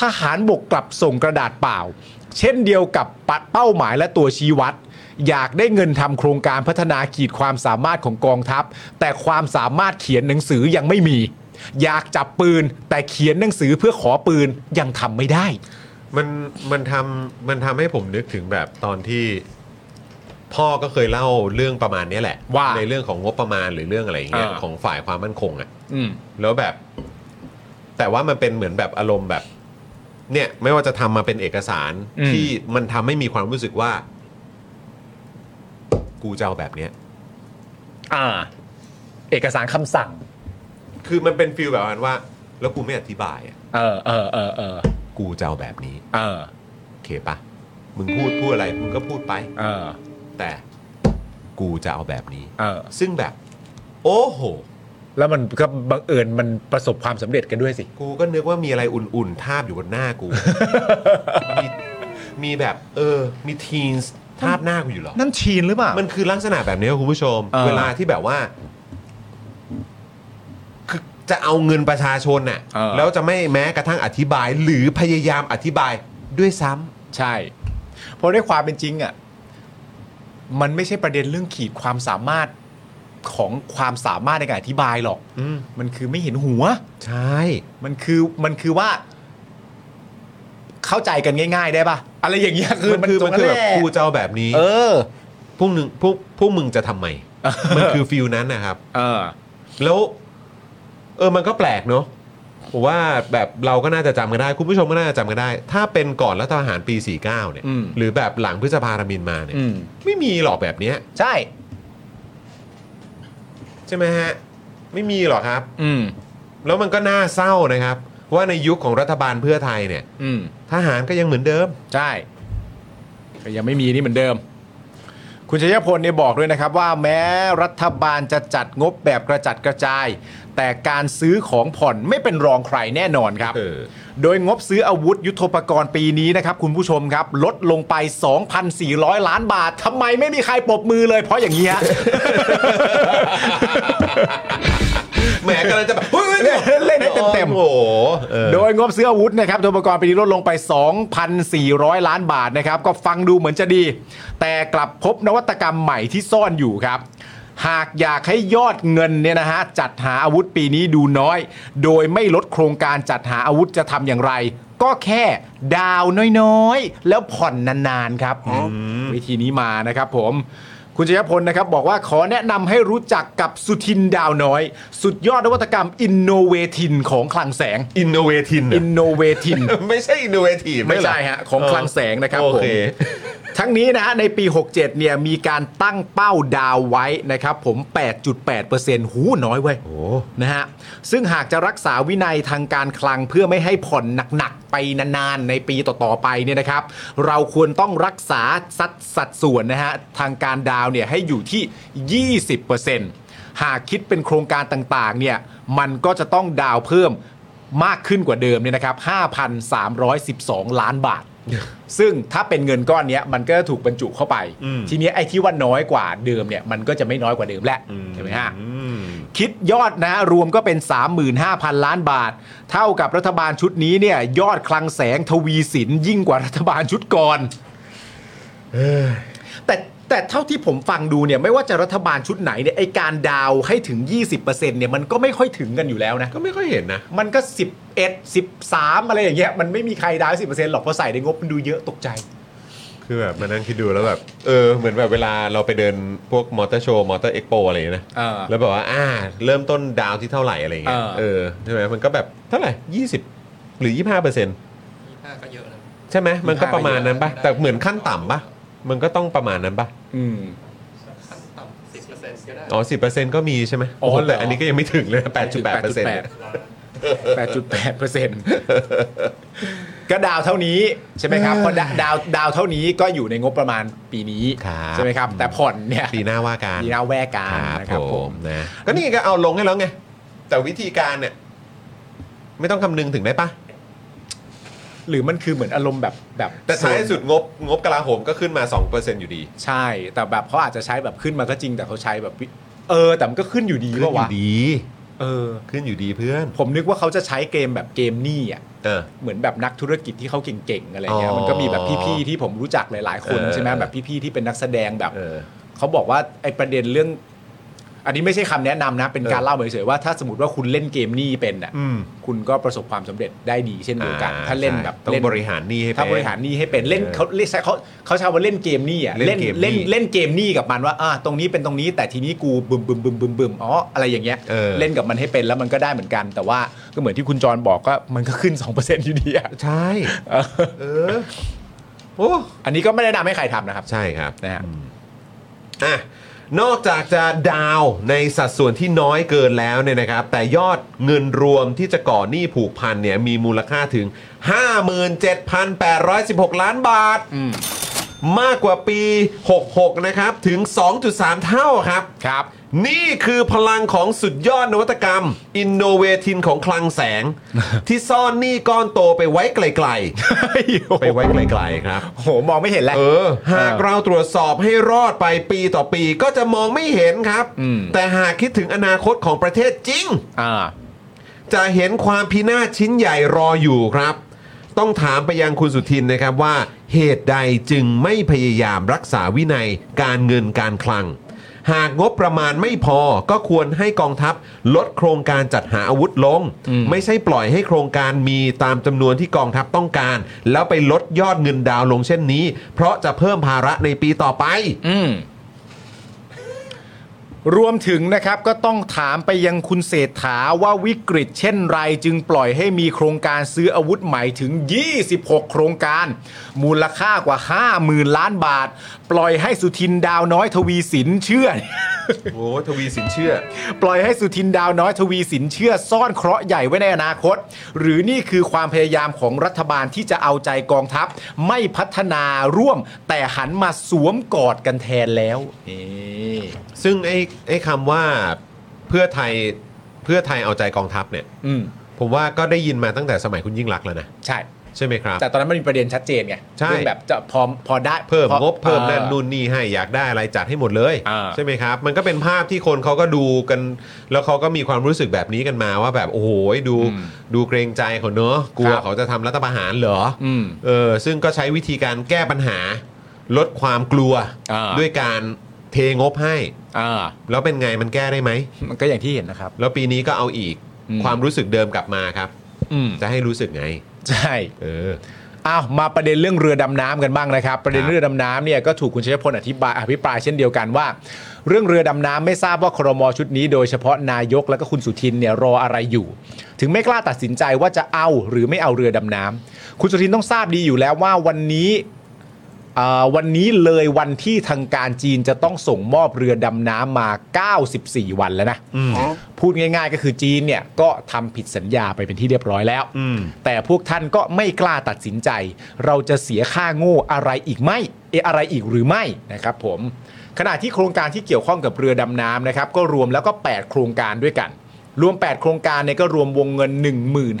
ทหารบกกลับส่งกระดาษเปล่า เช่นเดียวกับปะเป้าหมายและตัวชี้วัด อยากได้เงินทำโครงการพัฒนาขีดความสามารถของกองทัพ แต่ความสามารถเขียนหนังสือยังไม่มี อยากจับปืน แต่เขียนหนังสือเพื่อขอปืนยังทำไม่ได้ มันมันทำมันทำให้ผมนึกถึงแบบตอนที่ พ่อก็เคยเล่าเรื่องประมาณเนี้ยแหละ ว่า ในเรื่องของงบประมาณหรือเรื่องอะไรอย่างเงี้ย อ่า ของฝ่ายความมั่นคงอะ อืม แล้วแบบ แต่ว่ามันเป็นเหมือนแบบอารมณ์แบบ เนี่ย ไม่ว่าจะทำมาเป็นเอกสาร อืม ที่มันทำให้มีความรู้สึกว่า กูจะเอาแบบเนี้ย อ่า เอกสารคำสั่ง คือมันเป็นฟีลแบบนั้นว่า แล้วกูไม่อธิบายอะ เออเออเออเออ กูจะเอาแบบนี้ เออ โอเคปะมึงพูดพูดอะไรมึงก็พูดไป เออ แต่กูจะเอาแบบนี้ เออ ซึ่งแบบ โอ้โห แล้วมันก็บังเอิญมันประสบความสำเร็จกันด้วยสิ กูก็นึกว่ามีอะไรอุ่นๆ ทาบอยู่บนหน้ากู มีมีแบบ เออ มีทีนส์ทาบหน้ากูอยู่เหรอ นั่นชีนหรือเปล่า มันคือลักษณะแบบนี้ครับคุณผู้ชม เออ เวลาที่แบบว่าคือจะเอาเงินประชาชนน่ะแล้วจะไม่แม้กระทั่งอธิบาย หรือพยายามอธิบายด้วยซ้ำ ใช่ เพราะด้วยความเป็นจริงอ่ะ มันไม่ใช่ประเด็นเรื่องขีดความสามารถของความสามารถในการอธิบายหรอก อืม มันคือไม่เห็นหัว ใช่ มันคือมันคือว่า เข้าใจกันง่าย ๆ ได้ปะอะไรอย่างเงี้ยคือ มันคือมัน ตรง คือแบ ห บ ละ กูจะเอาแบบนี้ เออ พวกนึงพวกพวกมึงจะทำ <laughs> ไม มันคือฟิลนั้นนะครับ เออ แล้ว เออมันก็แปลกเนอะผมว่าแบบเราก็น่าจะจำกันได้ คุณผู้ชมก็น่าจะจำกันได้ ถ้าเป็นก่อนรัฐประหารปี 49 เนี่ย อืม หรือแบบหลังพฤษภาธมินมาเนี่ย อืม ไม่มีหรอกแบบเนี้ย ใช่ ใช่ไหมฮะ ไม่มีหรอกครับ อืม แล้วมันก็น่าเศร้านะครับ ว่าในยุคของรัฐบาลเพื่อไทยเนี่ย อืม ทหารก็ยังเหมือนเดิม ใช่ก็ยังไม่มีนี่เหมือนเดิม คุณชัยพลเนี่ยบอกด้วยนะครับ ว่าแม้รัฐบาลจะจัดงบแบบกระจัดกระจาย แต่การซื้อของผ่อนไม่เป็นรองใครแน่นอนครับ เออ โดยงบซื้ออาวุธยุทโธปกรณ์ปีนี้นะครับ คุณผู้ชมครับ ลดลงไป 2,400 ล้านบาททำไมไม่มีใครปรบมือเลยเพราะอย่างนี้ฮะ แหมกำลังจะแบบเฮ้ย เล่นเล่นให้เต็มๆ โอ้โหเออ โดยงบซื้ออาวุธนะครับตัวประกอบปีนี้ลดลงไป 2,400 ล้านบาทนะครับ ก็ฟังดูเหมือนจะดี แต่กลับพบนวัตกรรมใหม่ที่ซ่อนอยู่ครับ หากอยากให้ยอดเงินเนี่ยนะฮะจัดหาอาวุธปีนี้ดูน้อย โดยไม่ลดโครงการจัดหาอาวุธจะทำอย่างไร ก็แค่ดาวน้อยๆ แล้วผ่อนนานๆครับวิธีนี้มานะครับผม คุณชยพลนะครับบอกว่าขอแนะนำให้รู้จักกับสุทินดาวน้อย สุดยอดนวัตกรรมอินโนเวทินของคลังแสง อินโนเวทีน อินโนเวทิน ไม่ใช่อินโนเวทีฟ <laughs> ไม่ใช่ฮะของคลังแสงนะครับ โอ ผม เค ทั้งนี้นะฮะในปี 67 เนี่ยมีการตั้งเป้าดาวไว้นะครับผม 8.8%หูน้อยเว้ยนะฮะซึ่งหากจะรักษาวินัยทางการคลังเพื่อไม่ให้ผ่อนหนัก ๆ ไปนาน ๆ ในปีต่อ ๆ ไปเนี่ยนะครับ เราควรต้องรักษาสัดสัดส่วนนะฮะทางการดาวเนี่ยให้อยู่ที่ 20%หากคิดเป็นโครงการต่างๆเนี่ยมันก็จะต้องดาวเพิ่ม มากขึ้นกว่าเดิมเนี่ยนะครับ 5,312 ล้านบาท ซึ่งถ้าเป็นเงินก้อนเนี้ยมันก็จะถูกบรรจุเข้าไป ทีเนี้ยไอ้ที่ว่าน้อยกว่าเดิมเนี่ยมันก็จะไม่น้อยกว่าเดิมแหละใช่ไหมฮะ คิดยอดนะรวมก็เป็น 35,000 ล้านบาท เท่ากับรัฐบาลชุดนี้เนี่ยยอดคลังแสงทวีสินยิ่งกว่ารัฐบาลชุดก่อนแต่ แต่เท่าที่ผมฟังดูเนี่ยไม่ว่าจะรัฐบาลชุดไหนเนี่ยไอการดาวให้ถึง 20%เนี่ยมันก็ไม่ค่อยถึงกันอยู่แล้วนะ ก็ไม่ค่อยเห็นนะ มันก็ 11 13 อะไรอย่างเงี้ยมันไม่มีใครดาว10%หรอกเพราะใส่ในงบมันดูเยอะตกใจ คือแบบมานั่งคิดดูแล้วแบบ เออ เหมือนแบบเวลาเราไปเดินพวกมอเตอร์โชว์มอเตอร์เอ็กโปอะไรอย่างเงี้ยนะ เออ แล้วแบบว่าอ่า เริ่มต้นดาวที่เท่าไหร่อะไรอย่างเงี้ย เออ เออใช่ไหมมันก็แบบเท่าไหร่ 20 หรือ 25เปอร์เซ็นต์ ห้าก็เยอะนะ ใช่ไหมมันก็ประมาณนั้นปะ ได้ แต่เหมือนขั้นต่ำปะมันก็ต้องประมาณนั้นปะ อืม ขั้นต่ำสิบเปอร์เซ็นต์ก็ได้ อ๋อสิก็มีใช่ไหม อ๋อเหรอ แต่อันนี้ก็ยังไม่ถึงเลยนะ8.8%เปอร์เซ็นต์ 8.8เปอร์เซ็นต์ก็ดาวเท่านี้ใช่ไหมครับพอดาดาวดาวเท่านี้ก็อยู่ในงบประมาณปีนี้ ครับ ใช่ไหมครับ แต่ผ่อนเนี่ย ปีหน้าว่าการ ปีหน้าแวกกา ค ร รับ นะครับ ผ ผม ม นะก็นี่ไงก็เอาลงให้แล้วไงแต่วิธีการเนี่ยไม่ต้องคำนึงถึงได้ปะ หรือมันคือเหมือนอารมณ์แบบแบบ แต่ท้ายสุดงบงบกลาโหมก็ขึ้นมา 2%อยู่ดี ใช่ แต่แบบเขาอาจจะใช้แบบขึ้นมาก็จริงแต่เขาใช้แบบวิเออ แต่มันก็ขึ้นอยู่ดี ขึ้น ว่าอวะยู่ดี เออ ขึ้นอยู่ดีเพื่อน ผมนึกว่าเขาจะใช้เกมแบบเกมหนี้อ่ะ เออ เหมือนแบบนักธุรกิจที่เขาเก่งๆอะไรเงี้ย อ๋อ มันก็มีแบบพี่ๆที่ผมรู้จักหลายๆคน เออ ใช่ไหมแบบพี่ๆที่เป็นนักแสดงแบบ เออ เขาบอกว่าไอ้ประเด็นเรื่อง อันนี้ไม่ใช่คำแนะนำนะ เป็น เออ การเล่าเฉยๆว่าถ้าสมมติว่าคุณเล่นเกมหนี้เป็นอ่ะ อืม คุณก็ประสบความสำเร็จได้ดีเช่นเดียวกัน อ่ ถ้าเล่นแบบ ใช่ต้อ เล่ ง น บริหารหนี้ให้เป็น ถ้าบริหารหนี้ให้เป็นเล่นเขาเรียกใช้เขาเขาใช้ว่าเล่นเกมหนี้อ่ะ เล่นเกมหนี้ เล่นเล่นเกมหนี้กับมันว่าอ่าตรงนี้เป็นตรงนี้แต่ทีนี้กูบึมบึมบึมบึมบึมอ๋ออะไรอย่างเงี้ย เออ เล่นกับมันให้เป็นแล้วมันก็ได้เหมือนกัน แต่ว่าก็เหมือนที่คุณจรบอกก็มันก็ขึ้น 2%อยู่ดีอ่ะ ใช่ เออ เออโอ้ อันนี้ก็ไม่แนะนำให้ใครทำนะครับ ใช่ครับ นะฮะ อ่ะนอกจากจะดาวในสัดส่วนที่น้อยเกินแล้วเนี่ยนะครับ แต่ยอดเงินรวมที่จะก่อหนี้ผูกพันเนี่ยมีมูลค่าถึง 57,816 ล้านบาท มากกว่าปี 66 นะครับ ถึง 2.3 เท่าครับ ครับ นี่คือพลังของสุดยอดนวัตกรรม อินโนเวทินของคลังแส <laughs> ง ที่ซ่อนหนี้ก้อนโตไปไว้ไกลๆ ไปไว้ไกลๆครับ โอ้โหมองไม่เห็นแล้ว เออ หากเราตรวจสอบให้รอดไปปีต่อปีก็จะมองไม่เห็นครับ อืม แต่หากคิดถึงอนาคตของประเทศจริง อ่า จะเห็นความพินาศชิ้นใหญ่รออยู่ครับ ต้องถามไปยังคุณสุทินนะครับว่าเหตุใดจึงไม่พยายามรักษาวินัยการเงินการคลัง หากงบประมาณไม่พอก็ควรให้กองทัพลดโครงการจัดหาอาวุธลง ไม่ใช่ปล่อยให้โครงการมีตามจำนวนที่กองทัพต้องการ แล้วไปลดยอดเงินดาวน์ลงเช่นนี้ เพราะจะเพิ่มภาระในปีต่อไป อืม รวมถึงนะครับก็ต้องถามไปยังคุณเศรษฐาว่าวิกฤตเช่นไรจึงปล่อยให้มีโครงการซื้ออาวุธใหม่ถึง 26 โครงการ มูลค่ากว่า 50,000 ล้านบาท ปล่อยให้สุทินดาวน้อยทวีสินเชื่อ โอ้ทวีสินเชื่อ ปล่อยให้สุทินดาวน้อยทวีสินเชื่อซ่อนเคราะห์ใหญ่ไว้ในอนาคต หรือนี่คือความพยายามของรัฐบาลที่จะเอาใจกองทัพ ไม่พัฒนาร่วม แต่หันมาสวมกอดกันแทนแล้วนี่ ซึ่งไอ้ไอ้คำว่าเพื่อไทยเพื่อไทยเอาใจกองทัพเนี่ย อืม ผมว่าก็ได้ยินมาตั้งแต่สมัยคุณยิ่งรักษณ์แล้วนะ ใช่ ใช่ไหมครับ แต่ตอนนั้นมันมีประเด็นชัดเจนไง ใช่ เรื่องแบบจะพอพอได้ เพิ่ม พอง บเพิ่ม ออ นั่นนู่นนี่ให้อยากได้อะไรจัดให้หมดเลย อ่า ใช่ไหมครับ มันก็เป็นภาพที่คนเขาก็ดูกัน แล้วเขาก็มีความรู้สึกแบบนี้กันมาว่าแบบโอ้โหดูดูเกรงใจเขาเนอะกลัวเขาจะทำรัฐประหารเหรออ อืม เออซึ่งก็ใช้วิธีการแก้ปัญหา ลดความกลัว อ่า ด้วยการเทงบให้ อ่า แล้วเป็นไงมันแก้ได้ไหม มันก็อย่างที่เห็นนะครับ แล้วปีนี้ก็เอาอีก อืม ความรู้สึกเดิมกลับมาครับ อืม จะให้รู้สึกไง ใช่ เออ อ้าวมาประเด็นเรื่องเรือดำน้ำกันบ้างนะครับ ประเด็นเรือดำน้ำเนี่ยก็ถูกคุณชัยพลอธิบายอภิปรายเช่นเดียวกันว่า เรื่องเรือดำน้ำไม่ทราบว่าครมชุดนี้ โดยเฉพาะนายกและก็คุณสุทินเนี่ยรออะไรอยู่ ถึงไม่กล้าตัดสินใจว่าจะเอาหรือไม่เอาเรือดำน้ำคุณสุทินต้องทราบดีอยู่แล้วว่าวันนี้ อ่าวันนี้เลยวันที่ทางการจีนจะต้องส่งมอบเรือดำน้ำมา 94 วันแล้วนะ พูดง่ายๆก็คือจีนเนี่ยก็ทำผิดสัญญาไปเป็นที่เรียบร้อยแล้ว แต่พวกท่านก็ไม่กล้าตัดสินใจ เราจะเสียค่าโง่อะไรอีกไหมเอะอะไรอีกหรือไม่นะครับผม ขณะที่โครงการที่เกี่ยวข้องกับเรือดำน้ำนะครับ ก็รวมแล้วก็ 8 โครงการด้วยกัน รวม 8 โครงการเนี่ยก็รวมวงเงิน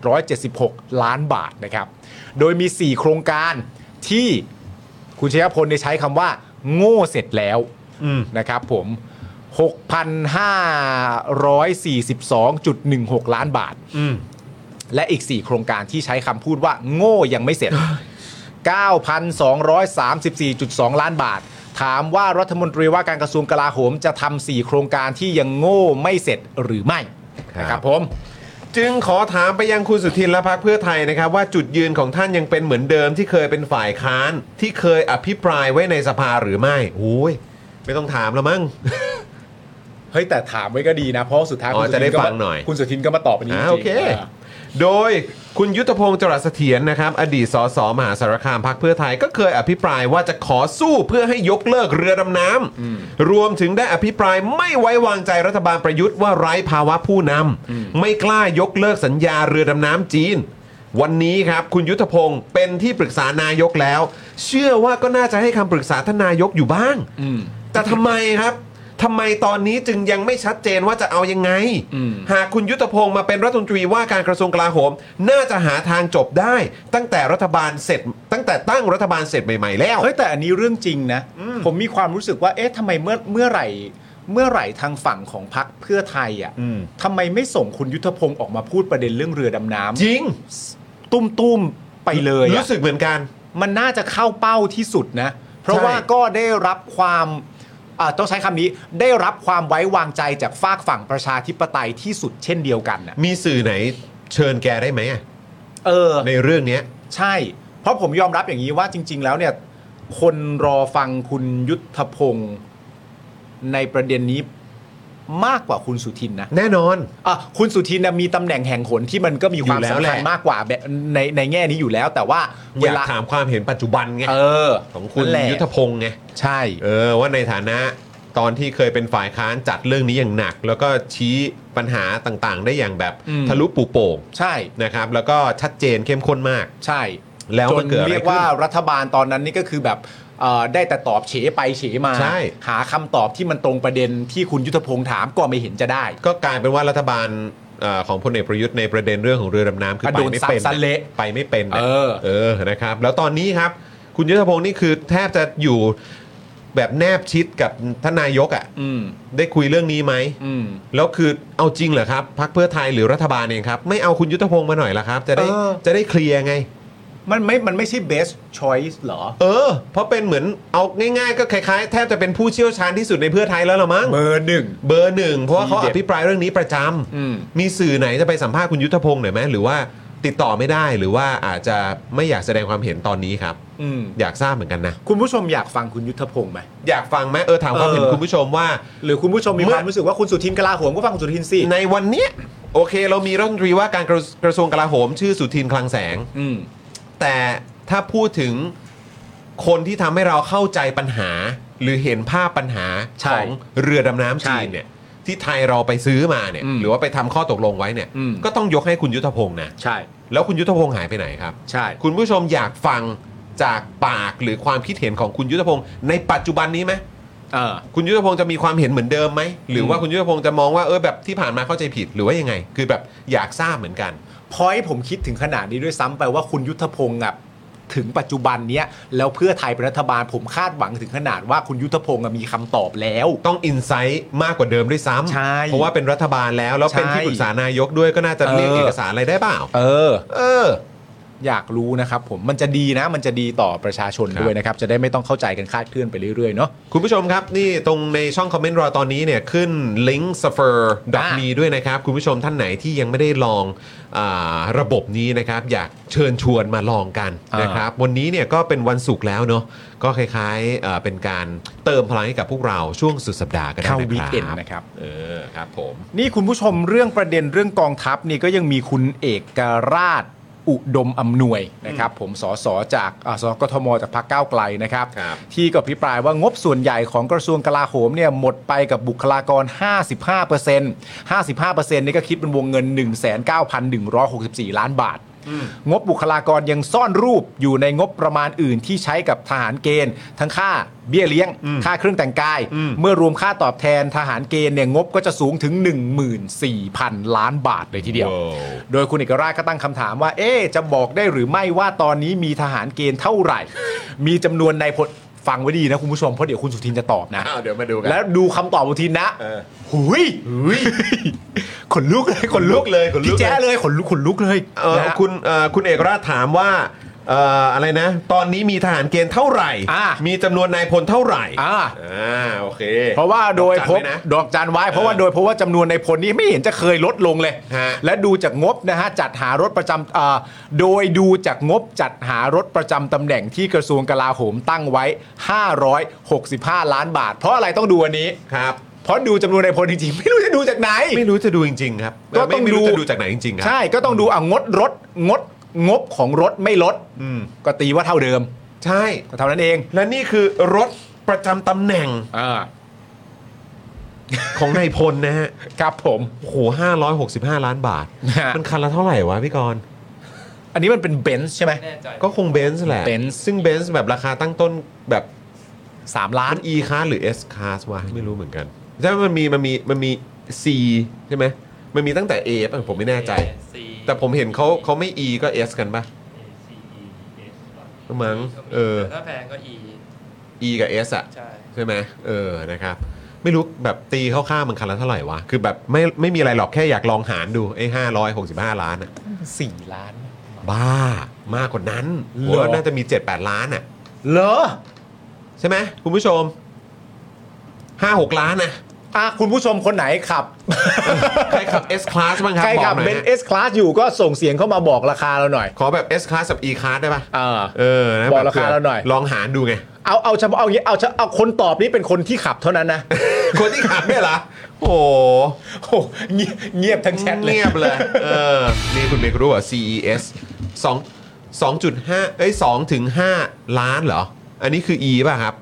15,776 ล้านบาทนะครับ โดยมี 4 โครงการที่คุณชัยพลเนี่ยใช้คำว่า โง่เสร็จแล้วนะครับผม 6,542.16 ล้านบาท และอีก 4 โครงการที่ใช้คำพูดว่า โง่ยังไม่เสร็จ 9,234.2 ล้านบาท ถามว่ารัฐมนตรีว่าการกระทรวงกลาโหมจะทำสี่โครงการที่ยังโง่ไม่เสร็จหรือไม่นะค ครั รับบ ผม จึงขอถามไปยังคุณสุทินและพรรคเพื่อไทยนะครับ ว่าจุดยืนของท่านยังเป็นเหมือนเดิมที่เคยเป็นฝ่ายค้านที่เคยอภิปรายไว้ในสภาหรือไม่โอ้ยไม่ต้องถามแล้วมั้ง เฮ้ยแต่ถามไว้ก็ดีนะ เพราะสุดท้าย อ๋อ คุณสุ จะได้ ทินก็ ฟั มาง หน่อย คุณสุทินก็มาตอบอันนี้จ อ่า ริง โอเค ๆอ่า โดยคุณยุทธพงศ์จรัสเสถียรนะครับ อดีตสสมหาสารคามพักเพื่อไทยก็เคยอภิปรายว่าจะขอสู้เพื่อให้ยกเลิกเรือดำน้ำรวมถึงได้อภิปรายไม่ไว้วางใจรัฐบาลประยุทธ์ว่าไร้ภาวะผู้นำไม่กล้ายกเลิกสัญญาเรือดำน้ำจีน วันนี้ครับ คุณยุทธพงศ์เป็นที่ปรึกษานายกแล้ว เชื่อว่าก็น่าจะให้คำปรึกษาท่านนายกอยู่บ้างแต่ทำไมครับทำไมตอนนี้จึงยังไม่ชัดเจนว่าจะเอายังไง หากคุณยุทธพงศ์มาเป็นรัฐมนตรีว่าการกระทรวงกลาโหม น่าจะหาทางจบได้ ตั้งแต่รัฐบาลเสร็จ ตั้งแต่ตั้งรัฐบาลเสร็จใหม่ ๆ แล้ว เฮ้ยแต่อันนี้เรื่องจริงนะ ผมมีความรู้สึกว่าเอ๊ะทำไมเมื่อเมื่อไหร่ เมื่อไหร่ทางฝั่งของพรรคเพื่อไทยอ่ะ อืม ทำไมไม่ส่งคุณยุทธพงศ์ออกมาพูดประเด็นเรื่องเรือดำน้ จริง ำตุ้มตุ้มๆไปเลยอะ รู้สึกเหมือนกัน มันน่าจะเข้าเป้าที่สุดนะ เพราะ ใช่ ว่าก็ได้รับความอ่าต้องใช้คำนี้ได้รับความไว้วางใจจากฝากฝั่งประชาธิปไตยที่สุดเช่นเดียวกันนะ มีสื่อไหนเชิญแกได้ไหมอะ เออ ในเรื่องเนี้ย ใช่ เพราะผมยอมรับอย่างนี้ว่าจริง ๆ แล้วเนี่ย คนรอฟังคุณยุทธพงศ์ในประเด็นนี้มากกว่าคุณสุทินนะ แน่นอน อ่ะคุณสุทินนะมีตำแหน่งแห่งหนที่มันก็มีควาอมยู่แล้ว สำ แห คัญ ละ มากกว่าแบบในในแง่นี้อยู่แล้ว แต่ว่าเวยอาก ลา ถามความเห็นปัจจุบันไง เออ ของคุณ นั่นแหละ ยุทธพงศ์ไง ใช่ เออว่าในฐานะตอนที่เคยเป็นฝ่ายค้านจัดเรื่องนี้อย่างหนัก แล้วก็ชี้ปัญหาต่างๆ ได้อย่างแบบ อืม ทะลุปูโป่ง ใช่ นะครับ แล้วก็ชัดเจนเข้มข้นมาก ใช่ แล้ว จ มันนเกิดอะไร เรียกว่า ขึ้น รัฐบาลตอนนั้นนี่ก็คือแบบเอ่อได้แต่ตอบเฉไปเฉมา ใช่ หาคำตอบที่มันตรงประเด็นที่คุณยุทธพงศ์ถามก็ไม่เห็นจะได้ ก็กลายเป็นว่ารัฐบาลเอ่อของพลเอกประยุทธ์ในประเด็นเรื่องของเรือดำน้ำคือไป กระโดด ไม่เป็น ซัดซะเละ ไปไม่เป็นนะ เออ เออนะครับ แล้วตอนนี้ครับ คุณยุทธพงศ์นี่คือแทบจะอยู่แบบแนบชิดกับท่านนายกอะ่ะ อืม ได้คุยเรื่องนี้ไหม อืม แล้วคือเอาจริงเหรอครับพักเพื่อไทยหรือรัฐบาลเองครับ ไม่เอาคุณยุทธพงศ์มาหน่อยละครับ จะได้ เออ จะได้เคลียร์ไง มันไม่ มันไม่ใช่ best choice เหรอ เออ เพราะเป็นเหมือนเอาง่ายๆ ก็คล้ายๆ แทบจะเป็นผู้เชี่ยวชาญที่สุดในเพื่อไทยแล้วละมั้ง เบอร์หนึ่ง เบอร์หนึ่งเพราะว่าเขา ทีเด็ อ ด ภิปรายเรื่องนี้ประจำ อืม มีสื่อไหนจะไปสัมภาษณ์คุณยุทธพงศ์หน่อยไหมหรือว่าติดต่อไม่ได้หรือว่าอาจจะไม่อยากแสดงความเห็นตอนนี้ครับ อืม อยากทราบเหมือนกันนะ คุณผู้ชมอยากฟังคุณยุทธพงศ์ไหม อยากฟังไหมเออถามความเห็น เออ คุณผู้ชมว่า หรือคุณผู้ชมมี เมื่ ค อ วามรู้สึกว่าคุณสุทินกลาโหมก็ฟังคุณสุทินสิ ในวันเนี้ยโอเค เรามีรัฐมนตรีว่าการกระกระทรวงกลาโหม ชื่อสุทินคลังแสง อืม แต่ถ้าพูดถึงคนที่ทำให้เราเข้าใจปัญหา หรือเห็นภาพปัญหา ใช่ ของเรือดำน้ำ ใช่ จีนเนี่ยที่ไทยเราไปซื้อมาเนี่ย อืม หรือว่าไปทำข้อตกลงไว้เนี่ย อืม ก็ต้องยกให้คุณยุทธพงศ์นะ ใช่ แล้วคุณยุทธพงศ์หายไปไหนครับ ใช่ คุณผู้ชมอยากฟังจากปากหรือความคิดเห็นของคุณยุทธพงศ์ในปัจจุบันนี้ไหม เออ คุณยุทธพงศ์จะมีความเห็นเหมือนเดิมไหมหรือว่าคุณยุทธพงศ์จะมองว่าเออแบบที่ผ่านมาเข้าใจผิดหรือว่ายังไง คือแบบอยากทราบเหมือนกัน พอยผมคิดถึงขนาดนี้ด้วยซ้ำไปว่าคุณยุทธพงศ์อะถึงปัจจุบันเนี้ย แล้วเพื่อไทยเป็นรัฐบาลผมคาดหวังถึงขนาดว่าคุณยุทธพงศ์อะมีคำตอบแล้ว ต้องอินไซต์มากกว่าเดิมด้วยซ้ ใช่ ำเพราะว่าเป็นรัฐบาลแล้ว แล้วเป็น ใช่ ที่ปรึกษานายกด้วยก็น่าจะ เออ เรียกเอกสารอะไรได้เปล่า เออ เออ อยากรู้นะครับผม มันจะดีนะ มันจะดีต่อประชาชน ครับ ด้วยนะครับ จะได้ไม่ต้องเข้าใจกันคลาดเคลื่อนไปเรื่อยๆเนาะ คุณผู้ชมครับ นี่ตรงในช่องคอมเมนต์รอตอนนี้เนี่ย ขึ้นลิงก์ s u f f e r m e ด้วยนะครับ คุณผู้ชมท่านไหนที่ยังไม่ได้ลองอาระบบนี้นะครับ อยากเชิญชวนมาลองกัน อ่าน นะครับ วันนี้เนี่ยก็เป็นวันศุกร์แล้วเนาะก็คล้ายๆเอ่อเป็นการเติมพลังให้กับพวกเราช่วงสุดสัปดาห์กัน เข้า นะ วีคเอน ครับ นะครับ เออครับผม นี่คุณผู้ชมเรื่องประเด็นเรื่องกองทัพนี่ก็ยังมีคุณเอกราชอุดมอำนวยนะครับ ผมสสจากอ่าสกทมจากพรรคก้าวไกลนะครับ ครับ ที่ก็พิปรายว่างบส่วนใหญ่ของกระทรวงกลาโหมเนี่ยหมดไปกับบุคลากร 55% 55%นี่ก็คิดเป็นวงเงิน 19,164 ล้านบาท งบบุคลากรยังซ่อนรูปอยู่ในงบประมาณอื่นที่ใช้กับทหารเกณฑ์ ทั้งค่าเบี้ยเลี้ยง ค่าเครื่องแต่งกาย เมื่อรวมค่าตอบแทนทหารเกณฑ์เนี่ยงบก็จะสูงถึง 14,000 ล้านบาทเลยทีเดียว ว้าว โดยคุณเอกราชก็ตั้งคำถามว่า เอ๊ะจะบอกได้หรือไม่ว่าตอนนี้มีทหารเกณฑ์เท่าไหร่ มีจำนวนในายพลฟังไว้ดีนะคุณผู้ชม เพราะเดี๋ยวคุณสุทินจะตอบนะ อ้าวเดี๋ยวมาดูกัน แล้วดูคำตอบคุณสุทินนะ เออ หุยหุยขนลุกเลย ขนลุกเลยขนลุกเลย พี่แจ้เลยขนลุกขนลุกเลย เอ่อ นะฮะ คุณเอ่อคุณเอกราชถามว่า เอ่ออะไรนะ ตอนนี้มีทหารเกณฑ์เท่าไหร่ อ่ามี มีจำนวนนายพลเท่าไหร่ อ่า อ่าโอเค เพราะว่าโดยพบ จำไนะ ดอกจันไว้ เพราะว่า เออ โดยเพราะว่าจำนวนในพลนี้ไม่เห็นจะเคยลดลงเลย ฮะ และดูจากงบนะฮะจัดหารถประจำอ่าโดยดูจากงบจัดหารถประจำตำแหน่งที่กระทรวงกลาโหมตั้งไว้ 565 ล้านบาท เพราะอะไรต้องดูอันนี้ ครับ เพราะดูจำนวนในพลจริงๆ ไม่รู้จะดูจากไหน ไม่รู้จะดูจริง ๆ ครับ ก็ต้อง ไม่ ดู รู้จะดูจากไหนจริงๆครั ใช่ก็ต้องดูอ่ะงดรถงดงบของรถไม่ลด อืม ก็ตีว่าเท่าเดิม ใช่ ก็เท่านั้นเอง และนี่คือรถประจำตำแหน่ง อ่า ของนายพลนะฮะ ครับผม โอ้โห565 ล้านบาท ฮะ มันคันละเท่าไหร่วะพี่กรณ์ อันนี้มันเป็นเบนซ์ใช่ไหม แน่ใจ ก็คงเบนซ์แหละ Benz ซึ่งเบนซ์แบบราคาตั้งต้นแบบ สามล้า อั น น E class หรือ S class วะไม่รู้เหมือนกันใช่ไหมมันมีมันมีมันมี C ใช่ไหมมันมีตั้งแต่ A ป่ะผมไม่แน่ใจ A C แต่ผมเห็นเขาเขาไม่ E ก็ S กันป่ะ A C E S มั้งเออ แต่ถ้าแพงก็ E E กับ S อ่ะ ใช่ ใช่ไหมเออ นะครับ ไม่รู้แบบตีเข้าข้ามมันคันละเท่าไหร่วะ คือแบบไม่ไม่มีอะไรหรอกแค่อยากลองหารดูไอ้ห้าร้อยหกสิบห้าล้านอะ สี่ล้าน บ้ามากกว่านั้น เหรอ ว่าน่าจะมีเจ็ดแปดล้านอะ เหรอ ใช่ไหมคุณผู้ชมห้าหกล้านนะ อ่ะคุณผู้ชมคนไหนขั <laughs> บ ใครขับ S Class บ้างครับ ใครขับ บอกห เบ น่อย น ฮะ เอสคลาสอยู่ก็ส่งเสียงเข้ามาบอกราคาเราหน่อย ขอแบบ S Class กับ E Class ได้ปะ เออ เออนะ บอกราคา ผื่ เราหน่อย ลองหารดูไง <laughs> เอาเอาเฉพาะเอาอย่างงี้เอาเฉเอาคนตอบนี่เป็นคนที่ขับเท่านั้นนะ <laughs> คนที่ขับเนี่ยเหรอโอ้โห โอ้เงียบเงียบทั้งแชทเลย เงียบเลยเออนี่คุณเบครู้ว่า CES สองสองจุดห้าเอ้ยสองถึงห้าล้านเหรอ อันนี้คือ E ป่ะครับ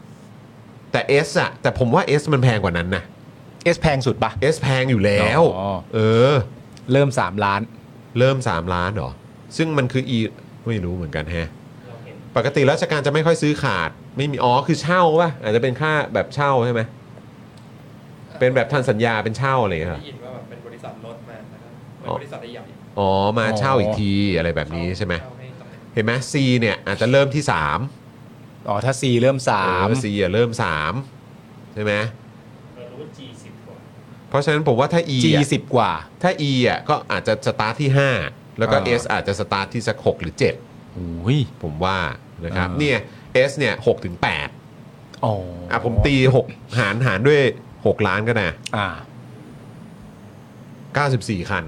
แต่ S อะแต่ผมว่า S มันแพงกว่านั้นนะ เอสแพงสุดปะ S แพงอยู่แล้ว อ๋อ เออ เริ่ม 3 ล้าน เริ่ม 3 ล้านเหรอ ซึ่งมันคือ E ไม่รู้เหมือนกันแฮะ ปกติราชการจะไม่ค่อยซื้อขาด ไม่มี อ๋อ คือเช่าป่ะ อาจจะเป็นค่าแบบเช่าใช่ไหม เป็นแบบทันสัญญาเป็นเช่าอะไรอย่างเงี้ยเหรอ ได้ยินว่าแบบเป็นบริษัทรถมาแล้วก็เหอ๋อมือนบริษัทใหญ่ๆ อ๋อ มาเช่าอีกทีอะไรแบบนี้ใช่ไหม เาให้ตำแหน่ง เห็นไหม C เนี่ยอาจจะเริ่มที่3าม อ๋อ ถ้า C เริ่ม เออ C อ่ะเริ่ม 3 ใช่ไหมเพราะฉะนั้นผมว่าถ้า E 3 G อ่ะ 10กว่า ถ้า E อ่ะก็อาจจะสตาร์ทที่ 5 แล้วก็ อ่า S อาจจะสตาร์ทที่สัก 6 หรือ โอ้ย 7 ผมว่านะครับ อ่า เนี่ย S เนี่ย6ถึง8 อ๋อ อ่ะผมตี 6 หารหารด้วย 6 ล้านก็นะ อ่า 94 คัน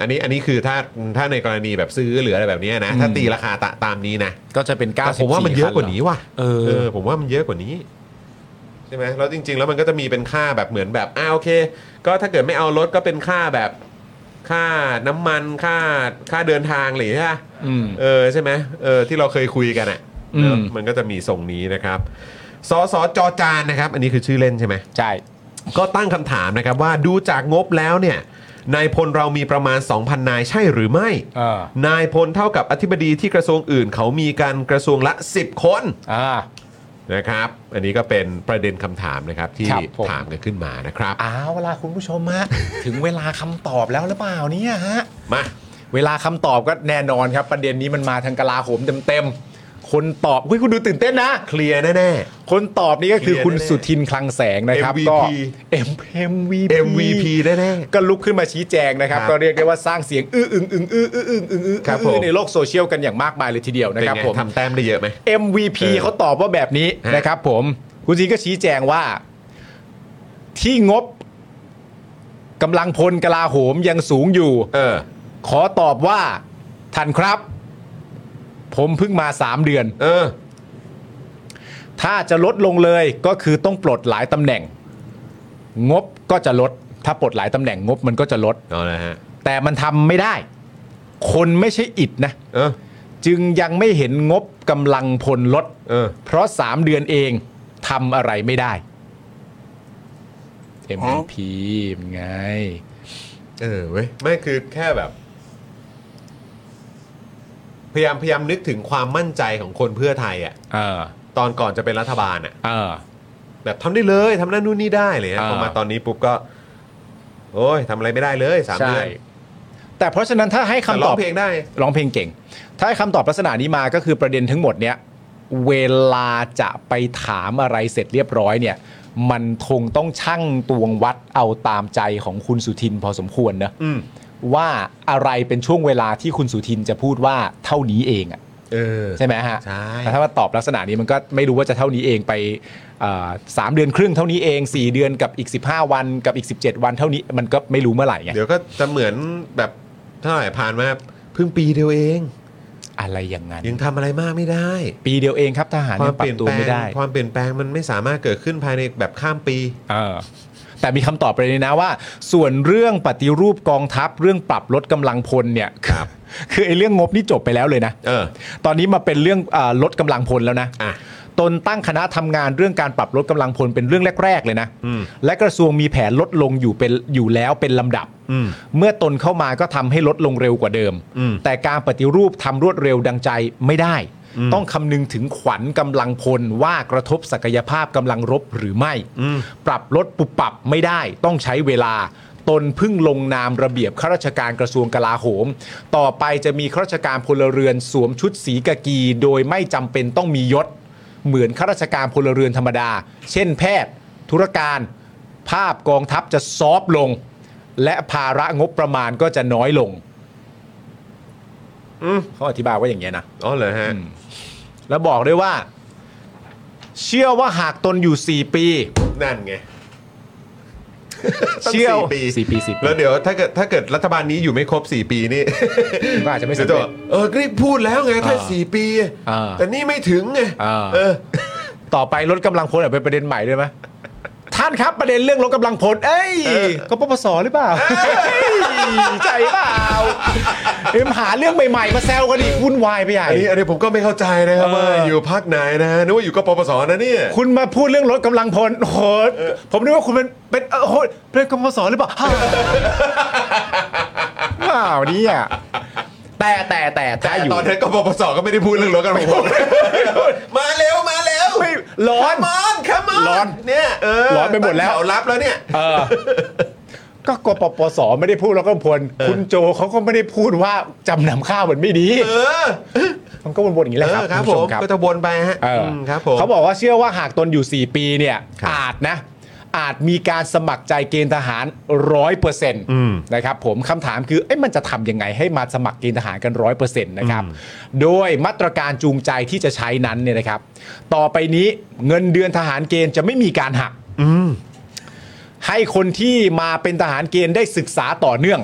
อันนี้อันนี้คือถ้าถ้าในกรณีแบบซื้อหรืออะไรแบบเนี้ยนะ ถ้าตีราคาตะตามนี้นะ ก็จะเป็น9 แต่ผมว่ามันเยอะกว่านี้ว่ะ เออ ผมว่ามันเยอะกว่านี้ ใช่ไหมแล้วจริง ๆ แล้วมันก็จะมีเป็นค่าแบบเหมือนแบบอ้าโอเค ก็ถ้าเกิดไม่เอารถก็เป็นค่าแบบค่าน้ำมันค่าค่าเดินทางหรือใช่ปะ อืม เออใช่ไหมเออที่เราเคยคุยกันอ่ะ อืม เนอะมันก็จะมีทรงนี้นะครับสอสอจอจานนะครับ อันนี้คือชื่อเล่นใช่ไหม ใช่ ก็ตั้งคำถามนะครับว่าดูจากงบแล้วเนี่ยนายพลเรามีประมาณ 2,000 นายใช่หรือไม่ อ่าน ายพลเท่ากับอธิบดีที่กระทรวงอื่น เขามีการกระทรวงละ 10 คน อ่า นะครับ อันนี้ก็เป็นประเด็นคำถามนะครับที่ ครับผม ถามกันขึ้นมานะครับ อ้าวเวลาคุณผู้ชม <laughs> ฮะ ถึงเวลาคำตอบแล้วหรือเปล่าเนี่ยฮะ มา เวลาคำตอบก็แน่นอนครับ ประเด็นนี้มันมาทางกลาโหมเต็มๆ คนตอบเฮ้ยคุณดูตื่นเต้นนะ เคลียร์แน่ คนตอบนี่ก็คือคุณ เคลียร์แน่ๆ สุทินคลังแสงนะครับ ก็ MVP M ๆ MVP MVP แน่ ก็ลุกขึ้นมาชี้แจงนะครับ ครับ ก็เรียกได้ว่าสร้างเสียงอื้ออึงอึงอื้ออื้ออึงอึงอื้อ ครับผม อื้อในโลกโซเชียลกันอย่างมากมายเลยทีเดียว ๆเป็ นะ น ครับ ไง ผม ทำแต้มได้เยอะไหม MVP เออ เขาตอบว่าแบบนี้ ฮะ นะครับผม คุณซีก็ชี้แจงว่า ที่งบกำลังพลกลาโหมยังสูงอยู่ เออ ขอตอบว่าท่านครับ ผมเพิ่งมา 3 เดือน เออ ถ้าจะลดลงเลยก็คือต้องปลดหลายตำแหน่ง งบก็จะลด ถ้าปลดหลายตำแหน่งงบมันก็จะลด เอาละฮะ แต่มันทำไม่ได้ คนไม่ใช่อิดนะ เออ จึงยังไม่เห็นงบกำลังพลลด เออ เพราะ 3 เดือนเองทำอะไรไม่ได้ MVP เป็นไง เออเว้ยไม่คือแค่แบบ พยายามพยายามนึกถึงความมั่นใจของคนเพื่อไทยอะ เออ ตอนก่อนจะเป็นรัฐบาลอะ เออ แบบทำได้เลยทำนั่นนู่นนี่ได้เลยนะ อ่า พอมาตอนนี้ปุ๊บก็ โอ้ยทำอะไรไม่ได้เลยสามเดือน แต่เพราะฉะนั้นถ้าให้ แต่ คำต ร้อ อง บ เพลงได้ ร้องเพลงเก่ง ถ้าให้คำตอบลักษณะนี้มาก็คือประเด็นทั้งหมดเนี่ย เวลาจะไปถามอะไรเสร็จเรียบร้อยเนี่ย มันคงต้องชั่งตวงวัดเอาตามใจของคุณสุทินพอสมควรนะ อืม ว่าอะไรเป็นช่วงเวลาที่คุณสุทินจะพูดว่าเท่านี้เองอะ เออ ใช่ไหมฮะ ใช่ แต่ถ้ามาตอบลักษณะนี้มันก็ไม่รู้ว่าจะเท่านี้เองไปเอ่อสามเดือนครึ่งเท่านี้เองสี่เดือนกับอีก 15 วันกับอีก 17 วันเท่านี้มันก็ไม่รู้เมื่อไหร่ไง เดี๋ยวก็จะเหมือนแบบเท่าไหร่ผ่านมาเพิ่งปีเดียวเอง อะไรอย่างนั้น ยังทำอะไรมากไม่ได้ ปีเดียวเองครับทหาร ควา ยั ม งป เป รั ลี่ยบน ตัว แปล ไม่ ง ได้ ความเปลี่ยนแปลงมันไม่สามารถเกิดขึ้นภายในแบบข้ามปี เออแต่มีคำตอบประเด็นนี้นะว่า ส่วนเรื่องปฏิรูปกองทัพเรื่องปรับลดกำลังพลเนี่ย <laughs> ครับ คือไอ้เรื่องงบนี่จบไปแล้วเลยนะ เออ ตอนนี้มาเป็นเรื่องเออลดกำลังพลแล้วนะ อ่ะ ตนตั้งคณะทำงานเรื่องการปรับลดกำลังพลเป็นเรื่องแรก ๆ เลยนะ อืม และกระทรวงมีแผนลดลงอยู่เป็นอยู่แล้วเป็นลำดับ อืม เมื่อตนเข้ามาก็ทำให้ลดลงเร็วกว่าเดิม อืม แต่การปฏิรูปทำรวดเร็วดังใจไม่ได้ อืม ต้องคำนึงถึงขวัญกำลังพลว่ากระทบศักยภาพกำลังรบหรือไม่ อืม ปรับลดปุบปรับไม่ได้ต้องใช้เวลา ตนเพึ่งลงนามระเบียบข้าราชการกระทรวงกลาโหม ต่อไปจะมีข้าราชการพลเรือนสวมชุดสีกากี โดยไม่จำเป็นต้องมียศ เหมือนข้าราชการพลเรือนธรรมดา เช่นแพทย์ ธุรการ ภาพกองทัพจะซอฟต์ลง และภาระงบประมาณก็จะน้อยลง อืม เขาอธิบายว่าอย่างนี้ยนะ อ๋อเหรอฮะ แล้วบอกด้วยว่า เชื่อว่าหากตนอยู่ 4 ปี นั่นไง เชี่ยว ตั้งปี สี่ปีสี่ปี แล้วเดี๋ยวถ้าเกิดถ้าเกิดรัฐบาลนี้อยู่ไม่ครบ 4 ปีนี่ ก็อาจจะไม่สำเร็จ ดี๋ยวบกเออก็พูดแล้วไงถ้า อ่า 4 ปี อ่า แต่นี่ไม่ถึงไง อ่า เออ ต่อไปลดกำลังพลเนี่ยเป็นประเด็นใหม่ด้วยไหมท่านครับประเด็นเรื่องลดกำลังพลเอ้ย เออ ก็ปปสหรือเปล่าใจเปล่า <laughs> เอ็มหาเรื่องใหม่ๆ มาแซวกันอีกวุ่นวายไปใหญ่ อันนี้อันนี้ผมก็ไม่เข้าใจนะครับ เออ ว่าอยู่พักไหนนะนึกว่าอยู่กปปสนะเนี่ย คุณมาพูดเรื่องลดกำลังพลโอ้โหผมนึกว่าคุณเป็นเป็นเออโหเป็นกปปสหรือเปล่า <laughs> เปล่าเนี่ยแต่แต่แต่แต่ แต่ อยู่ ตอนนั้นกปปสก็ไม่ได้พูดเรื่องรถกันหมดมาเร็วมาเร็ว ไม่ร้อน มอนขมอน ร้อน เนี่ยเออ ร้อนไปหมดแล้ว ตั้งถรับแล้วเนี่ย เออก็กปปสไม่ได้พูดแล้วก็พลคุณโจเขาก็ไม่ได้พูดว่าจำนำข้าวมันไม่ดี เออ มันก็วนๆอย่างนี้แห เอ ละคอบครัรับ ณ ผ ผู้ ม ชครับ ก็จะวนไปฮะ เออ มครับผม เขาบอกว่าเชื่อว่าหากตนอยู่ 4 ปีเนี่ย ครับ อาจนะ อาจมีการสมัครใจเกณฑ์ทหารร้อยเปอร์เซ็นต์นะครับผมคำถามคือเอ๊ะมันจะทำยังไงให้มาสมัครเกณฑ์ทหารกันร้อยเปอร์เซ็นต์นะครับ โดยมาตรการจูงใจที่จะใช้นั้นเนี่ยนะครับ ต่อไปนี้เงินเดือนทหารเกณฑ์จะไม่มีการหัก ให้คนที่มาเป็นทหารเกณฑ์ได้ศึกษาต่อเนื่อง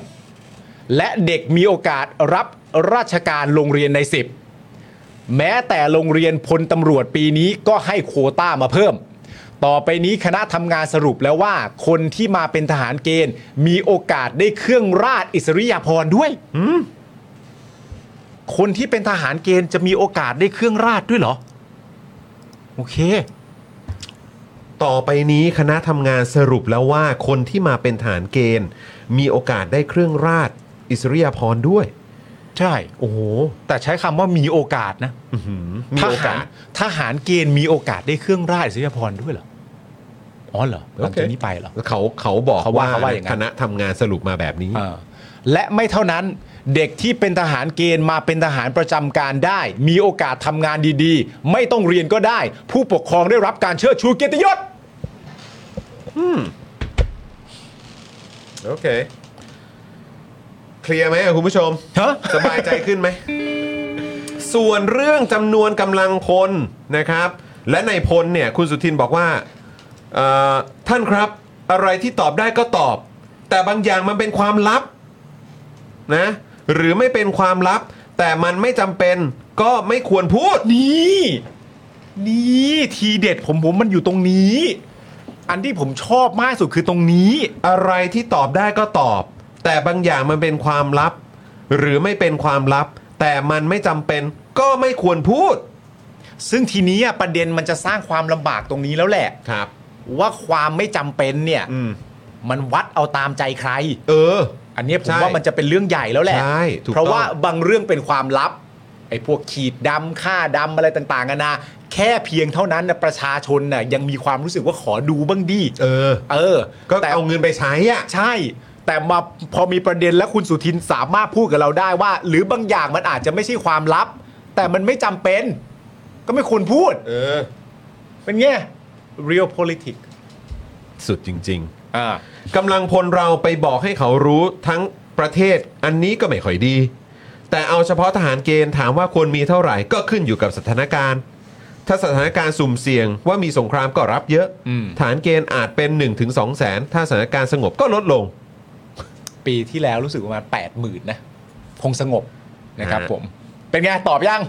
และเด็กมีโอกาสรับราชการโรงเรียนใน 10 แม้แต่โรงเรียนพลตำรวจปีนี้ก็ให้โควต้ามาเพิ่ม ต่อไปนี้คณะทำงานสรุปแล้วว่า คนที่มาเป็นทหารเกณฑ์ มีโอกาสได้เครื่องราชอิสริยาภรณ์ด้วย คนที่เป็นทหารเกณฑ์จะมีโอกาสได้เครื่องราชด้วยเหรอ โอเค ต่อไปนี้คณะทำงานสรุปแล้วว่าคนที่มาเป็นฐานเกณฑ์ มีโอกาสได้เครื่องราชอิสริยาภรณ์ด้วย ใช่ โอ้โห แต่ใช้คำว่ามีโอกาสนะ อื้อหือมี ท โอ หาก าส รทหารเกณฑ์มีโอกาสได้เครื่องราชอิสริยาภรณ์ด้วยเหรอ อ๋อเหรอหลังจากนี้ไปเหรอ เขาเขาบอก เขาว่าเขาว่าอย่างนั้น คณะทำงานสรุปมาแบบนี้ เออและไม่เท่านั้นเด็กที่เป็นทหารเกณฑ์มาเป็นทหารประจำการได้ มีโอกาสทำงานดีๆ ไม่ต้องเรียนก็ได้ ผู้ปกครองได้รับการเชิดชูเกียรติยศ โอเค เคลียร์ไหมอะคุณผู้ชม ฮะ สบายใจขึ้นไหม ส่วนเรื่องจำนวนกำลังพลนะครับ และในพลเนี่ย คุณสุทินบอกว่าเอ่อท่านครับอะไรที่ตอบได้ก็ตอบ แต่บางอย่างมันเป็นความลับนะหรือไม่เป็นความลับ แต่มันไม่จำเป็นก็ไม่ควรพูด นี่ นี่ทีเด็ดผมผมมันอยู่ตรงนี้ อันที่ผมชอบมากสุดคือตรงนี้ อะไรที่ตอบได้ก็ตอบ แต่บางอย่างมันเป็นความลับ หรือไม่เป็นความลับ แต่มันไม่จำเป็นก็ไม่ควรพูด ซึ่งทีนี้อะประเด็นมันจะสร้างความลำบากตรงนี้แล้วแหละ ครับ ว่าความไม่จำเป็นเนี่ย อืม มันวัดเอาตามใจใคร เออ อันเนี้ยผม ใช่ ว่ามันจะเป็นเรื่องใหญ่แล้วแหละ ใช่ถูกต้อง เพราะว่าบางเรื่องเป็นความลับ ไอ้พวกขีดดำค่าดำอะไรต่างๆกันานะ แค่เพียงเท่านั้นนะประชาชนน่ะยังมีความรู้สึกว่าขอดูบ้างดี เออ เออ ก็ แต่ เอาเงินไปใช้อ่ะ ใช่ แต่มาพอมีประเด็นแล้วคุณสุทินสามารถพูดกับเราได้ว่า หรือบางอย่างมันอาจจะไม่ใช่ความลับ แต่มันไม่จำเป็น ก็ไม่ควรพูด เออ เป็นไง real politics สุดจริง อ่า ๆกำลังพลเราไปบอกให้เขารู้ทั้ง ประเทศอันนี้ก็ไม่ค่อยดี แต่เอาเฉพาะทหารเกณฑ์ถามว่าควรมีเท่าไหร่ก็ขึ้นอยู่กับสถานการณ์ ถ้าสถานการณ์สุ่มเสี่ยงว่ามีสงครามก็รับเยอะ อืม ฐานเกณฑ์อาจเป็น 1-2แสนถ้าสถานการณ์สงบก็ลดลง ปีที่แล้วรู้สึกประมาณ8ปดหมื่นนะ คงสงบนะครับ ฮะ ผม เป็นไง ตอบยัง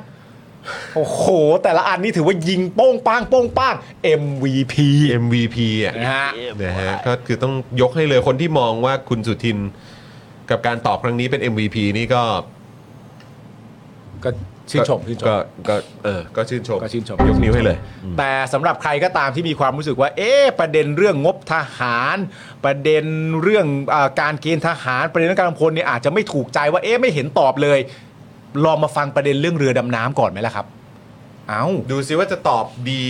โอ้โห แต่ละอันนี่ถือว่ายิงโป้งป้างโป้งป้าง MVP MVP อ่ะ นะฮะ นะฮะก็คือต้องยกให้เลยคนที่มองว่าคุณสุทินกับการตอบครั้งนี้เป็น MVP นี่ก็ ก็ชื่นชมชื่นชม ก็ก็เออก็ชื่นชม ก็ชื่นชม ยกนิ้วให้เลย แต่สำหรับใครก็ตามที่มีความรู้สึกว่า เอ๊ะประเด็นเรื่องงบทหาร ประเด็นเรื่องอาการเกณฑ์ทหาร ประเด็นเรื่องการพลเนี่ยอาจจะไม่ถูกใจว่าเอ๊ะไม่เห็นตอบเลย ลองมาฟังประเด็นเรื่องเรือดำน้ำก่อนไหมล่ะครับ เอ้า ดูซิว่าจะตอบดี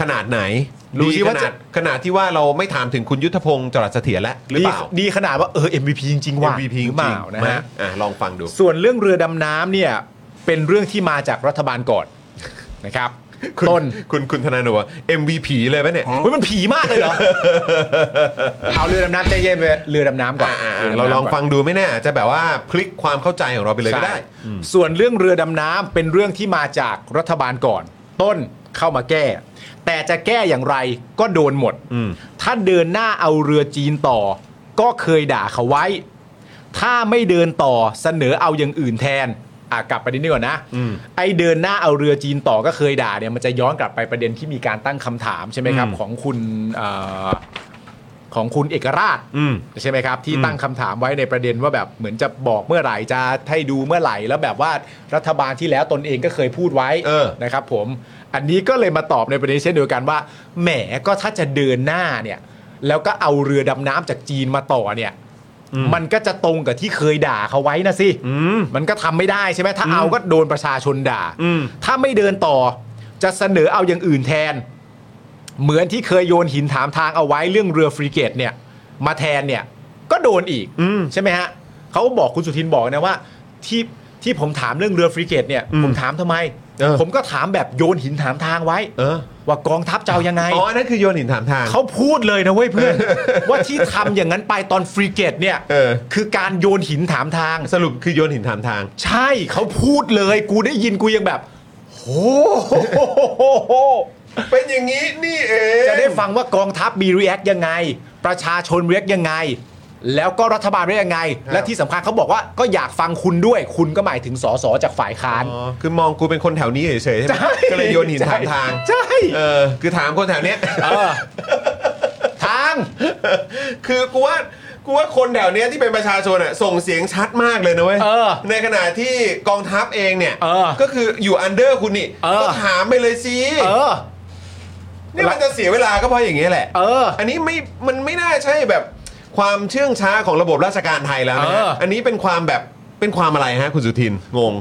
ขนาดไหน ดู ดู ซิ ซิว่า ว่า จะ จะ ขนาดที่ว่าเราไม่ถามถึงคุณยุทธพงศ์จรัสเสถียรแล้วหรือเปล่า ดีดีขนาดว่าเออ MVP จริง ๆ ว่า MVP จ ห ริ รื ง อเปล่า ๆ นะฮะ อ่ลองฟังดู ส่วนเรื่องเรือดำน้ำเนี่ยเป็นเรื่องที่มาจากรัฐบาลก่อน <laughs> นะครับ คุณ ต้น คุณคุณธนาโนบอกว่า MVP เลยไหมเนี่ย เฮ้ยมันผีมากเลยเหรอ เอาเรือดำน้ำใจเย็นเลยเรือดำน้ำก่อน อ่า รือ ๆ ดำน้ำก่น เราลองฟังดูไหมเนี่ยอาจจะแบบว่าพลิกความเข้าใจของเราไปเลยก็ได้ ใช่ส่วนเรื่องเรือดำน้ำเป็นเรื่องที่มาจากรัฐบาลก่อน ต้นเข้ามาแก้ แต่จะแก้อย่างไรก็โดนหมด อืม ถ้าเดินหน้าเอาเรือจีนต่อ ก็เคยด่าเขาไว้ ถ้าไม่เดินต่อเสนอเอาอย่างอื่นแทนอ่ะกลับไปนิดนึงก่อนนะไอเดินหน้าเอาเรือจีนต่อก็เคยด่าเนี่ยมันจะย้อนกลับไปประเด็นที่มีการตั้งคำถามใช่ไหมครับ ของคุณเอ่อของคุณเอกราช อืม ใช่ไหมครับ ที่ตั้งคำถามไว้ในประเด็นว่าแบบเหมือนจะบอกเมื่อไหร่จะให้ดูเมื่อไหร่ แล้วแบบว่ารัฐบาลที่แล้วตนเองก็เคยพูดไว้ เออ นะครับผมอันนี้ก็เลยมาตอบในประเด็นเช่นเดียวกันว่าแหมก็ถ้าจะเดินหน้าเนี่ยแล้วก็เอาเรือดำน้ำจากจีนมาต่อเนี่ยมันก็จะตรงกับที่เคยด่าเขาไว้นะสิมันก็ทำไม่ได้ใช่ไหมถ้าเอาก็โดนประชาชนด่าถ้าไม่เดินต่อจะเสนอเอาอย่างอื่นแทน เหมือนที่เคยโยนหินถามทางเอาไว้เรื่องเรือฟริเกตเนี่ย มาแทนเนี่ยก็โดนอีกใช่ไหมฮะเขาบอกคุณสุทินบอกนะว่า ที่ที่ผมถามเรื่องเรือฟริเกตเนี่ยผมถามทำไม เออ ผมก็ถามแบบโยนหินถามทางไว้ เออ ว่ากองทัพจะเอายังไง อ๋ออันนั่นคือโยนหินถามทาง เขาพูดเลยนะเว้ยเพื่อน ว่าที่ทำอย่างนั้นไปตอนฟริเกตเนี่ย เออ คือการโยนหินถามทาง สรุปคือโยนหินถามทาง ใช่เขาพูดเลย กูได้ยินกูยังแบบโอ้โห เป็นอย่างนี้นี่เอง จะได้ฟังว่ากองทัพมีรีแอคยังไง ประชาชนรีแอคยังไง แล้วก็รัฐบาลรีแอคยังไง และที่สำคัญเขาบอกว่าก็อยากฟังคุณด้วย คุณก็หมายถึงสสจากฝ่ายค้าน อ๋อคือมองกูเป็นคนแถวนี้เฉยๆใช่ไหม ใช่ ก็เลยโยนหินถามทาง ใช่ เออคือถามคนแถวเนี้ย เออ ทาง คือกูว่ากูว่าคนแถวเนี้ยที่เป็นประชาชนอ่ะส่งเสียงชัดมากเลยนะเว้ย เออ ในขณะที่กองทัพเองเนี่ย เออ ก็คืออยู่อันเดอร์คุณนี่ เออ ก็ถามไปเลยสิ เออ เนี่ยมันจะเสียเวลาก็เพราะอย่างเงี้ยแหละ เออ อันนี้ไม่มันไม่น่าใช่แบบความเชื่องช้าของระบบราชการไทยแล้วนะฮะ เอออั อันนี้เป็นความแบบเป็นความอะไรฮะคุณสุทินงง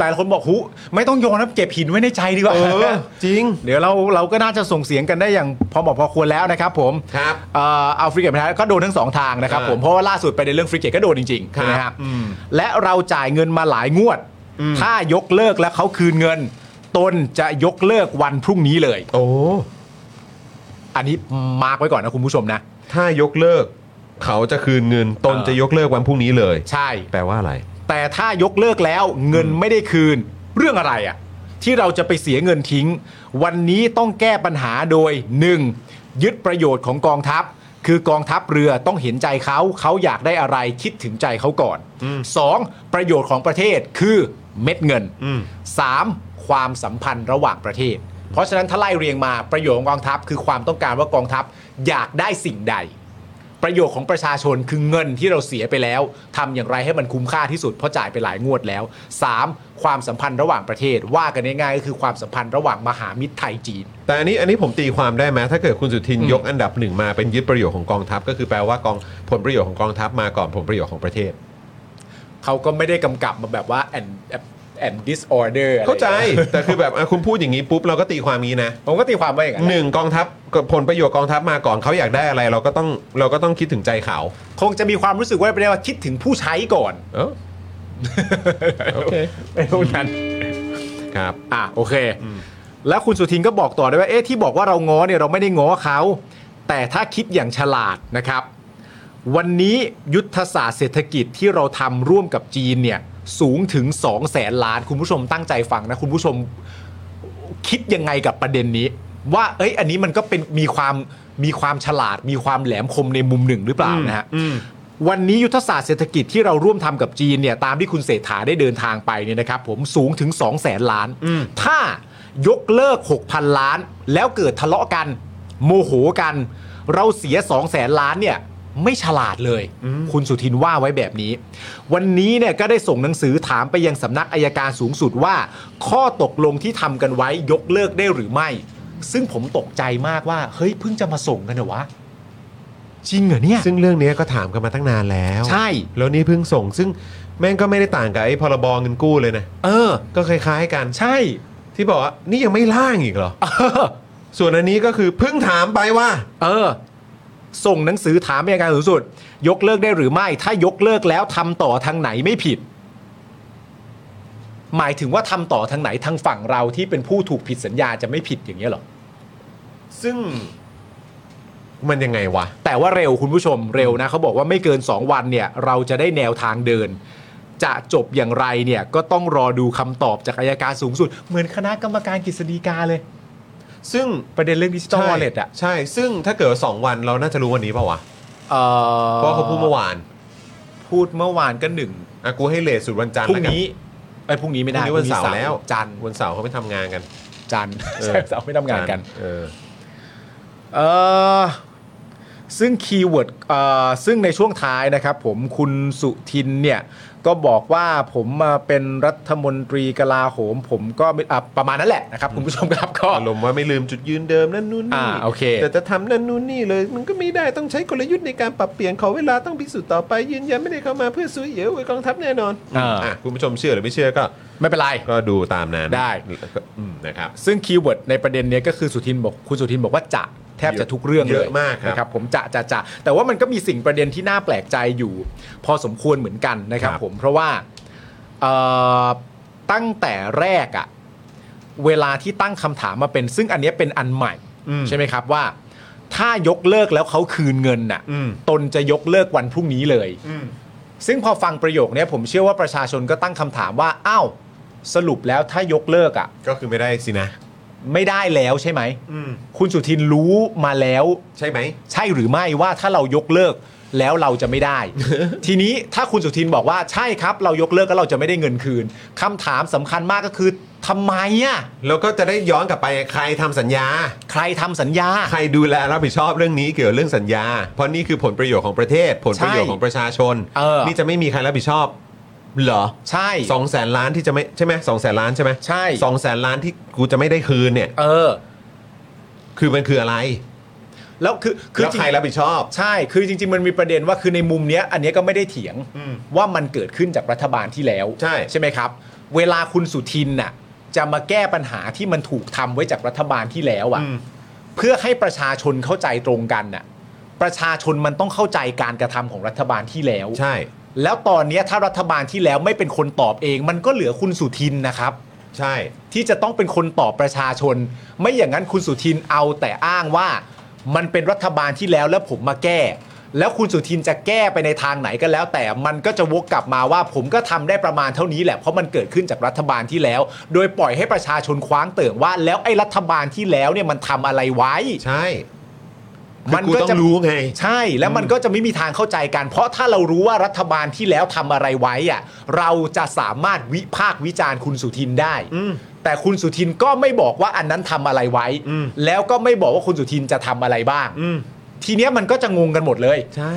หลายคนบอกหูไม่ต้องโยนนะเก็บหินไว้ในใจดีกว่า เออ จริง เดี๋ยวเราเราก็น่าจะส่งเสียงกันได้อย่างพอเหมาะพอควรแล้วนะครับผม ครับ เอ่อเอาฟริเกตไปแล้วก็โดนทั้งสองทางนะครับ เออ ผมเพราะว่าล่าสุดไปในเรื่องฟริเกตก็โดนจริง ครั ๆ บ นะฮะ อืม และเราจ่ายเงินมาหลายงวด ถ้ายกเลิกและเขาคืนเงิน ตนจะยกเลิกวันพรุ่งนี้เลย โอ้ อันนี้มาร์กไว้ก่อนนะคุณผู้ชมนะ ถ้ายกเลิก เขาจะคืนเงินตน เออ จะยกเลิกวันพรุ่งนี้เลย ใช่ แปลว่าอะไร แต่ถ้ายกเลิกแล้วเงินไม่ได้คืนเรื่องอะไรอะ่ะ ที่เราจะไปเสียเงินทิ้ง วันนี้ต้องแก้ปัญหาโดย 1. ยึดประโยชน์ของกองทัพ คือกองทัพเรือต้องเห็นใจเขาเขาอยากได้อะไรคิดถึงใจเขาก่อน 2. ประโยชน์ของประเทศคือเม็ดเงิน 3. ความสัมพันธ์ระหว่างประเทศ เพราะฉะนั้นถ้าไล่เรียงมาประโยชน์ของกองทัพ คือความต้องการว่ากองทัพอยากได้สิ่งใด ประโยชน์ของประชาชนคือเงินที่เราเสียไปแล้วทำอย่างไรให้มันคุ้มค่าที่สุดเพราะจ่ายไปหลายงวดแล้ว 3. ความสัมพันธ์ระหว่างประเทศ ว่ากันง่ายๆก็คือความสัมพันธ์ระหว่างมหามิตรไทยจีน แต่อันนี้อันนี้ผมตีความได้ไหมถ้าเกิดคุณสุทินยกอันดับหนึ่งมาเป็นยึดประโยชน์ของกองทัพ ก็คือแปลว่ากองผลประโยชน์ของกองทัพมาก่อนผลประโยชน์ของประเทศ เขาก็ไม่ได้กำกับมาแบบว่า and and disorder อะไร เข้าใจแต่คือแบบอ่ะคุณพูดอย่างนี้ปุ๊บเราก็ตีความนี้นะ ผมก็ตีความว่าอย่างนั้น หนึ่งกองทัพกับผลประโยชน์กองทัพมาก่อนเขาอยากได้อะไร เราก็ต้องเราก็ต้องคิดถึงใจเขา คงจะมีความรู้สึกว่าเป็นว่าคิดถึงผู้ใช้ก่อน เออโอเค ในพวกนั้น ครับ อ่ะโอเค แล้วคุณสุทินก็บอกต่อด้วยว่าเอ๊ะที่บอกว่าเราง้อเนี่ยเราไม่ได้ง้อเขา แต่ถ้าคิดอย่างฉลาดนะครับ วันนี้ยุทธศาสตร์เศรษฐกิจที่เราทำร่วมกับจีนเนี่ยสูงถึง 2 0 0แสนล้านคุณผู้ชมตั้งใจฟังนะคุณผู้ชม คิดยังไงกับประเด็นนี้ ว่าเอ้ยอันนี้มันก็เป็นมีความมีความฉลาด มีความแหลมคมในมุมหนึ่งหรือเปล่านะฮะวันนี้ยุทธศาสตร์เศรษฐกิจที่เราร่วมทำกับจีนเนี่ยตามที่คุณเศรษฐาได้เดินทางไปเนี่ยนะครับผมสูงถึง 2 0 0แสนล้าน ถ้ายกเลิก 6,000 ล้าน แล้วเกิดทะเลาะกัน โมโหกัน เราเสีย 2 0 0แสนล้านเนี่ยไม่ฉลาดเลย คุณสุทินว่าไว้แบบนี้ วันนี้เนี่ยก็ได้ส่งหนังสือถามไปยังสำนักอายการสูงสุดว่า ข้อตกลงที่ทำกันไว้ยกเลิกได้หรือไม่ ซึ่งผมตกใจมากว่า เฮ้ยเพิ่งจะมาส่งกันเหรอวะ จริงเหรอเนี่ย ซึ่งเรื่องนี้ก็ถามกันมาตั้งนานแล้ว ใช่ แล้วนี่เพิ่งส่ง ซึ่งแม่งก็ไม่ได้ต่างกับไอ้พรบเงินกู้เลยนะ เออ ก็คล้ายๆกัน ใช่ ที่บอกว่านี่ยังไม่ล่างอี <laughs> กเหรอ เออ ส่วนอันนี้ก็คือเพิ่งถามไปว่า เออ ส่งหนังสือถามไปยังการสูงสุด ยกเลิกได้หรือไม่ ถ้ายกเลิกแล้วทำต่อทางไหนไม่ผิด หมายถึงว่าทำต่อทางไหนทางฝั่งเราที่เป็นผู้ถูกผิดสัญญาจะไม่ผิดอย่างเงี้ยเหรอ ซึ่งมันยังไงวะ แต่ว่าเร็วคุณผู้ชมเร็วนะเขาบอกว่าไม่เกิน 2 วันเนี่ยเราจะได้แนวทางเดิน จะจบอย่างไรเนี่ยก็ต้องรอดูคำตอบจากอายการสูงสุด เหมือนคณะกรรมการกฤษฎีกาเลย ซึ่ง ประเด็นเรื่องดิจิ t a ลวอลเล็ตอ่ะ ใช่ ซึ่งถ้าเกิดว่าสองวันเราน่าจะรู้วันนี้เปล่าวะ เอ่อ เพราะเขาพูดเมื่อวาน พูดเมื่อวานก็หนึ่ง อ่ะกูให้เลทสุดวันจันทร์ พรุ่ แล้วงกั นี้ไอ้ยพรุ่งนี้ พรุ่งไม่ได้ นี้วันเสาร์แล้ว จันทร์ วันเสาร์เขาไม่ทำงานกัน จันทร์ ออ ใช่เสาร์ไม่ทำงานกัน เออ เออซึ่งคีย์เวิร์ดเอ่อซึ่งในช่วงท้ายนะครับผมคุณสุทินเนี่ย ก็บอกว่าผมมาเป็นรัฐมนตรีกลาโหม ผมก็ไม่อ่ะประมาณนั้นแหละนะครับ คุณผู้ชมครับก็ อารมณ์ว่าไม่ลืมจุดยืนเดิมนั่นนู่นนี่ อ่าโอเค แต่จะทำนั่นนู่นนี่เลย มันก็ไม่ได้ต้องใช้กลยุทธ์ในการปรับเปลี่ยนขอเวลาต้องพิสูจน์ต่อไปยืนยันไม่ได้เข้ามาเพื่อซุยเหยอไว้กองทัพแน่นอน อ่า อ่ะคุณผู้ชมเชื่อหรือไม่เชื่อก็ ไม่เป็นไร ก็ดูตามนั้น ได้ อืมนะครับ ซึ่งคีย์เวิร์ดในประเด็นเนี้ยก็คือสุทินบอกคุณสุทินบอกว่าจะแทบจะทุกเรื่องเลย เยอะมากครับ นะครับ ผมจะจะจะแต่ว่ามันก็มีสิ่งประเด็นที่น่าแปลกใจอยู่ พอสมควรเหมือนกันนะครับ ครับ ผมเพราะว่าเอ่อตั้งแต่แรกอะเวลาที่ตั้งคำถามมาเป็น ซึ่งอันเนี้ยเป็นอันใหม่ ใช่ไหมครับว่า ถ้ายกเลิกแล้วเขาคืนเงินน่ะตนจะยกเลิกวันพรุ่งนี้เลย ซึ่งพอฟังประโยคเนี้ยผมเชื่อว่าประชาชนก็ตั้งคำถามว่าอ้าวสรุปแล้วถ้ายกเลิกอ่ะ ก็คือไม่ได้สินะ ไม่ได้แล้วใช่ไหม คุณสุทินรู้มาแล้ว ใช่ไหม ใช่หรือไม่ว่าถ้าเรายกเลิกแล้วเราจะไม่ <laughs> ได้ ทีนี้ถ้าคุณสุทินบอกว่าใช่ครับ เรายกเลิกแล้วเราจะไม่ได้เงินคืนคำถามสำคัญมากก็คือทำไมอ่ะ แล้วก็จะได้ย้อนกลับไปใครทำสัญญา ใครทำสัญญา ใครดูแลรับผิดชอบเรื่องนี้เกี่ยวกับเรื่องสัญญา เพราะนี่คือผลประโยชน์ของประเทศ ผลประโยชน์ ใช่ ของประชาชน เออ นี่จะไม่มีใครรับผิดชอบเหรอ ใช่ สองแสนล้านที่จะไม่ใช่ไหมสองแสนล้านใช่ไหม ใช่ สองแสนล้านที่กูจะไม่ได้คืนเนี่ย เออ คือมันคืออะไร แล้วคือคื แล้ว จง ใครรับผิดชอบ ใช่ คือจริง ๆ มันมีประเด็นว่าคือในมุมเนี้ยอันเนี้ยก็ไม่ได้เถียงว่ามันเกิดขึ้นจากรัฐบาลที่แล้ว ใช่ ใช่ไหมครับ เวลาคุณสุทินน่ะจะมาแก้ปัญหาที่มันถูกทำไว้จากรัฐบาลที่แล้วอะ่ะเพื่อให้ประชาชนเข้าใจตรงกันน่ะประชาชนมันต้องเข้าใจการกระทำของรัฐบาลที่แล้ว ใช่ แล้วตอนเนี้ยถ้ารัฐบาลที่แล้วไม่เป็นคนตอบเอง มันก็เหลือคุณสุทินนะครับ ใช่ ที่จะต้องเป็นคนตอบประชาชน ไม่อย่างนั้นคุณสุทินเอาแต่อ้างว่า มันเป็นรัฐบาลที่แล้วแล้วผมมาแก้ แล้วคุณสุทินจะแก้ไปในทางไหนก็แล้ว แต่มันก็จะวกกลับมาว่า ผมก็ทำได้ประมาณเท่านี้แหละเพราะมันเกิดขึ้นจากรัฐบาลที่แล้ว โดยปล่อยให้ประชาชนคว้างเติ่งว่า แล้วไอ้รัฐบาลที่แล้วเนี่ยมันทำอะไรไว้ ใช่คือ มัน กู ก็ ต้อ จะ งรู้ไง ใช่แล้วมันก็จะไม่มีทางเข้าใจกัน เพราะถ้าเรารู้ว่ารัฐบาลที่แล้วทำอะไรไว้อะเราจะสามารถวิพากษ์วิจารณ์คุณสุทินได้ แต่คุณสุทินก็ไม่บอกว่าอันนั้นทำอะไรไว้ แล้วก็ไม่บอกว่าคุณสุทินจะทำอะไรบ้าง อืม ทีเนี้ยมันก็จะงงกันหมดเลย ใช่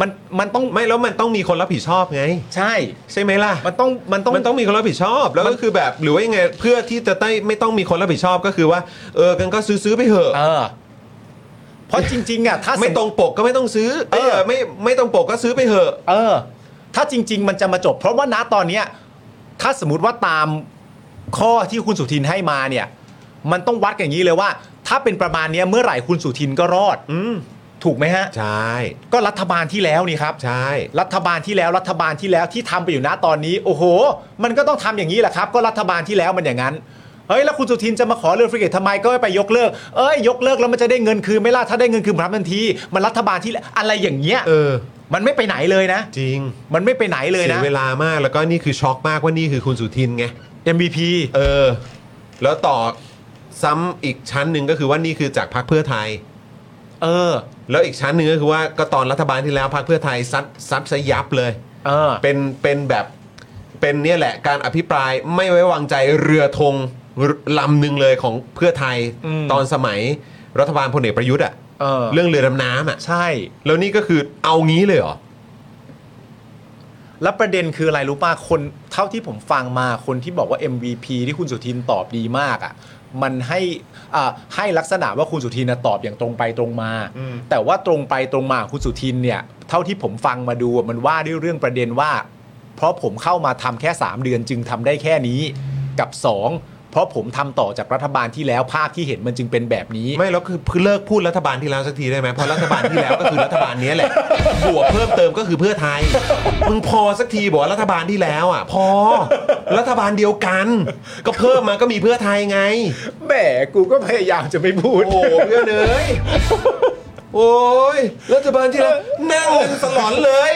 มันมันต้อง ไม่แล้วมันต้องมีคนรับผิดชอบไง ใช่ ใช่ไหมล่ะ มันต้องมันต้อง มันต้องมีคนรับผิดชอบ แล้วก็คือแบบหรือว่ายังไงเพื่อที่จะได้ไม่ต้องมีคนรับผิดชอบก็คือว่าเออกันก็ซื้อๆไปเถอะ เออเพราะจริงๆอ่ะถ้าสม ไม่ตรงปกก็ไม่ต้องซื้อ เออ เออไม่ไม่ตรงปกก็ซื้อไปเถอะ เออ ถ้าจริง ๆ มันจะมาจบ เพราะว่าณตอนเนี้ยถ้าสมมติว่าตามข้อที่คุณสุทินให้มาเนี่ย มันต้องวัดกันอย่างนี้เลยว่า ถ้าเป็นประมาณเนี้ยเมื่อไหร่คุณสุทินก็รอดถูกไหมฮะ ใช่ ก็รัฐบาลที่แล้วนี่ครับ ใช่ รัฐบาลที่แล้วรัฐบาลที่แล้วที่ทำไปอยู่นะตอนนี้ โอ้โห มันก็ต้องทำอย่างนี้แหละครับ ก็รัฐบาลที่แล้วมันอย่างนั้นเฮ้ยแล้วคุณสุทินจะมาขอเรื่องฟริเกตทำไมก็ไม่ไปยกเลิกเอ้ยยกเลิกแล้วมันจะได้เงินคืนไหม่ล่ะถ้าได้เงินคืนผมรับทันที มันรัฐบาลที่แล้วอะไรอย่างเงี้ย เออ มันไม่ไปไหนเลยนะ จริง มันไม่ไปไหนเลย เสีย นะ เวลามากแล้วก็นี่คือช็อกมากว่านี่คือคุณสุทินไง MVP เออ แล้วต่อซ้ำอีกชั้นหนึ่งก็คือว่านี่คือจากพรรคเพื่อไทย เออ แล้วอีกชั้นหนึ่งก็คือว่าก็ตอนรัฐบาลที่แล้วพรรคเพื่อไทยซัดซัดซะยับเลย เออ เป็นเป็นแบบเป็นเนี่ยแหละการอภิปรายไม่ไว้วางใจเรือธงลำหนึ่งเลยของเพื่อไทย อืม ตอนสมัยรัฐบาลพลเอกประยุทธ์อะ เออ เรื่องเรือดำน้ำอะ ใช่ แล้วนี่ก็คือเอางี้เลยเหรอ แล้วประเด็นคืออะไรรู้ป่ะคนเท่าที่ผมฟังมาคนที่บอกว่า MVP ที่คุณสุทินตอบดีมากอะ่ะมันให้อ่าให้ลักษณะว่าคุณสุทินน่ะตอบอย่างตรงไปตรงมา แต่ว่าตรงไปตรงมาของคุณสุทินเนี่ย เท่าที่ผมฟังมาดูอะมันว่าด้วยเรื่องประเด็นว่า เพราะผมเข้ามาทำแค่ 3 เดือนจึงทำได้แค่นี้กับ 2 เพราะผมทำต่อจากรัฐบาลที่แล้วภาพที่เห็นมันจึงเป็นแบบนี้ ไม่แล้วคือเลิกพูดรัฐบาลที่แล้วสักทีได้ไหมเพราะรัฐบาลที่แล้วก็คือรัฐบาลเนี้ยแหละบวกเพิ่มเติมก็คือเพื่อไทยมึงพอสักทีบอกว่ารัฐบาลที่แล้วอ่ะ พอ รัฐบาลเดียวกัน ก็เพิ่มมาก็มีเพื่อไทยไง แหมกูก็พยายามจะไม่พูด โอ้โหเพื่อนเอ้ยโอ้ยรัฐบาลที่แล้วนั่งกันสลอนเลย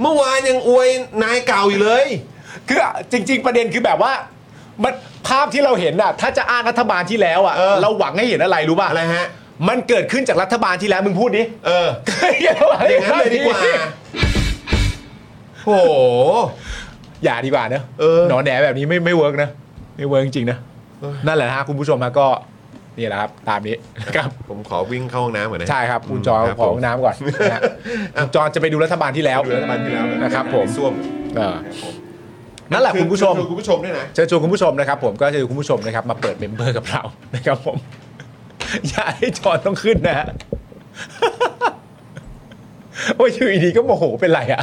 เมื่อวานยังอวยนายเก่าอยู่เลย คือจริง ๆ ประเด็นคือแบบว่ามันภาพที่เราเห็นน่ะ ถ้าจะอ้างรัฐบาลที่แล้วอ่ะ เออ เราหวังให้เห็นอะไรรู้ป่ะ อะไรฮะ มันเกิดขึ้นจากรัฐบาลที่แล้วมึงพูดดิ เออ อ อย่ า ย่าง นั้นเลยดีกว่า โห อย่าดีกว่าเนอะ เออ หนอนแหนแบบนี้ไม่ไม่เวิร์กนะไม่เวิร์กจริงๆนะนั่นแหละฮะคุณผู้ชมฮะก็นี่แหละครับตามนี้ครับ ผมขอวิ่งเข้าห้องน้ำก่อนนะ ใช่ครับคุณจอ ครับ ขอห้องน้ำก่อนนะฮะคุณจอจะไปดูรัฐบาลที่แล้ว ดูรัฐบาลที่แล้ว นะครับผม ส้วม เออนั่นแหละคุณผู้ชม คุณผู้ชมด้วยนะ เชิญชวนคุณผู้ชมนะครับผมก็เชิญชวนคุณผู้ชมนะครับมาเปิดเมมเบอร์กับเรานะครับผม <laughs> อย่าให้จอต้องขึ้นนะฮ <laughs> ะ ว่าอยู่ดีๆก็โมโหเป็นไรอะ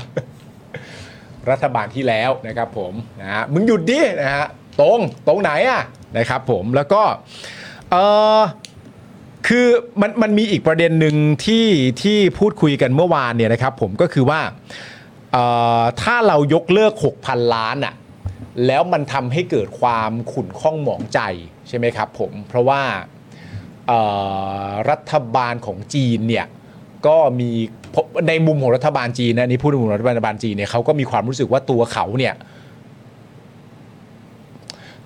<laughs> รัฐบาลที่แล้วนะครับผมนะฮะมึงหยุดดินะฮะตรงตรงไหนอะนะครับผมแล้วก็เออ คือมันมันมีอีกประเด็นหนึ่งที่ที่พูดคุยกันเมื่อวานเนี่ยนะครับผมก็คือว่าเอ่อถ้าเรายกเลิก 6,000 ล้านอะแล้วมันทำให้เกิดความขุ่นข้องหมองใจใช่ไหมครับผมเพราะว่าเอ่อรัฐบาลของจีนเนี่ยก็มีในมุมของรัฐบาลจีนนะอันนี่พูดในมุมของรัฐบาลจีนเนี่ยเขาก็มีความรู้สึกว่าตัวเขาเนี่ย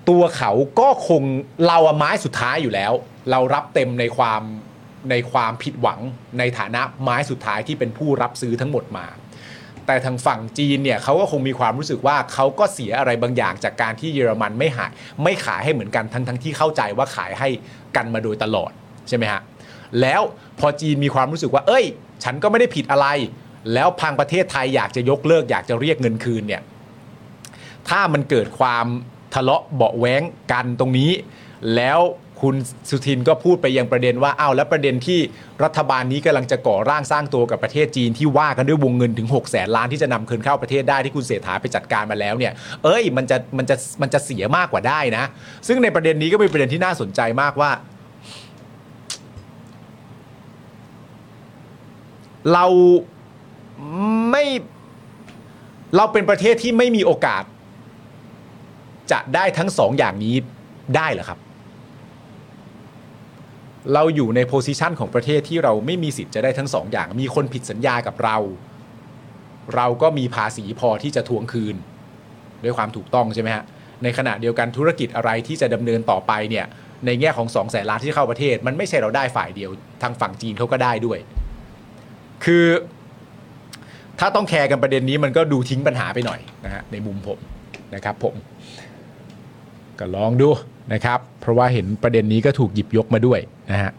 ตัวเขาก็คงเราอะไม้สุดท้ายอยู่แล้ว เรารับเต็มในความในความผิดหวังในฐานะไม้สุดท้ายที่เป็นผู้รับซื้อทั้งหมดมา แต่ทางฝั่งจีนเนี่ยเขาก็คงมีความรู้สึกว่าเขาก็เสียอะไรบางอย่างจากการที่เยอรมันไม่หายไม่ขายให้เหมือนกันทั้งทั้งที่เข้าใจว่าขายให้กันมาโดยตลอดใช่ไหมฮะแล้วพอจีนมีความรู้สึกว่า เอ้ย ฉันก็ไม่ได้ผิดอะไร แล้วพังประเทศไทยอยากจะยกเลิกอยากจะเรียกเงินคืนเนี่ย ถ้ามันเกิดความทะเลาะเบาะแว้งกันตรงนี้ แล้วคุณสุทินก็พูดไปยังประเด็นว่าอ้าวแล้วประเด็นที่รัฐบาลนี้กำลังจะก่อร่างสร้างตัวกับประเทศจีนที่ว่ากันด้วยวงเงินถึง6กแสนล้านที่จะนำคืนเข้าประเทศได้ที่คุณเสถาไปจัดการมาแล้วเนี่ย เอ้ยมันจะมันจะมันจะเสียมากกว่าได้นะ ซึ่งในประเด็นนี้ก็เป็นประเด็นที่น่าสนใจมากว่า เราไม่ เราเป็นประเทศที่ไม่มีโอกาส จะได้ทั้งสองอย่างนี้ได้เหรอครับ เราอยู่ในโพสิชันของประเทศที่เราไม่มีสิทธิ์จะได้ทั้งสองอย่าง มีคนผิดสัญญากับเรา เราก็มีภาษีพอที่จะทวงคืน ด้วยความถูกต้องใช่ไหมฮะ ในขณะเดียวกันธุรกิจอะไรที่จะดำเนินต่อไปเนี่ย ในแง่ของ2องแสนล้านที่เข้าประเทศ มันไม่ใช่เราได้ฝ่ายเดียว ทางฝั่งจีนเขาก็ได้ด้วย คือ ถ้าต้องแคร์กันประเด็นนี้มันก็ดูทิ้งปัญหาไปหน่อยนะฮะในมุมผมนะครับผม ก็ลองดูนะครับ เพราะว่าเห็นประเด็นนี้ก็ถูกหยิบยกมาด้วยนะฮะ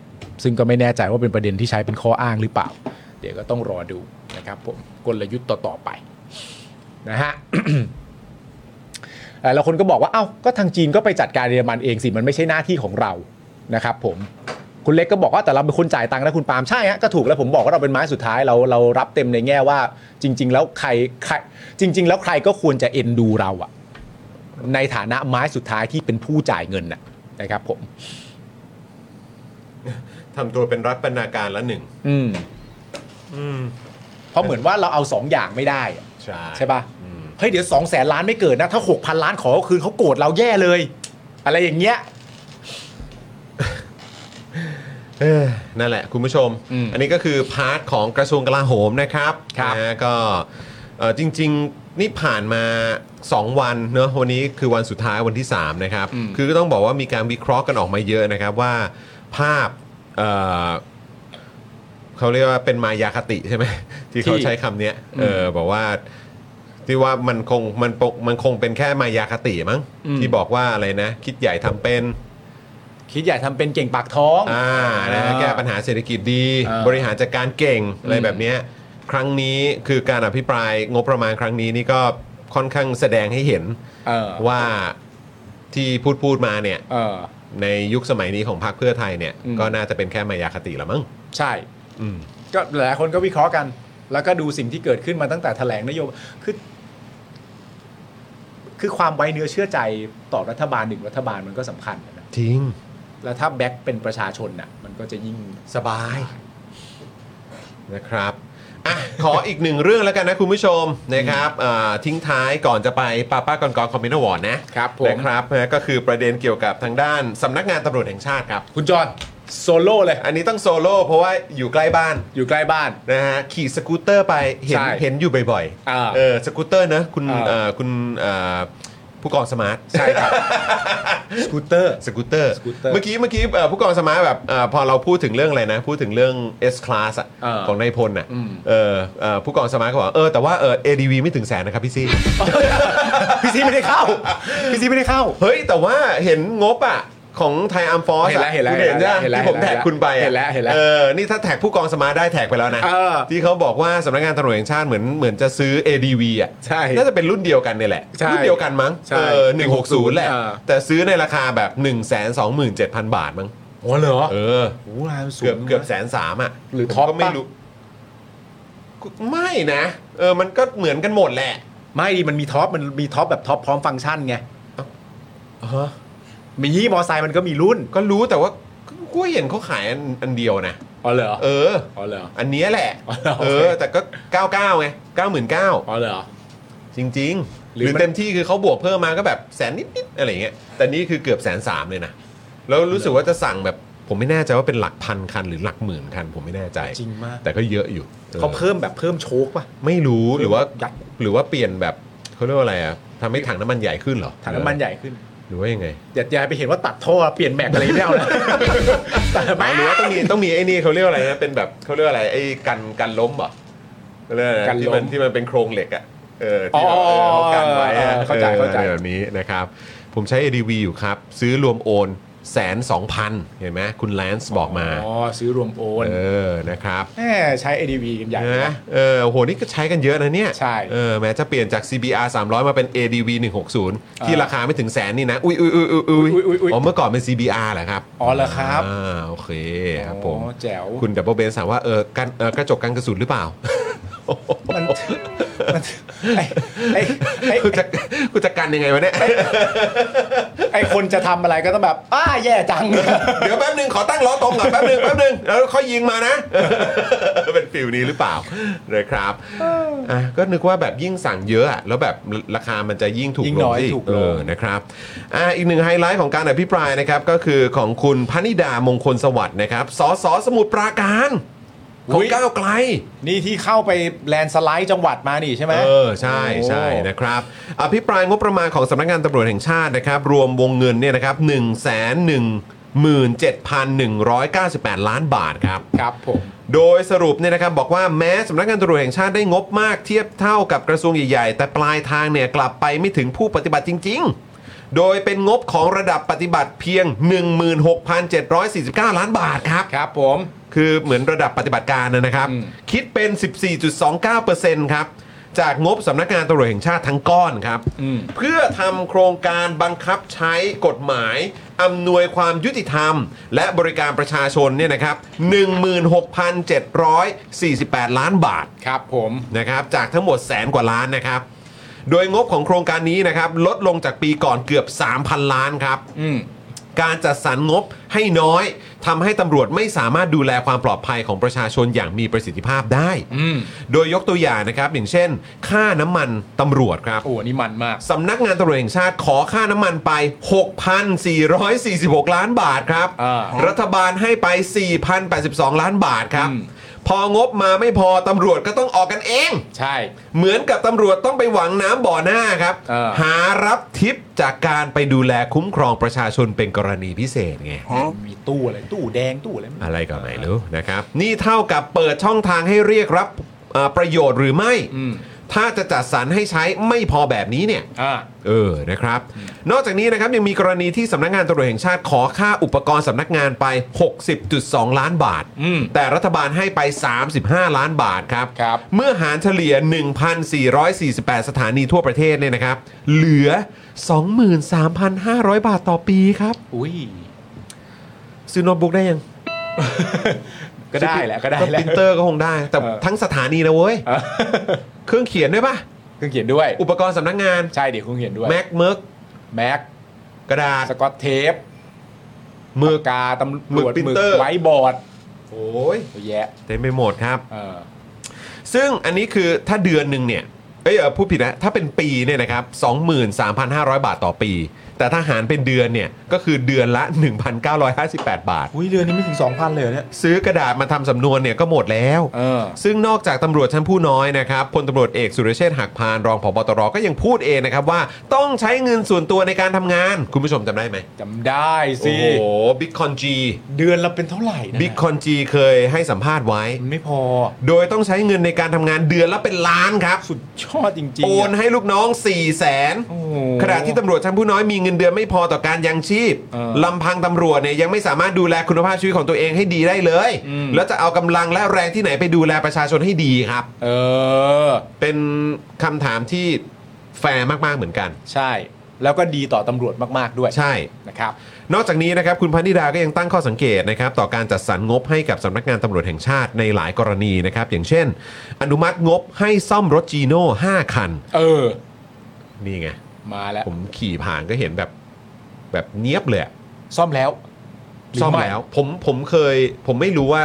ซึ่งก็ไม่แน่ใจว่าเป็นประเด็นที่ใช้เป็นข้ออ้างหรือเปล่า เดี๋ยวก็ต้องรอดูนะครับผมกลยุทธ์ต่อๆไปนะฮ <coughs> ะ แล้วคนก็บอกว่าเอ้าก็ทางจีนก็ไปจัดการเยอรมันเองสิมันไม่ใช่หน้าที่ของเรานะครับผมคุณเล็กก็บอกว่าแต่เราเป็นคนจ่ายตังค์นะคุณปาล์มใช่ฮะก็ถูกแล้วผมบอกว่าเราเป็นไม้สุดท้ายเราเรารับเต็มในแง่ว่า จริง ๆ แล้วใครใครจริง ๆ แล้วใครก็ควรจะเอ็นดูเราอะ ในฐานะไม้สุดท้ายที่เป็นผู้จ่ายเงินน่ะนะครับผม ทำตัวเป็นรัฐบรรณาการละหนึ่ง อืมเพราะเหมือนว่าเราเอาสองอย่างไม่ได้อะ ใช่ ใช่ปะ่ะเฮ้ยเดี๋ยวสองแสนล้านไม่เกิดนะ ถ้าหกพันล้านขอคืนเขาโกรธเราแย่เลย อะไรอย่างเงี้ย เอ้ยนั่นแหละคุณผู้ชม อันนี้ก็คือพาร์ทของกระทรวงกลาโหมนะครับ ครับ นะฮะก็เอ่อจริง ๆ นี่ผ่านมา 2 วันเนอะวันนี้คือวันสุดท้ายวันที่ 3 นะครับ คือก็ต้องบอกว่ามีการวิเคราะห์กันออกมาเยอะนะครับว่าภาพเอ่อเขาเรียกว่าเป็นมายาคติใช่ไหม <laughs> ที่เขา ที่ ใช้คำเนี้ยเออบอกว่า ที่ว่ามันคงมันปกมันคงเป็นแค่มายาคติมั้งที่บอกว่าอะไรนะ คิดใหญ่ทำเป็น คิดใหญ่ทำเป็นเก่งปากท้อง อ่านะฮะ อ่า แก้ปัญหาเศรษฐกิจดี อ่า บริหารจัดการเก่งอะไร อืม แบบเนี้ยครั้งนี้คือการอภิปรายงบประมาณครั้งนี้นี่ก็ค่อนข้างแสดงให้เห็น เออ ว่าที่พูดพูดมาเนี่ย เออ ในยุคสมัยนี้ของพรรคเพื่อไทยเนี่ย อืม ก็น่าจะเป็นแค่มายาคติละมั้ง ใช่ อืม ก็หลายคนก็วิเคราะห์กัน แล้วก็ดูสิ่งที่เกิดขึ้นมาตั้งแต่แถลงนโยบายคือ คือความไว้เนื้อเชื่อใจต่อรัฐบาลหนึ่งรัฐบาลมันก็สำคัญนะ จริง แล้วถ้าแบ็คเป็นประชาชนน่ะ มันก็จะยิ่ง สบาย นะครับอ่ะขออีกหนึ่งเรื่องแล้วกันนะคุณผู้ชมนะครับอ่าทิ้งท้ายก่อนจะไปป้าป้าก่อนก่อนคอมเมนต์วอร์ดนะครับ ผม นะครับนะก็คือประเด็นเกี่ยวกับทางด้านสำนักงานตำรวจแห่งชาติครับ คุณจอห์นโซโล่เลย อันนี้ต้องโซโล่เพราะว่าอยู่ใกล้บ้าน อยู่ใกล้บ้าน นะฮะขี่สกูตเตอร์ไปเห็น ใช่ เห็นอยู่บ่อย อ่า ๆเออสกูตเตอร์นะคุณ อ่า เอ่อคุณเอ่อผู้กองสมาร์ท ใช่ครับ สกูตเตอร์ สกูตเตอร์ สกูตเตอร์ เมื่อกี้เมื่อกี้เอ่อผู้กองสมาร์ทแบบเอ่อพอเราพูดถึงเรื่องอะไรนะ พูดถึงเรื่อง S class อะ เออ ของนายพลน่ะ อืม เออเอ่อผู้กองสมาร์ทก็บอกเออแต่ว่าเออ ADV ไม่ถึงแสนนะครับพี่ <laughs> ซี่ พี่ซีไม่ได้ <laughs> เข้า พี่ซีไม่ได้เข้า เฮ้ย แต่ว่าเห็นงบอะของไทยอัมฟอส เห็นแล้วเห็นแล้ว เห็นแล้ว เห็นแล้ว ที่ผมแท็กคุณไปอะ เห็นแล้วเห็นแล้ว เออนี่ถ้าแท็กผู้กองสมาร์ทได้แท็กไปแล้วนะ เออ ที่เขาบอกว่าสำนักงานตำรวจแห่งชาติเหมือนเหมือนจะซื้อ ADV อะ ใช่ น่าจะเป็นรุ่นเดียวกันเนี่ยแหละ ใช่ รุ่นเดียวกันมั้ง ใช่ เออหนึ่งหกศูนย์แหละ เออ แต่ซื้อในราคาแบบ1นึ0 0 0สบาทมั้ง โอ้เหรอ เออ โอ้โหรายมันสูง เกือบเกือบ นะ แสนสามอ่ะ หรือ ผม ท็อป ก็ไม่ ปะ รู้กูไม่นะ เออ มันก็เหมือนกันหมดแหละ ไม่ดิมันมีท็อปมันมีท็อปแบบท็อปพร้อมฟังก์ชันไงมีมอไซค์มันก็มีรุ่น ก็รู้แต่ว่ากูเห็นเขาขายอันอันเดียวนะ อ๋อเหรอ เออ อ๋อเหรอ อันเนี้ยแหละ อ๋อเหรอโอเค เออ แต่ก็ 99ไง อ๋ 99 อเหรอ จริง ๆ ห ห รื รืออ มัน เต็มที่คือเขาบวกเพิ่มมาก็แบบแสนนิดๆอะไรอย่างเงี้ยแต่นี่คือเกือบแสนสามเลยนะ แล้วรู้สึกว่าจะสั่งแบบ ผมไม่แน่ใจว่าเป็นหลักพันคันหรือหลักหมื่นคัน ผมไม่แน่ใจ จริงมาก แต่ก็เยอะอยู่ออ เขาเพิ่มแบบเพิ่มโชคป่ะ ไม่รู้หรือว่า ยัด หรือว่าเปลี่ยนแบบเขาเรียกว่าอะไรอ่ะทำให้ถังน้ำมันใหญ่ขึ้นเหรอ ถังน้ำมันใหญ่ขึ้น หรือว่ายังไง อย่าอย่าไปเห็นว่าตัดท่อเปลี่ยนแม็กอะไรไม่เอา <laughs> นะตัดแม็ หรือว่าต้องมีต้องมีไอ้นี่เขาเรียกว่าอะไรนะเป็นแบบเขาเรียกว่าอะไรไอ้กันกันล้มเหรอเขาเรียกว่าอะไรที่มันที่มันเป็นโครงเหล็กอ่ะเออที่แบบเออเขากันไว้อะ เข้าใจเข้าใจ ออแบบนี้นะครับ ผมใช้ ADV อยู่ครับ ซื้อรวมโอนแสนสองพันเห็นไหมคุณแลนซ์บอกมา อ๋อซื้อรวมโอน เออนะครับ แหมใช้ ADV กันใหญ่ นะ นะ เออโห นี่ก็ใช้กันเยอะนะเนี่ย ใช่ เออ แม้จะเปลี่ยนจาก CBR 300 มาเป็น ADV 160 ที่ อ่า ราคาไม่ถึงแสนนี่นะ อุ้ยอุ้ยอุ้ยอุ้ยอุ้ย อุ๊ยอุ๊ยอุ๊ย อ๋อ เมื่อก่อนเป็น CBR เหรอครับ อ๋อเหรอครับ อ่าโอเคครับผม อ๋อแจ๋ว คุณดับเบิลเบนถามว่าเออกันเออกระจกกันกระสุนหรือเปล่า มันมันไอ้ไอ้ไอ้ กูจะกูจะกันยังไงวะเนี่ย ไอ้คนจะทำอะไรก็ต้องแบบ อ้าแย่จัง <laughs> เดี๋ยวแป๊บนึงขอตั้งล้อตรงก่อนแป๊บนึงแป๊บนึงแล้วค่อยยิงมานะ เป็นฟิลนี้หรือเปล่านะครับอ่ะก็นึกว่าแบบยิ่งสั่งเยอะอะแล้วแบบราคามันจะยิ่งถูก ยิ่ ล งน้ ง อย สิ ถูกลง เออนะครับอ่ะอีกหนึ่งไฮไลท์ของการอภิปรายนะครับ ก็คือของคุณพนิดามงคลสวัสดิ์นะครับสสสมุทรปราการของก้าวไกล นี่ที่เข้าไปแลนด์สไลด์จังหวัดมานี่ใช่ไหม เออใช่ใช่นะครับอภิปรายงบประมาณของสำนักงานตำรวจแห่งชาตินะครับ รวมวงเงินเนี่ยนะครับ1 1 17,198 ล้านบาทครับ ครับผม โดยสรุปเนี่ยนะครับบอกว่าแม้สำนักงานตำรวจแห่งชาติได้งบมากเทียบเท่ากับกระทรวงใหญ่ ๆ แต่ปลายทางเนี่ยกลับไปไม่ถึงผู้ปฏิบัติจริง ๆ โดยเป็นงบของระดับปฏิบัติเพียง 16,749 ล้านบาทครับ ครับผม คือเหมือนระดับปฏิบัติการนะนะครับ อืม คิดเป็น 14.29%ครับ จากงบสำนักงานตำรวจแห่งชาติทั้งก้อนครับ เพื่อทำโครงการบังคับใช้กฎหมาย อำนวยความยุติธรรม และบริการประชาชนเนี่ยนะครับ 16,748 ล้านบาท ครับผม นะครับจากทั้งหมดแสนกว่าล้านนะครับ โดยงบของโครงการนี้นะครับลดลงจากปีก่อนเกือบ 3,000 ล้านครับ อืม การจัดสรรงบให้น้อยทำให้ตำรวจไม่สามารถดูแลความปลอดภัยของประชาชนอย่างมีประสิทธิภาพได้ โดยยกตัวอย่างนะครับ อย่างเช่น ค่าน้ำมันตำรวจครับ โอ้อันนี่มันมาก สำนักงานตำรวจแห่งชาติขอค่าน้ำมันไป 6,446 ล้านบาทครับ อ่า รัฐบาลให้ไป 4,082 ล้านบาทครับ อืม พองบมาไม่พอตำรวจก็ต้องออกกันเอง ใช่ เหมือนกับตำรวจต้องไปหวังน้ำบ่อหน้าครับ เออ หารับทิปจากการไปดูแลคุ้มครองประชาชนเป็นกรณีพิเศษไง มีตู้อะไรตู้แดงตู้อะไรไม่รู้ อะไรก็ไม่รู้นะครับ นี่เท่ากับเปิดช่องทางให้เรียกรับเอ่อประโยชน์หรือไม่ อืม ถ้าจะจัดสรรให้ใช้ไม่พอแบบนี้เนี่ย อ่า เออ นะครับ นอกจากนี้นะครับยังมีกรณีที่สำนักงานตำรวจแห่งชาติขอค่าอุปกรณ์สำนักงานไป 60.2 ล้านบาท อืม แต่รัฐบาลให้ไป 35 ล้านบาทครับ ครับ เมื่อหารเฉลี่ย 1,448 สถานีทั่วประเทศเนี่ยนะครับ เหลือ 23,500 บาทต่อปีครับ อุ้ย ซื้อโน้ตบุ๊กได้ยัง ก็ได้แหละก็ได้แหละ ปรินเตอร์ก็คงได้ แต่ เออ ทั้งสถานีนะเว้ย เออ เครื่องเขียนด้วยป่ะ เครื่องเขียนด้วย อุปกรณ์สำนักงาน ใช่เดี๋ยวเครื่องเขียนด้วย แม็กเมิร์ก แม็ก กระดาษ สกอตเทป หมือก กาตำรวจ หมึก หมึก printer ไว้บอร์ด โอ้ย เยอะแยะ เต็มไปหมดครับ เออ ซึ่งอันนี้คือถ้าเดือนหนึ่งเนี่ยเอ้ยเอ่อผู้ผิดนะถ้าเป็นปีเนี่ยนะครับ23,500 บาทต่อปี แต่ถ้าหารเป็นเดือนเนี่ยก็คือเดือนละ 1,958 บาท อุ้ยเดือนนี้ไม่ถึง 2,000 เลยเหรอเนี่ย ซื้อกระดาษมาทำสำนวนเนี่ยก็หมดแล้ว เออ ซึ่งนอกจากตำรวจชั้นผู้น้อยนะครับพลตำรวจเอกสุรเชษฐ์หักพานรองผบตรก็ยังพูดเองนะครับว่าต้องใช้เงินส่วนตัวในการทำงาน คุณผู้ชมจำได้ไหม จำได้ โอ้ สิ โหบิ๊กคอนจี เดือนละเป็นเท่าไหร่นะ บิ๊กคอนจีเคยให้สัมภาษณ์ไว้ มันไม่พอ โดยต้องใช้เงินในการทำงานเดือนละเป็นล้านครับ สุดยอดจริงๆะ โอนให้ลูกน้อง 4 0 0 0 0 โอ้โห 0ขณะที่ตำรวจชั้นผู้น้อยมีเงินเดือนไม่พอต่อการยังชีพ เออ ลำพังตำรวจเนี่ยยังไม่สามารถดูแลคุณภาพชีวิตของตัวเองให้ดีได้เลย อืม แล้วจะเอากำลังและแรงที่ไหนไปดูแลประชาชนให้ดีครับ เออ เป็นคำถามที่แฟร์มาก ๆ เหมือนกัน ใช่ แล้วก็ดีต่อตำรวจมากๆด้วย ใช่ นะครับ นอกจากนี้นะครับคุณพันธิดาก็ยังตั้งข้อสังเกตนะครับต่อการจัดสรรงบให้กับสำนักงานตำรวจแห่งชาติในหลายกรณีนะครับอย่างเช่น อนุมัติงบให้ซ่อมรถจีโน่5คัน เออ นี่ไง มาแล้ว ผมขี่ผ่านก็เห็นแบบแบบเนี้ยบเลยอะ ซ่อมแล้วหรื ซ่อม ไ แล้ว ผมผมเคย ผมไม่รู้ว่า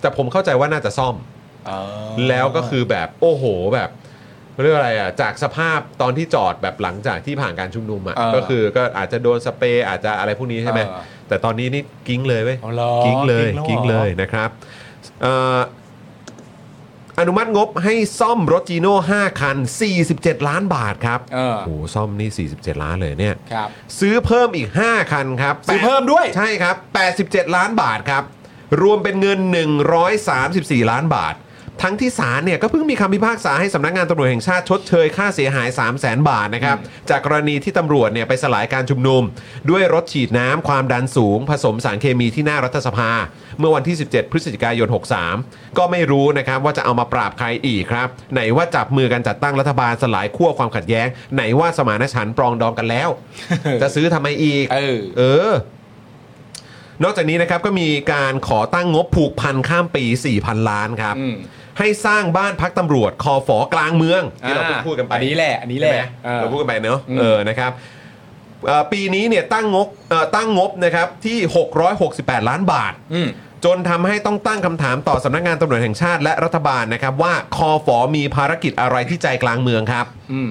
แต่ผมเข้าใจว่าน่าจะซ่อม เออ แล้วก็คือแบบโอ้โหแบบเรียกว่าอะไรอ่ะจากสภาพตอนที่จอดแบบหลังจากที่ผ่านการชุมนุมอ่ะ เออ ก็คือก็อาจจะโดนสเปรย์อาจจะอะไรพวกนี้ใช่ไหม เออ แต่ตอนนี้นี่กิ้งเลยเว้ย เอาเหรอ กิ้งเลย กิ้ กิ้ง งแล้วเหรอ เลยนะครับเอ่ออนุมัติงบให้ซ่อมรถจีโน่5คัน 47 ล้านบาทครับ เออ โอ้โหซ่อมนี่ 47 ล้านเลยเนี่ย ครับ ซื้อเพิ่มอีก 5 คันครับ ซื้อเพิ่มด้วย ใช่ครับ 87 ล้านบาทครับ รวมเป็นเงิน 134 ล้านบาท ทั้งที่ศาลเนี่ยก็เพิ่งมีคำพิพากษาให้สำนักงานตำรวจแห่งชาติชดเชยค่าเสียหาย 3 0 0แสนบาทนะครับ จากกรณีที่ตำรวจเนี่ยไปสลายการชุมนุม ด้วยรถฉีดน้ำความดันสูง ผสมสารเคมีที่หน้ารัฐสภา เมื่อวันที่ 17 พฤศจิกายน 63 ก็ไม่รู้นะครับว่าจะเอามาปราบใครอีกครับ ไหนว่าจับมือกันจัดตั้งรัฐบาลสลายขั้วความขัดแย้ง ไหนว่าสมานฉันท์ปรองดองกันแล้ว จะซื้อทำไมอีก เออ เออ นอกจากนี้นะครับก็มีการขอตั้งงบผูกพันข้ามปี 4,000 ล้านครับ อืม ให้สร้างบ้านพักตำรวจคอฝอกลางเมืองที่เราเพิ่งพูดกันไป อันนี้แหละ อันนี้แห ใช่ ละ ไหม ออ เราพูดกันไปเนอะ อืม เออนะครับเอ่อปีนี้เนี่ยตั้งงบเอ่อตั้งงบนะครับที่ 668 ล้านบาท อืม จนทำให้ต้องตั้งคำถามต่อสำนักงานตำรวจแห่งชาติและรัฐบาลนะครับ ว่าคอฟอมีภารกิจอะไรที่ใจกลางเมืองครับ อืม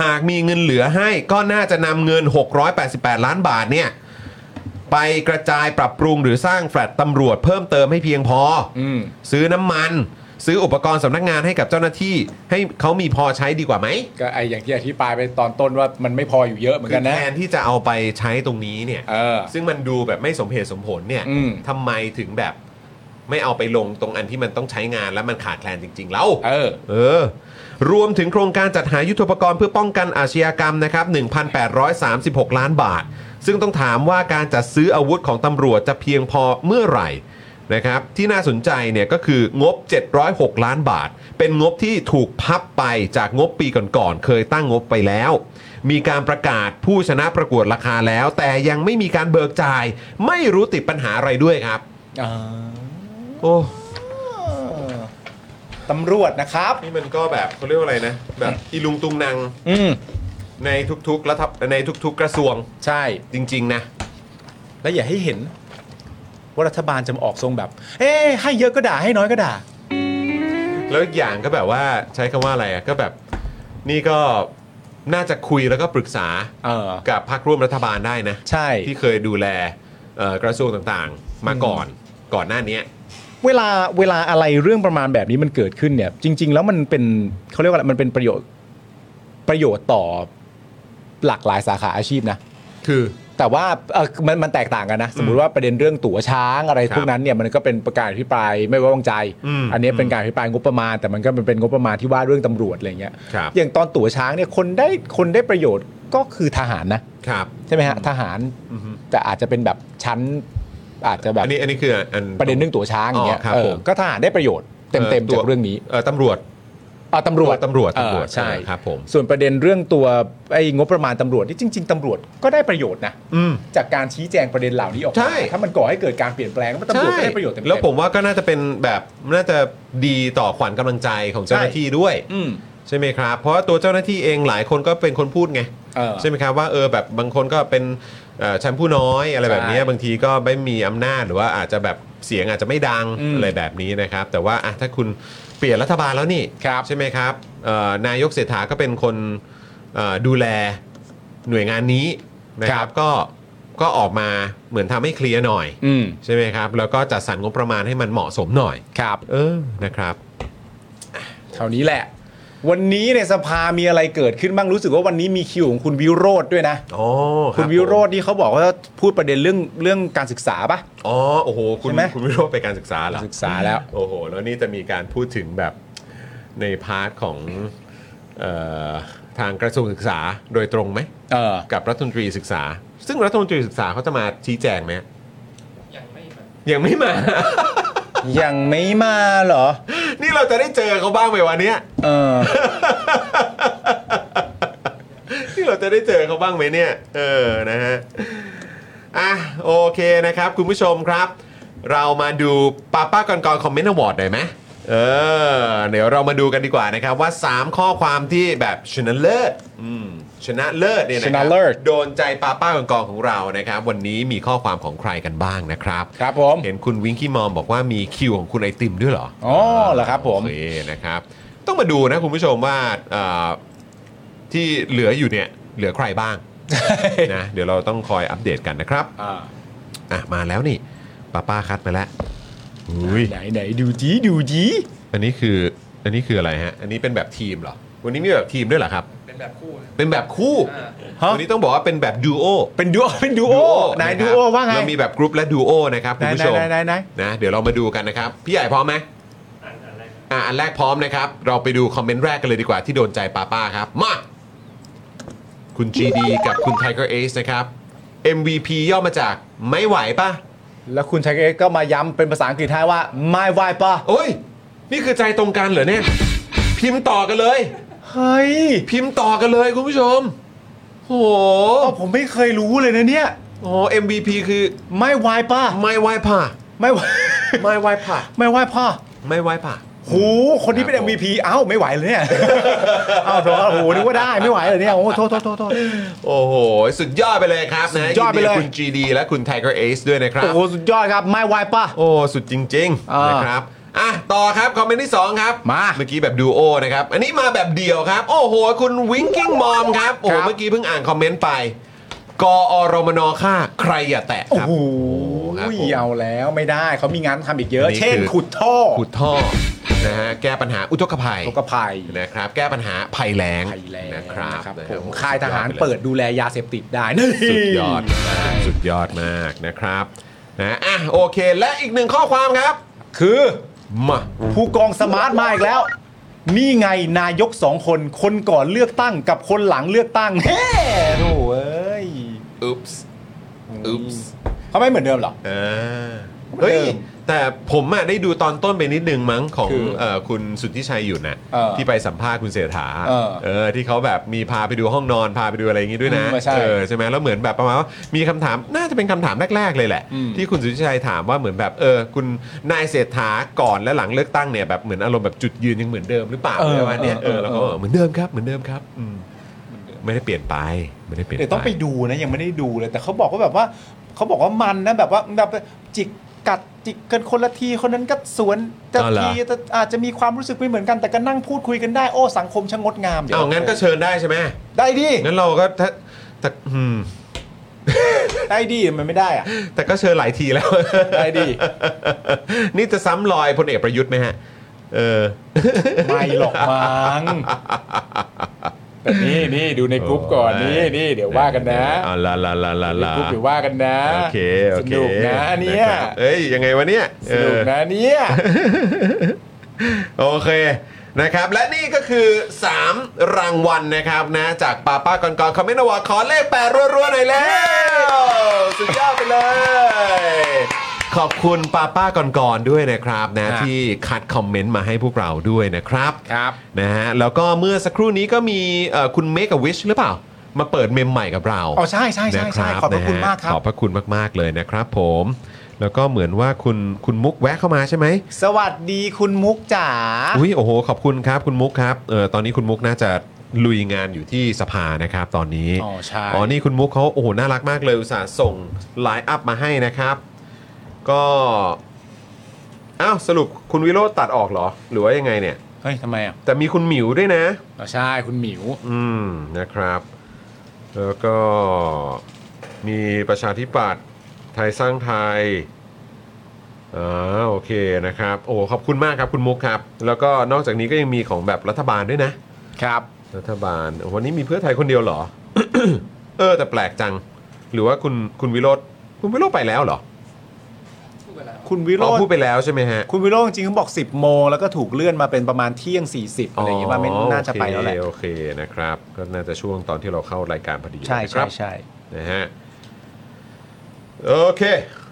หากมีเงินเหลือให้ก็น่าจะนำเงิน 688 ล้านบาทเนี่ยไปกระจายปรับปรุงหรือสร้างแฟลตตำรวจเพิ่มเติมให้เพียงพออ อืม ซื้อน้ำมัน ซื้ออุปกรณ์สำนักงานให้กับเจ้าหน้าที่ ให้เขามีพอใช้ดีกว่าไหม ก็ไออย่างที่อธิบายไปตอนต้นว่ามันไม่พออยู่เยอะเหมือนกันนะ คือแทนที่จะเอาไปใช้ตรงนี้เนี่ย เออ ซึ่งมันดูแบบไม่สมเหตุสมผลเนี่ย อืม ทำไมถึงแบบไม่เอาไปลงตรงอันที่มันต้องใช้งานแล้วมันขาดแคลนจริง ๆ แล้ว เออ เออ รวมถึงโครงการจัดหายุทโธปกรณ์เพื่อป้องกันอาชญากรรมนะครับ 1,836 ล้านบาท ซึ่งต้องถามว่าการจัดซื้ออาวุธของตำรวจจะเพียงพอเมื่อไหร่นะครับ ที่น่าสนใจเนี่ยก็คืองบ 706 ล้านบาท เป็นงบที่ถูกพับไปจากงบปีก่อนๆ เคยตั้งงบไปแล้ว มีการประกาศผู้ชนะประกวดราคาแล้ว แต่ยังไม่มีการเบิกจ่าย ไม่รู้ติดปัญหาอะไรด้วยครับ เอ โอ้ อตำรวจนะครับ นี่มันก็แบบเขาเรียกว่าอะไรนะ แบบอีลุงตุงนาง อืม ในทุกๆรัฐในทุกๆกระทรวง ใช่ จริง ๆ นะ และอย่าให้เห็นว่ารัฐบาลจะมาออกทรงแบบ เอ้ให้เยอะก็ด่าให้น้อยก็ด่า แล้วอีกอย่างก็แบบว่าใช้คำว่าอะไรอ่ะก็แบบนี่ก็น่าจะคุยแล้วก็ปรึกษา เออ กับพรรคร่วมรัฐบาลได้นะ ใช่ ที่เคยดูแลเอ่อกระทรวงต่างๆ มาก่อนก่อนหน้านี้ เวลาเวลาอะไรเรื่องประมาณแบบนี้มันเกิดขึ้นเนี่ย จริง ๆ แล้วมันเป็นเขาเรียกว่าอะไรมันเป็นประโยชน์ประโยชน์ต่อหลากหลายสาขาอาชีพนะ คือ แต่ว่าเอ่อมันมันแตกต่างกันนะ สมมุติว่าประเด็นเรื่องตั๋วช้างอะไร ครับ พวกนั้นเนี่ยมันก็เป็นประการอภิปรายไม่ไว้วางใจ อืม อันนี้เป็นการอภิปรายงบประมาณ แต่มันก็เป็นงบประมาณที่ว่าเรื่องตำรวจอะไรเงี้ย ครับ อย่างตอนตั๋วช้างเนี่ยคนได้คนได้ประโยชน์ก็คือทหารนะครับ ใช่ไหมฮะทหาร อือฮึ แต่อาจจะเป็นแบบชั้นอาจจะแบบ อันนี้อันนี้คืออัน ประเด็นเรื่องตั๋วช้างอย่างเงี้ย อ๋อครับ เออ ผม ก็ทหารได้ประโยชน์เต็มๆ เออตั๋ จาก ว เรื่องนี้ เอ่อตำรวจ อ่าตำรวจ ตำรวจ เออ ตำรวจ ใช่ เออครับผม ส่วนประเด็นเรื่องตัวไอ้งบประมาณตำรวจนี่จริง ๆตำรวจก็ได้ประโยชน์นะ อืม จากการชี้แจงประเด็นเหล่านี้ออกมา ใช่ ถ้ามันก่อให้เกิดการเปลี่ยนแปลงก็ตำรวจก็ได้ประโยชน์เต็มๆ แล้วผมว่าก็น่าจะเป็นแบบน่าจะดีต่อขวัญกำลังใจของเจ้าหน้า ใช่ ที่ด้วย อืม ใช่ไหมครับ เพราะว่าตัวเจ้าหน้าที่เองหลายคนก็เป็นคนพูดไง เออ ใช่ไหมครับว่าเออแบบบางคนก็เป็นเอ่อชั้นผู้น้อยอะไรแบบเนี้ย ใช่ บางทีก็ไม่มีอำนาจหรือว่าอาจจะแบบเสียงอาจจะไม่ดัง อืม อะไรแบบนี้นะครับ แต่ว่าอ่ะถ้าคุณเปลี่ยนรัฐบาลแล้วนี่ ครับ ใช่ไหมครับเอ่อนายกเศรษฐาก็เป็นคนเอ่อดูแลหน่วยงานนี้นะค ครั รับบ ก็ก็ออกมาเหมือนทำให้เคลียร์หน่อย อืม ใช่ไหมครับ แล้วก็จัดสรรงบประมาณให้มันเหมาะสมหน่อย ครับ เออนะครับ เท่านี้แหละ วันนี้ในสภามีอะไรเกิดขึ้นบ้างรู้สึกว่าวันนี้มีคิวของคุณวิโรธด้วยนะ อ๋อ คุณวิโรธนี่เขาบอกว่าพูดประเด็นเรื่องเรื่องการศึกษาปะ อ๋อโอ้โหคุณ ใช่ไหม คุณวิโรธไปการศึกษาเหรอ ศึกษาแล้ว โอ้โห แล้วนี่จะมีการพูดถึงแบบในพาร์ทของเออทางกระทรวงศึกษาโดยตรงไหม เออ กับรัฐมนตรีศึกษา ซึ่งรัฐมนตรีศึกษาเขาจะมาชี้แจงไหม ยังไม่มา ยังไม่มา <laughs> ยังไม่มาเหรอ นี่เราจะได้เจอเขาบ้างไหมวันนี้ เออ นี่เราจะได้เจอเขาบ้างไหมเนี่ย เออนะฮะอ่ะโอเคนะครับ คุณผู้ชมครับ เรามาดูป้าป้าก่อนก่อนคอมเมนต์อวอร์ดหน่อยไหมเออ เดี๋ยวเรามาดูกันดีกว่านะครับ ว่า 3 ข้อความที่แบบชนะเลิศอืมชนะเลิศเนี่ยนะค ช รั นะเลิศ โดนใจป้าป้าก่อนกองของเรานะครับ วันนี้มีข้อความของใครกันบ้างนะครับ ครับผม เห็นคุณวิงกี้มอมบอกว่ามีคิวของคุณไอติมด้วยเหรอ อ๋อเหรอครับผม โอเคนะครับ ต้องมาดูนะคุณผู้ชมว่าเอ่อที่เหลืออยู่เนี่ยเหลือใครบ้าง นะเดี๋ยวเราต้องคอยอัปเดตกันนะครับ อ่า อ่ะมาแล้วนี่ป้าป้าคัดมาแล้วอุ้ย ไหนไหนดูจีดูจี อันนี้คืออันนี้คืออะไรฮะ อันนี้เป็นแบบทีมเหรอ วันนี้มีแบบทีมด้วยเหรอครับ เป็นแบบคู่นะ เป็นแบบคู่ อ่า วันนี้ต้องบอกว่าเป็นแบบดูโอ เป็นดูโอเป็นดูโอไหนาย ะครับ ดูโอว่าไง เรามีแบบกรุ๊ปและดูโอนะครับคุณผู้ชม ไหนไหนไหนไหน นะเดี๋ยวเรามาดูกันนะครับ พี่ใหญ่พร้อมไหมอ่ะอันแรกพร้อมนะครับ เราไปดูคอมเมนต์แรกกันเลยดีกว่าที่โดนใจป้าป้าครับ มา คุณ GD กับคุณ Tiger Ace นะครับ MVP ย่อมาจากไม่ไหวปะ แล้วคุณชัยเอกก็มาย้ำเป็นภาษาอังกฤษให้ว่า my why ปะ โอ้ย นี่คือใจตรงกันเหรอเนี่ย พิมพ์ต่อกันเลย เฮ้ย พิมพ์ต่อกันเลยคุณผู้ชมโอ้โห ผมไม่เคยรู้เลยนะเนี่ย โอ้โห MVP คือ my why ปะ ไม่ไหวผ่า ไม่ why ไม่ไหวผ่า ไม่ why ปะ ไม่ไหวผ่า โหคนที่เป็น ครับผม MVP เอ้าไม่ไหวเลย <laughs> เนี่ยเอ้าโถ่โหนึกว่าได้ไม่ไหวเลยเนี่ยโอ้โทษโทษโทษโทษ โอ้โห สุดยอดไปเลยครับนะ สุดยอดไปเลย นกับคุณ GD และคุณ Tiger Ace ด้วยนะครับ โอ้โหสุดยอดครับ my why ปะ โอ้ สุดจริง อ่า ๆนะครับ อ่ะ ต่อครับคอมเมนต์ที่ 2 ครับ มา เมื่อกี้แบบดูโอนะครับ อันนี้มาแบบเดี่ยวครับ โอ้โห คุณวิงกิ้งมอมครับ โอ้โห ครับ เมื่อกี้เพิ่งอ่านคอมเมนต์ไป กอรมนค่าใครอย่าแตะ โอ้ ครับ โห ครับผม เอาแล้วไม่ได้เขามีงานทำอีกเยอะ นี่ เช่น คือ ขุดท่อ ขุดท่อนะฮะแก้ปัญหาอุทกภัย ตกกระไพ นะครับ แก้ปัญหาภัยแล้ง ภัยแรง นะครับ นะ นะ ผ ฮะ ม โอ้โ ค่ายทหาร สุดอไลย เปิดดูแลยาเสพติดได้นี่ สุดยอดมากสุดยอดมากนะครับนะอ่ะโอเค และอีกหนึ่งข้อความครับ คือ มา ผู้กองสมาร์ทมาอีกแล้ว นี่ไงนายกสองคน คนก่อนเลือกตั้งกับคนหลังเลือกตั้งเฮ้โถ่เอ้ย อุ๊ปส์อุ๊ปส์ เขาไม่เหมือนเดิมเหรอ อ่าเฮ้ย เดิม แต่ผมอ่ะได้ดูตอนต้นไปนิดนึงมั้งของ คือ เอ่อคุณสุทธิชัยอยู่นะ เออ ที่ไปสัมภาษณ์คุณเสถา เออ ที่เขาแบบมีพาไปดูห้องนอนพาไปดูอะไรอย่างงี้ด้วยนะ อืมใช่ เออใช่ไหมแล้วเหมือนแบบประมาณว่ามีคำถามน่าจะเป็นคำถามแรก ๆ เลยแหละ อืม ที่คุณสุทธิชัยถามว่าเหมือนแบบเออคุณนายเศรษฐาก่อนและหลังเลือกตั้งเนี่ยแบบเหมือนอารมณ์แบบจุดยืนยังเหมือนเดิมหรือเปล่า เออะไรอประมาณเนี้ยเอ เอ อ อ แล้วก็ เออ เหมือนเดิมครับเหมือนเดิมครับอืมไม่ได้เปลี่ยนไปไม่ได้เปลี่ยน เดี๋ยวต้องไปดูนะยังไม่ได้ดูเลย แต่เขาบอกว่าแบบว่า เขาบอกว่ามันนะแบบว่าแบบจิกกัดจิกกันคนละทีคนนั้นก็สวนจะ อ๋อเหรอ ทีแต่อาจจะมีความรู้สึกไม่เหมือนกันแต่ก็นั่งพูดคุยกันได้โอ้สังคมช่างงดงามดี๋ยว เอางั้นก็เชิญได้ใช่ไหม ได้ดิ งั้นเราก็ถ้าแต่อืม ได้ดิมันไม่ได้อะ แต่ก็เชิญหลายทีแล้ว <laughs> ได้ดิ นี่จะซ้ำรอยพลเอกประยุทธ์ไหมฮะ เออ ไม่หรอกมั้งแต่นี่นี่ดูใน <laughs> กรุ๊ป <laughs> ก่อนนี่นี่เดี๋ยวว่ากันนะ เอาละละละละ ใน ละ กรุ๊ปเดี๋ยวว่ากันนะ โอเคโอ ส เค นุกนะเนี่ย ะครับเอ้ยยังไงวะเนี่ย สนุก เออ นะเนี่ย โอเคนะครับและนี่ก็คือ 3 รางวัลนะครับนะจากป้าป้าก่อนก่อนคอมเมนต์วอร์ขอเลขแปดรัวๆหน่อยแล้วสุดยอดไปเลย ขอบคุณป้าป้าก่อนก่อนๆด้วยนะครับนะ ฮะ ที่คัดคอมเมนต์มาให้พวกเราด้วยนะครับ ครับ นะฮะแล้วก็เมื่อสักครู่นี้ก็มีเอ่อคุณ Make a Wish หรือเปล่า มาเปิดเมมใหม่กับเรา อ๋อใช่ใช่ใช่ใช่ น ขอบพระคุณ นฮ มากครับ ขอบพระคุณมากๆเลยนะครับผม แล้วก็เหมือนว่าคุณคุณมุกแวะเข้ามาใช่ไหม สวัสดีคุณมุกจ๋า อุ้ยโอ้โห ขอบคุณครับคุณมุกครับเออตอนนี้คุณมุกน่าจะลุยงานอยู่ที่สภานะครับตอนนี้ อ๋อใช่ อนี่คุณมุกเขาโอ้โหน่ารักมากเลยอุตส่าห์ส่งไลน์อัพมาให้นะครับ ก็อ้าวสรุปคุณวิโรจน์ตัดออกเหรอ หรือว่ายังไงเนี่ย เฮ้ยทำไมอ่ะ แต่มีคุณหมิวด้วยนะ อ๋อใช่ คุณหมิว อืมนะครับ แล้วก็มีประชาธิปัตย์ไทยสร้างไทยอ่าโอเคนะครับ โอ้ขอบคุณมากครับคุณมุกครับ แล้วก็นอกจากนี้ก็ยังมีของแบบรัฐบาลด้วยนะ ครับ รัฐบาลวันนี้มีเพื่อไทยคนเดียวเหรอ <coughs> เออ แต่แปลกจัง หรือว่าคุณคุณวิโรธคุณวิโรธไปแล้วเหรอ พูดไปแล้ว คุณวิโร อ๋อ จ พูด น์ ไปแล้วใช่ไหมฮะ คุณวิโรจน์จริงๆเขาบอก 10 โมง แล้วก็ถูกเลื่อนมาเป็นประมาณเที่ยง 40 อะไรอย่างเงี้ยว่าไม่น่าจะไปแล้วแหละ โอเคโอเคนะครับ ก็น่าจะช่วงตอนที่เราเข้ารายการพอดี ใช่ นะค ใช่ รับ ใช่ นะฮะโอเค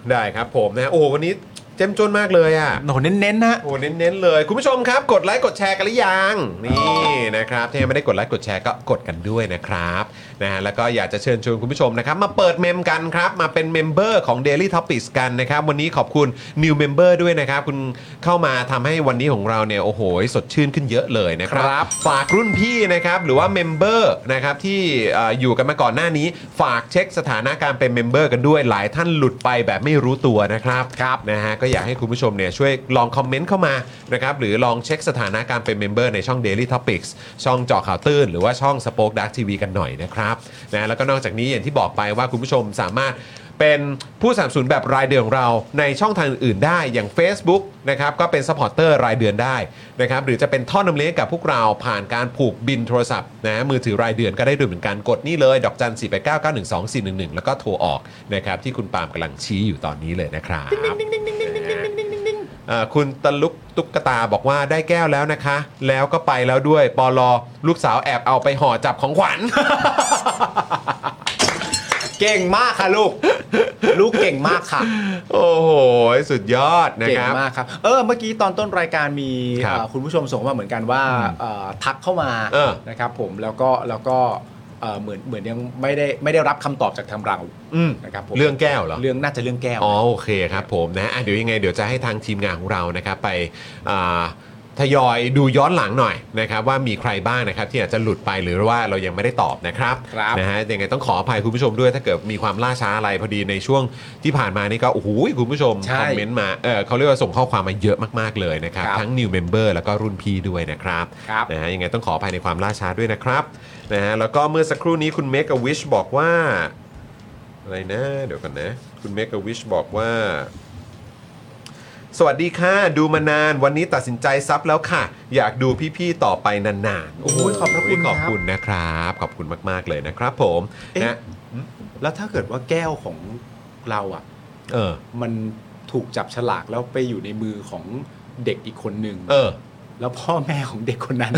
ได้ครับผมนะ โอ้วันนี้เจ้มจนมากเลยอ่ะ โหเน้นๆนะ โอ้เน้นๆเลย คุณผู้ชมครับ กดไลค์กดแชร์กันหรือยังนี่นะครับถ้ายังไม่ได้กดไลค์กดแชร์ก็กดกันด้วยนะครับนะฮะแล้วก็อยากจะเชิญชวนคุณผู้ชมนะครับ มาเปิดเมมกันครับ มาเป็นเมมเบอร์ของ Daily Topics กันนะครับ วันนี้ขอบคุณ New Member ด้วยนะครับ คุณเข้ามาทำให้วันนี้ของเราเนี่ยโอ้โห สดชื่นขึ้นเยอะเลยนะครับ ครับ ฝากรุ่นพี่นะครับหรือว่าเมมเบอร์นะครับที่เอ่ออยู่กันมาก่อนหน้านี้ ฝากเช็คสถานะการเป็นเมมเบอร์กันด้วยหลายท่านหลุดไปแบบไม่รู้ตัวนะครับครับนะฮะก็อยากให้คุณผู้ชมเนี่ยช่วยลองคอมเมนต์เข้ามานะครับหรือลองเช็คสถานะการเป็นเมมเบอร์ในช่อง Daily Topics ช่องเจอข่าวตื้นหรือว่าช่อง Spoke Dark TV กันหน่อยนะครับนะแล้วก็นอกจากนี้อย่างที่บอกไปว่าคุณผู้ชมสามารถ เป็นผู้สนับสนุนแบบรายเดือนของเราในช่องทางอื่นๆได้อย่าง Facebook นะครับก็เป็นซัพพอร์ตเตอร์รายเดือนได้นะครับหรือจะเป็นท่อนำเลี้ยงกับพวกเราผ่านการผูกบินโทรศัพท์นะมือถือรายเดือนก็ได้ด้วยเหมือนกันกดนี่เลย ดอกจัน 4 8 9 9 1 2 4 1 1 แล้วก็โทรออกนะครับที่คุณปาล์มกำลังชี้อยู่ตอนนี้เลยนะครับเอ่อคุณตะลุกตุ๊กตาบอกว่าได้แก้วแล้วนะคะ แล้วก็ไปแล้วด้วยปอลอลูกสาวแอบเอาไปห่อจับของขวัญ <laughs> เก่งมากค่ะลู <laughs> ก ลูกเก่งมากค่ะ โอ้โหสุดยอดนะ เก่ ค ง รับ มากครับ เออ เมื่อกี้ตอนต้นรายการมี ครับ เอ่อคุณผู้ชมส่งมาเหมือนกันว่าเอ่อทักเข้ามา เออ นะครับผม แล้วก็แล้วก็เอ่อเหมือนเหมือนยังไม่ได้ไม่ได้รับคำตอบจากทางเรา อืม นะครับผม เรื่องแก้วเหรอ เรื่องน่าจะเรื่องแก้ว อ๋อโอเคครับผมนะอ่ะเดี๋ยวยังไงเดี๋ยวจะให้ทางทีมงานของเรานะครับไปอ่าทยอยดูย้อนหลังหน่อยนะครับว่ามีใครบ้างนะครับที่อาจจะหลุดไปหรือว่าเรายังไม่ได้ตอบนะครับ ครับ นะฮะยังไงต้องขออภัยคุณผู้ชมด้วยถ้าเกิดมีความล่าช้าอะไรพอดีในช่วงที่ผ่านมานี่ก็โอ้โหคุณผู้ชม ใช่ คอมเมนต์มาเออเขาเรียกว่าส่งข้อความมาเยอะมากๆเลยนะครับ ครับ ทั้ง new member แล้วก็รุ่นพี่ด้วยนะครับ ครับ นะฮะยังไงต้องขออภัยในความล่าช้าด้วยนะครับนะฮะแล้วก็เมื่อสักครู่นี้คุณ make a wish บอกว่า อะไรนะ เดี๋ยวกันนะ คุณเมกวิชบอกว่า สวัสดีค่ะ ดูมานานวันนี้ตัดสินใจซับแล้วค่ะ อยากดูพี่ๆต่อไปนานๆ โอ้โหขอบพระคุณ ขอบ ครับ คุณนะครับ ขอบคุณมากๆเลยนะครับผม เอ๊ะ นะ แล้วถ้าเกิดว่าแก้วของเราอ่ะ เออ มันถูกจับฉลากแล้วไปอยู่ในมือของเด็กอีกคนหนึ่ง เออ แล้วพ่อแม่ของเด็กคนนั้น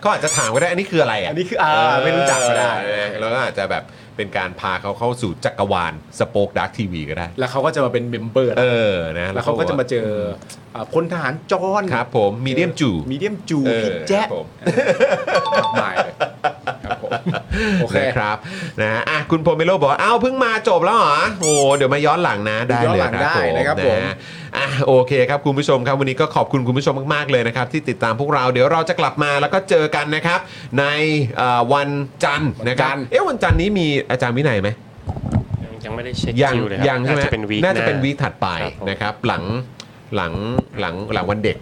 เขาอาจจะถามก็ได้ อันนี้คืออะไรอ่ะ <laughs> อันนี้คืออ่าไม่รู้จักก็ได้ เออแล้วก็อาจจะแบบเป็นการพาเขาเข้าสู่จักรวาลสป o อ e ดาร์กทีวีก็ได้ แล้วเขาก็จะมาเป็นเมมเบอร์ เออนะ แล้วเขาก็จะมาเจออ่าพลทหารจอน ครับผมมีเดียมจู มีเดียมจู เออ พี่แจ๊ ครับผม <laughs> มากมายเลยครับผมโอเค นะครับนะฮะอ่ะคุณโพเมโลบอกว่าอ้าวเพิ่งมาจบแล้วเหรอโอ้เดี๋ยวมาย้อนหลังนะได้ ย้อน เลย หลัง ครับ ได้นะครับผม นะฮะอ่ะโอเคครับคุณผู้ชมครับวันนี้ก็ขอบคุณคุณผู้ชมมากๆเลยนะครับที่ติดตามพวกเราเดี๋ยวเราจะกลับมาแล้วก็เจอกันนะครับ ในเอ่อวันจันทร์นะครับ วันจันทร์ เอ๊ะวันจันทร์นี้มีอาจารย์วินัยไหม ยังไม่ได้เช็ค ยัง คิวเลยครับ ยังใช่ไหม น่าจะเป็นวีค น่าจะเป็น ห วีคถัดไป ครับผม นะครับ หลังหลังหลังหลังวันเด็ก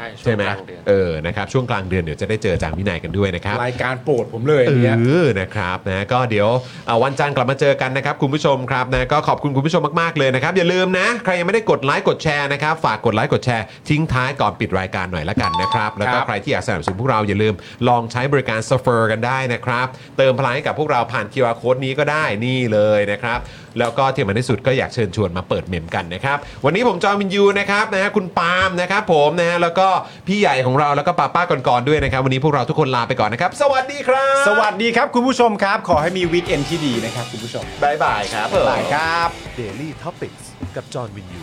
ใช่ช่ว ใช่ ง ไหม กลางเดือน เออนะครับช่วงกลางเดือนเดี๋ยวจะได้เจออาจารย์วินัยกันด้วยนะครับ รายการโปรดผมเลย เอ อันเนี่ย อนะครับนะก็เดี๋ยวเอ่อวันจันทร์กลับมาเจอกันนะครับ คุณผู้ชมครับนะก็ขอบคุณคุณผู้ชมมาก ๆ เลยนะครับ อย่าลืมนะ ใครยังไม่ได้กดไลค์กดแชร์นะครับ ฝากกดไลค์กดแชร์ทิ้งท้ายก่อนปิดรายการหน่อยละกันนะครับ แล้วก็ ครับ ใครที่อยากสนับสนุนพวกเราอย่าลืมลองใช้บริการซัฟเฟอร์กันได้นะครับ เติมพลังให้กับพวกเราผ่าน QR Code นี้ก็ได้นี่เลยนะครับ แล้วก็ที่มันที่สุดก็อยากเชิญชวนมาเปิดเมมกันนะครับ วันนี้ผมจอมินยูนะครับนะฮะคุณปาล์มนะครับผมนะฮะแล้วก็พี่ใหญ่ของเราแล้วก็ป้าป้าก่อนๆด้วยนะครับวันนี้พวกเราทุกคนลาไปก่อนนะครับ สวัสดีครับ สวัสดีครับคุณผู้ชมครับ ขอให้มีวีคเอนที่ดีนะครับคุณผู้ชม บายบายครับ บายครับ Daily Topics กับจอห์นวินยู